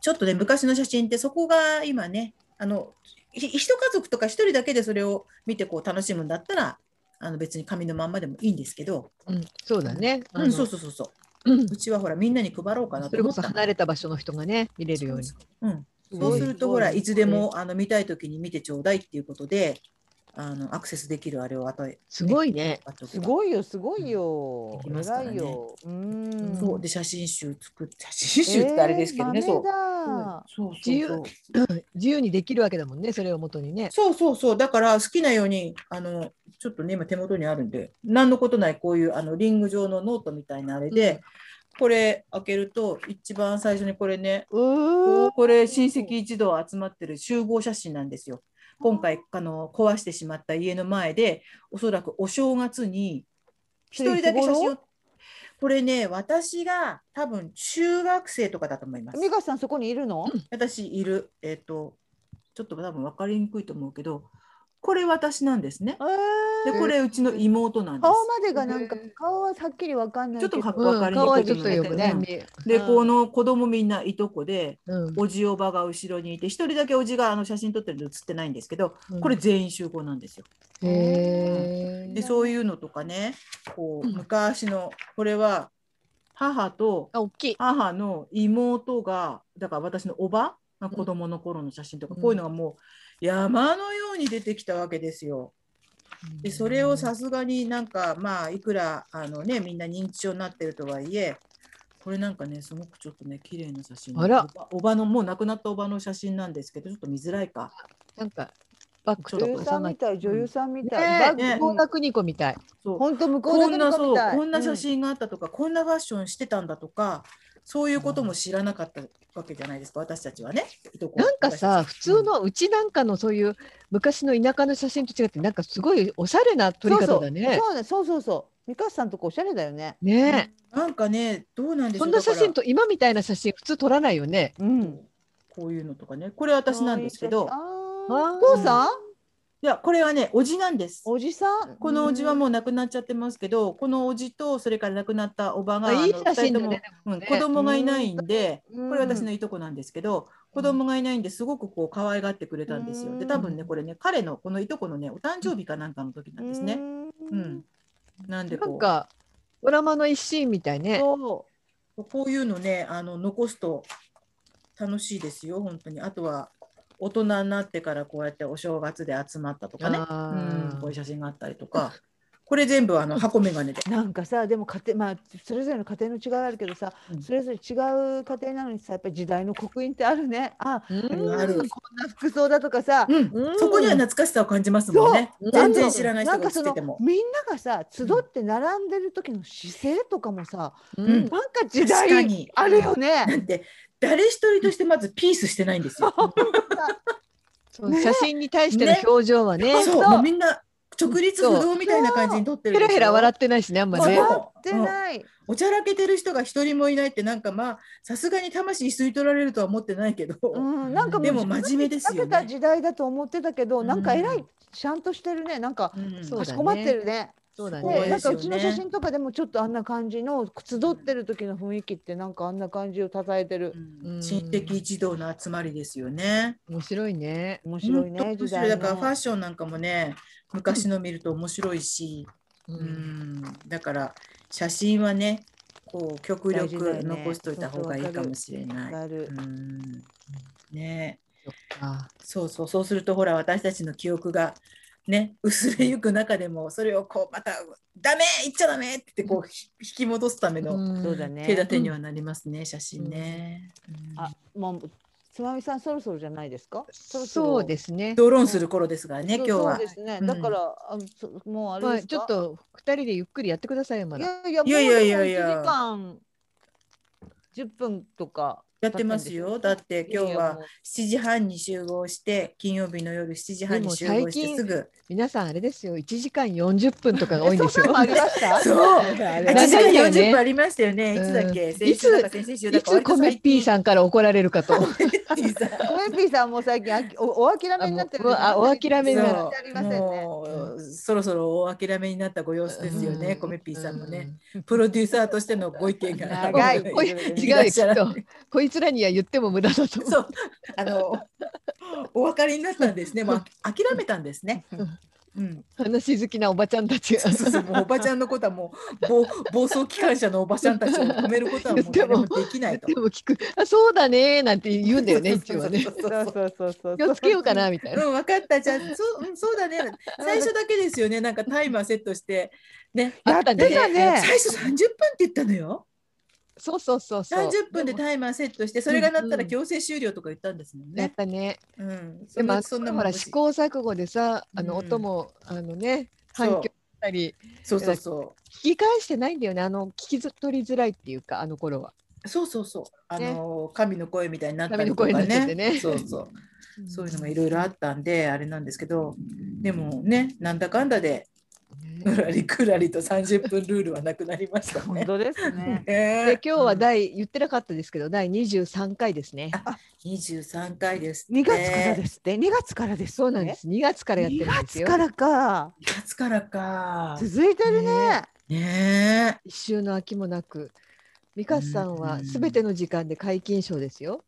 Speaker 1: ちょっとね昔の写真ってそこが今ねあのひ一家族とか一人だけでそれを見てこう楽しむんだったらあの別に紙のまんまでもいいんですけど、
Speaker 2: うん。そうだね。
Speaker 1: う
Speaker 2: あの
Speaker 1: ん、そうそうそうそう
Speaker 2: うん
Speaker 1: うちはほらみんなに配ろうかな
Speaker 2: そ
Speaker 1: と
Speaker 2: れ
Speaker 1: 思っ
Speaker 2: こそ
Speaker 1: たの
Speaker 2: 離れた場所の人がね見れるように。
Speaker 1: うん、
Speaker 2: す
Speaker 1: そ
Speaker 2: ご
Speaker 1: う
Speaker 2: い
Speaker 1: するとほらいつでもあの見たい時に見てちょうだいっていうことであのアクセスできるあれを与え
Speaker 2: すごいね。
Speaker 1: あと
Speaker 5: すごいよ、すごいよ
Speaker 1: で。きますか
Speaker 5: 偉
Speaker 1: らね
Speaker 5: いよ。うん。
Speaker 1: そうで写真集作って写真集ってあれですけどね、
Speaker 5: えー
Speaker 1: そう
Speaker 5: 豆だ
Speaker 1: そう
Speaker 2: 自
Speaker 1: そう
Speaker 2: 由
Speaker 1: そう
Speaker 2: 自由にできるわけだもんね。それをもとにね。
Speaker 1: そうそうそう、だから好きなように、あの、ちょっとね、今手元にあるんで、何のことないこういうあのリング状のノートみたいなあれで、これ開けると、一番最初にこれね、
Speaker 5: うーん
Speaker 1: これ親戚一同集まってる集合写真なんですよ。今回あの壊してしまった家の前で、おそらくお正月に一人だけ写真を。これね、私が多分中学生とかだと思います。
Speaker 5: 美香さんそこにいるの？
Speaker 1: 私いる、えっ、と、ちょっと多分分かりにくいと思うけど、これ私なんですね
Speaker 3: え。ー
Speaker 1: でこれうちの妹なんで
Speaker 3: 顔
Speaker 1: す。
Speaker 3: までがなんか顔ははっきりわかんない
Speaker 1: ちょ
Speaker 3: け
Speaker 1: っ
Speaker 3: ど
Speaker 1: とかっこ
Speaker 2: うん
Speaker 1: 分かりに
Speaker 2: 顔
Speaker 1: く
Speaker 2: はい
Speaker 1: け
Speaker 2: ちょっと
Speaker 1: ど
Speaker 2: よくね
Speaker 1: ね。
Speaker 2: 見え
Speaker 1: でこの子供みんないとこで
Speaker 2: うん
Speaker 1: おじおばが後ろにいて一人だけおじがあの写真撮ってるの写ってないんですけど
Speaker 2: うん
Speaker 1: これ全員集合なんですよ。
Speaker 2: へ
Speaker 1: で
Speaker 2: え
Speaker 1: そういうのとかねこう昔のこれは母と
Speaker 2: あ大きい
Speaker 1: 母の妹がだから私のおばが子供の頃の写真とか、
Speaker 2: うん
Speaker 1: こういうのがもう山のように出てきたわけですよ。でそれをさすがになんかまあいくらあのねみんな認知症になってるとはいえこれなんかねすごくちょっとね綺麗な写真
Speaker 2: あら
Speaker 1: おばおばのもう亡くなったおばの写真なんですけどちょっと見づらいか
Speaker 2: なんかバック
Speaker 1: ちょ
Speaker 2: と
Speaker 1: っと
Speaker 3: 女
Speaker 2: か
Speaker 3: 優さん
Speaker 2: 幼
Speaker 3: み
Speaker 2: い
Speaker 3: たい女優さんみたい、
Speaker 2: ね
Speaker 3: バッグ
Speaker 1: ね
Speaker 2: 高額ニコみたい
Speaker 1: そう
Speaker 3: 本当向こう
Speaker 1: こ
Speaker 3: だ
Speaker 1: ん
Speaker 3: け
Speaker 1: な
Speaker 3: の
Speaker 1: そ
Speaker 3: み
Speaker 1: う
Speaker 3: たい
Speaker 1: こんな写真があったとか、こんなファッションしてたんだとかそういうことも知らなかったわけじゃないですか私たちはね。いとこ
Speaker 2: なんかさ
Speaker 1: 私
Speaker 2: 普
Speaker 1: たち
Speaker 2: 通のうちなんかのそういう昔の田舎の写真と違ってなんかすごいおしゃれな撮り方だね
Speaker 3: そうそうそうそうそう三笠さんとこおしゃれだよね
Speaker 2: ね
Speaker 1: なんかねどうなんでしょ
Speaker 2: そ
Speaker 1: うん
Speaker 2: な写真
Speaker 1: だか
Speaker 2: と今みたいな写真普通撮らないよね
Speaker 3: うん
Speaker 1: らこういうのとかねこれ私なんですけど
Speaker 3: あー
Speaker 2: あー
Speaker 3: お父さん
Speaker 1: いやこれはねおじなんです。
Speaker 3: おじさん
Speaker 1: このおじは
Speaker 3: うん
Speaker 1: もう亡くなっちゃってますけど、このおじとそれから亡くなったおばが、
Speaker 2: あいい
Speaker 1: あの
Speaker 2: 写
Speaker 1: 二人
Speaker 2: 真だ
Speaker 1: とも
Speaker 2: ね
Speaker 1: うん子供がいないんで、
Speaker 3: うん
Speaker 1: これ私のいとこなんですけど、子供がいないんですごくこう可愛がってくれたんですよ。で、多分ね、これね、彼のこのいとこのね、お誕生日かなんかの時なんですね。
Speaker 3: う
Speaker 1: うんん。なんで
Speaker 2: な
Speaker 1: こ
Speaker 2: ん
Speaker 1: う、
Speaker 2: かドラマの一シーンみたいね
Speaker 3: そ
Speaker 1: こういうのね、あの残すと楽しいですよ、本当に。あとは大人になってからこうやってお正月で集まったとかね、
Speaker 2: あー
Speaker 1: うんこういう写真があったりとか、これ全部あの箱眼鏡で。
Speaker 3: うなんかさでも家庭まあそれぞれの家庭の違いはあるけどさ、
Speaker 1: うん
Speaker 3: それぞれ違う家庭なのにさやっぱり時代の刻印ってあるねあ
Speaker 2: うん
Speaker 1: ある
Speaker 3: こんな服装だとかさ、
Speaker 1: うん
Speaker 2: うん
Speaker 1: そこには懐かしさを感じますもんね。
Speaker 2: そう
Speaker 1: 全然知らない人
Speaker 3: ん
Speaker 1: が
Speaker 3: か
Speaker 1: 映
Speaker 3: そ
Speaker 1: っ
Speaker 3: の
Speaker 1: てても。
Speaker 3: みんながさ集って並んでる時の姿勢とかもさ、
Speaker 2: うん
Speaker 3: なんか時
Speaker 1: 確かに
Speaker 3: 代あるよ
Speaker 1: な
Speaker 3: ね。
Speaker 1: んて誰一人としてまずピースしてないんですよ。
Speaker 2: そう写真に対しての表情はね
Speaker 1: そうもうみんな直立不動みたいな感じに撮ってる
Speaker 2: ヘ
Speaker 1: でし
Speaker 2: ラ
Speaker 1: ょ
Speaker 2: ヘラ笑ってないしねあんま
Speaker 1: そ
Speaker 2: り
Speaker 1: う
Speaker 2: ね
Speaker 3: でない。
Speaker 1: おちゃらけてる人が一人もいないってなんかまあさすがに魂吸い取られるとは思ってないけど、
Speaker 3: うん、なんか
Speaker 1: で
Speaker 3: う
Speaker 1: も真面目です
Speaker 3: 避
Speaker 1: よ
Speaker 3: けた
Speaker 1: ね。
Speaker 3: 時代だと思ってたけど、なんかえら
Speaker 1: う
Speaker 3: い
Speaker 1: ん
Speaker 3: ちゃんとしてるね。なんか
Speaker 1: うん
Speaker 2: そう
Speaker 3: か
Speaker 2: だ
Speaker 3: し
Speaker 2: ね
Speaker 3: こまってるね。
Speaker 2: そうだ
Speaker 1: そうですよね
Speaker 3: ね、なん
Speaker 2: ね
Speaker 3: かうちの写真とかでもちょっとあんな感じの集ってる時の雰囲気ってなんかあんな感じをたたえてる
Speaker 1: う。ん
Speaker 2: うん
Speaker 1: 親戚一同の集まりですよね。
Speaker 2: 面白いね
Speaker 3: 面白い
Speaker 1: 本
Speaker 3: ね
Speaker 1: 当面
Speaker 3: 時
Speaker 1: 白い
Speaker 3: 代
Speaker 1: だからファッ
Speaker 3: の。
Speaker 1: ションなんかもね昔の見ると面白いし。
Speaker 2: う
Speaker 1: うんんだから写真はねこう極
Speaker 3: 大事
Speaker 1: 力
Speaker 3: だよね
Speaker 1: 残しといた方がいいかもしれない。
Speaker 3: ある
Speaker 1: うんね
Speaker 2: そっか
Speaker 1: そうそうそうするとほら私たちの記憶がね薄れゆく中でもそれをこうまた「ダメ言っちゃダメ!」って言ってこうひ引き戻すための
Speaker 2: ん
Speaker 3: そうだね。
Speaker 1: 手立てにはなりますね写真ね。うん
Speaker 3: あ、もうつまみさんそろそろじゃないですか。そろそろ
Speaker 2: そうですね
Speaker 1: ドローンする頃ですからね
Speaker 3: そ
Speaker 1: 今
Speaker 3: う
Speaker 1: 日
Speaker 3: そう
Speaker 1: は
Speaker 3: で。すね。
Speaker 1: うん
Speaker 3: だから、あのそもうあ
Speaker 2: ま
Speaker 3: れで
Speaker 2: あ
Speaker 3: す
Speaker 2: ち
Speaker 3: か。
Speaker 2: ょっと二人でゆっくりやってくださいよま
Speaker 3: い
Speaker 2: だ
Speaker 3: やいや
Speaker 1: いやいやいやいや
Speaker 3: もう一時間十分とか
Speaker 1: やってますよだって今日は7時半に集合して金曜日の夜7時半に集
Speaker 2: で
Speaker 1: 合
Speaker 2: も最
Speaker 1: して
Speaker 2: 近
Speaker 1: すぐ。
Speaker 2: 皆さんあれですよ一時間四十分とかが多
Speaker 3: 多
Speaker 2: い
Speaker 3: い
Speaker 2: ん
Speaker 3: ん
Speaker 2: で
Speaker 3: です
Speaker 2: よ
Speaker 3: すよ。そんなのありました。
Speaker 1: そう。
Speaker 2: あ
Speaker 1: あ
Speaker 2: れ
Speaker 1: 時間
Speaker 2: 長いよ
Speaker 1: 40分あ
Speaker 2: ね
Speaker 1: りましたよね。いつだっ
Speaker 2: う
Speaker 1: け
Speaker 2: ん
Speaker 1: 先週だか先々週だ
Speaker 2: い
Speaker 1: か。
Speaker 2: つコメッピー
Speaker 1: ん。
Speaker 2: さんから怒られるかと
Speaker 3: コエンピーさんも最近あきおお諦めになってるんですね。
Speaker 2: あもうあお諦めになる
Speaker 1: そ
Speaker 3: あり
Speaker 1: う
Speaker 3: ませんね。
Speaker 1: もうそろそろお諦めになったご様子ですよね、コメッピーさんもね。
Speaker 2: うん
Speaker 1: プロデューサーとしてのご意見が
Speaker 3: 長い。
Speaker 2: おい違うよきっとこいつらには言っても無駄だと思う
Speaker 1: そう、 あの、お分かりになったんですね。もうあ諦めたんですね。うん、
Speaker 2: 話好きなおばちゃんたちが
Speaker 1: そうそうそう、もうおばちゃんのことはもう、暴暴走機関車のおばちゃんたちを褒めることはもう誰もできないと
Speaker 2: で。も聞くあそうだねなんて言うんだよね一
Speaker 1: そう
Speaker 2: 応
Speaker 1: そ
Speaker 2: は
Speaker 1: うそう
Speaker 2: ね
Speaker 1: そう
Speaker 3: そうそうそうそう。
Speaker 2: 気をつけようかなみたいな
Speaker 1: うん、分かった。じゃあ、そう、うん、そうだね。最初だけですよね。なんかタイマーセットして。ね。
Speaker 2: あった
Speaker 3: やってたね
Speaker 1: 最初30分って言ったのよ。
Speaker 2: そうそうそうそう
Speaker 1: 30分でタイマーセットして、それがなったら強制終了とか言ったんですもん
Speaker 2: やっ
Speaker 1: ね。
Speaker 2: たね
Speaker 1: うん。
Speaker 2: でもあ
Speaker 1: そん
Speaker 2: そん
Speaker 1: な
Speaker 2: な
Speaker 1: も
Speaker 2: ほ
Speaker 1: ん
Speaker 2: ら
Speaker 1: も
Speaker 2: 試行錯誤でさあ
Speaker 1: う
Speaker 2: の
Speaker 1: ん
Speaker 2: 音もあのね
Speaker 1: そう
Speaker 2: 反響したり
Speaker 1: そうそうそ
Speaker 2: 聞き返してないんだよねあの聞き取りづらいっていうかあの頃は
Speaker 1: う。そうそうそう。あのー、神の声みたいになったりとか
Speaker 2: 神の声になっちゃって
Speaker 1: ね。
Speaker 2: ね
Speaker 1: そうそう。そういうのもいろいろあったんで、あれなんですけど、でもね、なんだかんだで、
Speaker 2: ね
Speaker 1: ぬらりくらりと30分ルールはなくなりました
Speaker 6: 本
Speaker 1: ね。
Speaker 6: 当ですね。
Speaker 1: ね
Speaker 2: で今日は第言ってなかったですけど第23回ですね。
Speaker 1: 23回ですね。
Speaker 6: 2月からですって、2月からですって。
Speaker 2: そうなんです。2月からやってるんです
Speaker 3: 月
Speaker 2: よ。
Speaker 3: からか
Speaker 1: 2月からか。
Speaker 3: 続いてるね
Speaker 2: ね
Speaker 1: ね
Speaker 2: 一週の空きもなく。ミカさん
Speaker 1: う
Speaker 2: は
Speaker 1: ん
Speaker 2: すべての時間で解禁賞ですよ。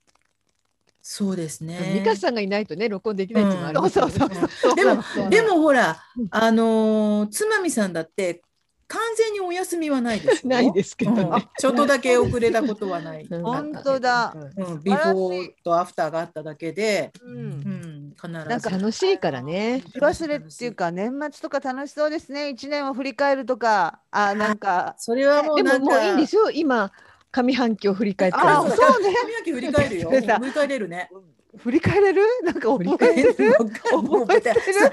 Speaker 1: そうですね。
Speaker 2: ミカさんがいないとね録音できないっていうのもあり
Speaker 1: うん
Speaker 2: ますよね
Speaker 1: そうそうでもでもほら
Speaker 2: うん、
Speaker 1: あのーつまみさんだって完全にお休みはないですよ。
Speaker 2: ないですけど
Speaker 1: う
Speaker 2: ね
Speaker 1: ん。ちょっとだけ遅れたことはない。
Speaker 2: うん
Speaker 3: 本当だ
Speaker 2: うん
Speaker 1: うん、ビフォーとアフターがあっただけで、
Speaker 3: う
Speaker 1: うんん、必ず。
Speaker 3: なんか
Speaker 2: 楽しいからね。
Speaker 3: 気忘れっていうか年末とか楽しそうですね一年を振り返るとかあなんか
Speaker 1: それはもう
Speaker 2: で
Speaker 1: な
Speaker 2: も
Speaker 1: んか。
Speaker 2: もういいんですよ。今上半期を振り返ってる
Speaker 1: あ
Speaker 3: あ
Speaker 1: そう
Speaker 3: そ
Speaker 1: だ
Speaker 3: うね
Speaker 1: 歯磨き振り返るよ。
Speaker 6: 出た
Speaker 1: 振り返れるね。
Speaker 3: 振り返れる なんか覚えてる
Speaker 1: 覚えてる。そう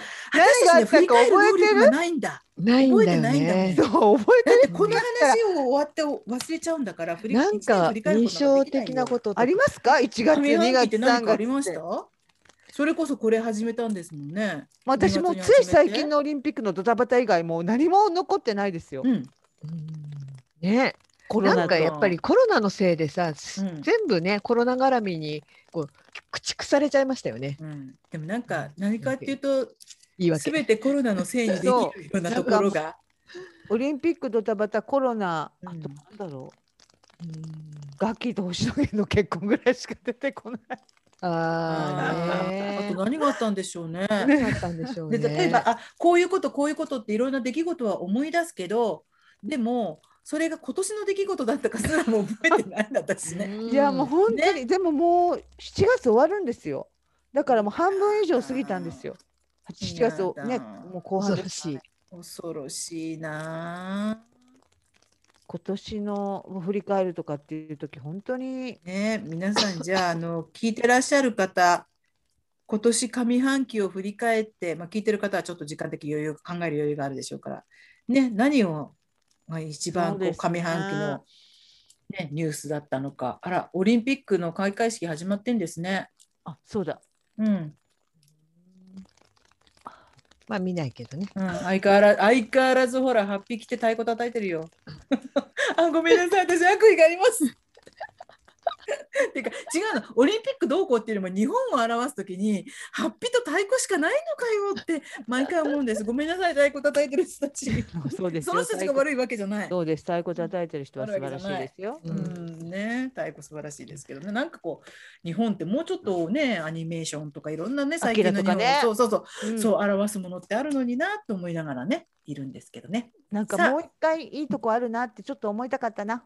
Speaker 1: 私
Speaker 3: 何が
Speaker 1: たちね
Speaker 3: あっ
Speaker 1: 振
Speaker 3: た
Speaker 1: り
Speaker 3: か
Speaker 1: 返る能
Speaker 3: 覚えて
Speaker 1: 力
Speaker 3: る
Speaker 1: がないんだ。
Speaker 2: ないんだ
Speaker 1: 覚えて
Speaker 2: よ
Speaker 1: ないんだもん
Speaker 2: ね。
Speaker 3: そう覚え
Speaker 1: だ
Speaker 3: て
Speaker 1: ってこの話を終わって忘れちゃうんだから、振り
Speaker 2: なんか
Speaker 1: 振り返る
Speaker 2: 印
Speaker 1: ことが
Speaker 2: 象
Speaker 1: できないよ
Speaker 2: 的なこととか
Speaker 3: ありますか一月
Speaker 1: 上
Speaker 3: 二
Speaker 1: 半期って
Speaker 3: 月
Speaker 1: 何
Speaker 3: 三
Speaker 1: かあ
Speaker 3: 月
Speaker 1: りましたそれこそこれ始めたんですもんね。
Speaker 3: まあ私もつい最近のオリンピックのドタバタ以外もう何も残ってないですよ
Speaker 1: う。ん。
Speaker 2: うんね。
Speaker 3: コロ
Speaker 2: な
Speaker 3: ナ
Speaker 2: んか
Speaker 3: と
Speaker 2: やっぱりコロナのせいでさ、
Speaker 1: う
Speaker 2: す
Speaker 1: ん
Speaker 2: 全部ねコロナ絡みにこう駆逐されちゃいましたよね
Speaker 1: うん、でもなんか何かっていうと、
Speaker 2: 言い
Speaker 1: す
Speaker 2: 訳
Speaker 1: べてコロナのせいにできるようなところが。
Speaker 3: オリンピックドタバタコロナ
Speaker 1: うん
Speaker 3: あとなんだろう
Speaker 2: うん
Speaker 3: ガッキーと星野源の結婚ぐらいしか出てこない。
Speaker 2: あー
Speaker 1: あ
Speaker 2: ね
Speaker 1: と何があったんでしょうね。
Speaker 2: 何だったんでしょう
Speaker 1: で
Speaker 2: ね
Speaker 1: 例えばあこういうことこういうことっていろんな出来事は思い出すけどでもそれが今年の出来事だったかすらも覚えてないんだったしね。
Speaker 2: うん
Speaker 3: いやもう本当に、でももう7月終わるんですよだからもう半分以上過ぎたんですよ7月を
Speaker 1: や
Speaker 3: ね
Speaker 1: だ
Speaker 3: もう後
Speaker 2: 恐
Speaker 3: 半
Speaker 2: ろ
Speaker 3: です
Speaker 2: しい
Speaker 1: 恐ろしいな
Speaker 3: 今年のを振り返るとかっていう時本当に
Speaker 1: あね皆さんじゃああの聞いてらっしゃる方今年上半期を振り返って、まあ、聞いてる方はちょっと時間的余裕考える余裕があるでしょうから、ね、何を、まあ、一番
Speaker 3: そう
Speaker 1: こ
Speaker 3: で
Speaker 1: う
Speaker 3: す
Speaker 1: 上
Speaker 3: ね
Speaker 1: 半期の、ね、ニュースだったのかあらオリンピックの開会式始まってんですね。
Speaker 3: あそうだ
Speaker 1: うん
Speaker 2: まあ見ないけどね
Speaker 1: うん、相変わら相変わらずほら8匹て太鼓叩いてるよ。 あごめんなさい私悪意があります。てか違うのオリンピックどうこうっていうよりも日本を表すときに8匹と太鼓しかないのかよって毎回思うんです。ごめんなさい太鼓叩いてる人たち。
Speaker 3: そうで す
Speaker 1: そ
Speaker 3: よ
Speaker 1: の人たちが悪いわけじゃない。
Speaker 3: そうです太鼓叩いてる人は素晴らしいですよ
Speaker 1: う
Speaker 2: うん
Speaker 1: んね、太鼓素晴らしいですけどねなんかこう日本ってもうちょっとねアニメーションとかいろんなね最近の日本
Speaker 3: アキラとかね
Speaker 1: そうそうそう
Speaker 3: うん
Speaker 1: そう表すものってあるのになと思いながらねいるんですけどね。
Speaker 3: なんか
Speaker 1: さあ
Speaker 3: もう一回いいとこあるなってちょっと思いたかったな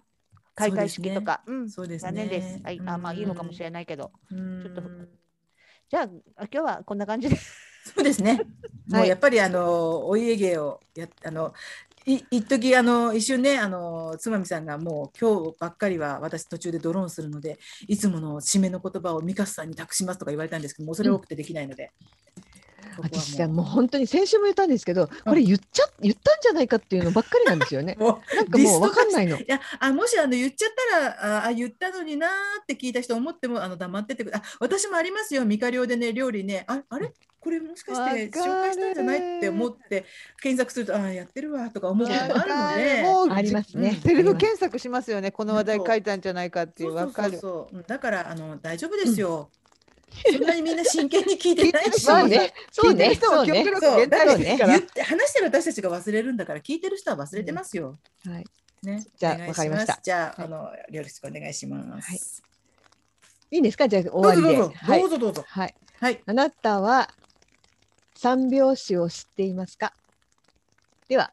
Speaker 3: 開会式とかう,、ん
Speaker 1: そうですね。
Speaker 3: 残念ですはい、あまあいいのかもし
Speaker 1: ない。
Speaker 3: れないけど
Speaker 1: うん
Speaker 3: ちょっとじゃあ今日はこんな感じで
Speaker 1: そうです ね。もうやっぱりあのお家芸をやあの。い一時あの一瞬ねあのつまみさんがもう今日ばっかりは私途中でドローンするのでいつもの締めの言葉をミカスさんに託しますとか言われたんですけどもうそれ多くてできないので、ここは
Speaker 2: 私さもう本当に先週も言ったんですけどこれ言っちゃ言ったんじゃないかっていうのばっかりなんですよね
Speaker 1: もう
Speaker 2: なんかもう分かんないの
Speaker 1: いやあもしあの言っちゃったらああ言ったのになーって聞いた人思ってもあの黙っててくあ私もありますよミカ料でね料理ねああれこれもしかして
Speaker 2: わかる
Speaker 1: 紹介したんじゃないって思って検索するとあやってるわとか思う こともあるので。
Speaker 3: もう
Speaker 2: ありますね
Speaker 3: セルフ検索しますよね。この話題
Speaker 1: そう
Speaker 3: 書いたんじゃないかってい
Speaker 1: そううそ
Speaker 3: わ
Speaker 1: う
Speaker 3: か
Speaker 1: そう
Speaker 3: る。
Speaker 1: そううんだからあの大丈夫ですよ、そんなにみんな真剣に聞いてないでしょ
Speaker 2: まあねそうね
Speaker 3: 聞
Speaker 2: そ
Speaker 3: いうてる
Speaker 2: ね
Speaker 3: 人も記憶
Speaker 1: そう
Speaker 3: 力減退してるから
Speaker 1: 言っ。て話してる私たちが忘れるんだから聞いてる人は忘れてますよ、
Speaker 2: はい
Speaker 1: ね
Speaker 2: じゃあ
Speaker 1: お願い
Speaker 2: わかりました
Speaker 1: すじゃあ、
Speaker 2: は
Speaker 1: あのよろしくお願いします、
Speaker 2: はいいいんですかじゃあ終わりで
Speaker 1: どうぞどうぞ、
Speaker 2: はい
Speaker 1: どうぞどうぞ
Speaker 2: はい
Speaker 1: はい
Speaker 2: あなたは三拍子を知っていますかでは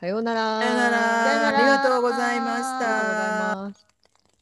Speaker 2: さようなら
Speaker 1: さようなら
Speaker 2: さようなら
Speaker 1: ありがとうございました
Speaker 2: ありがとうございます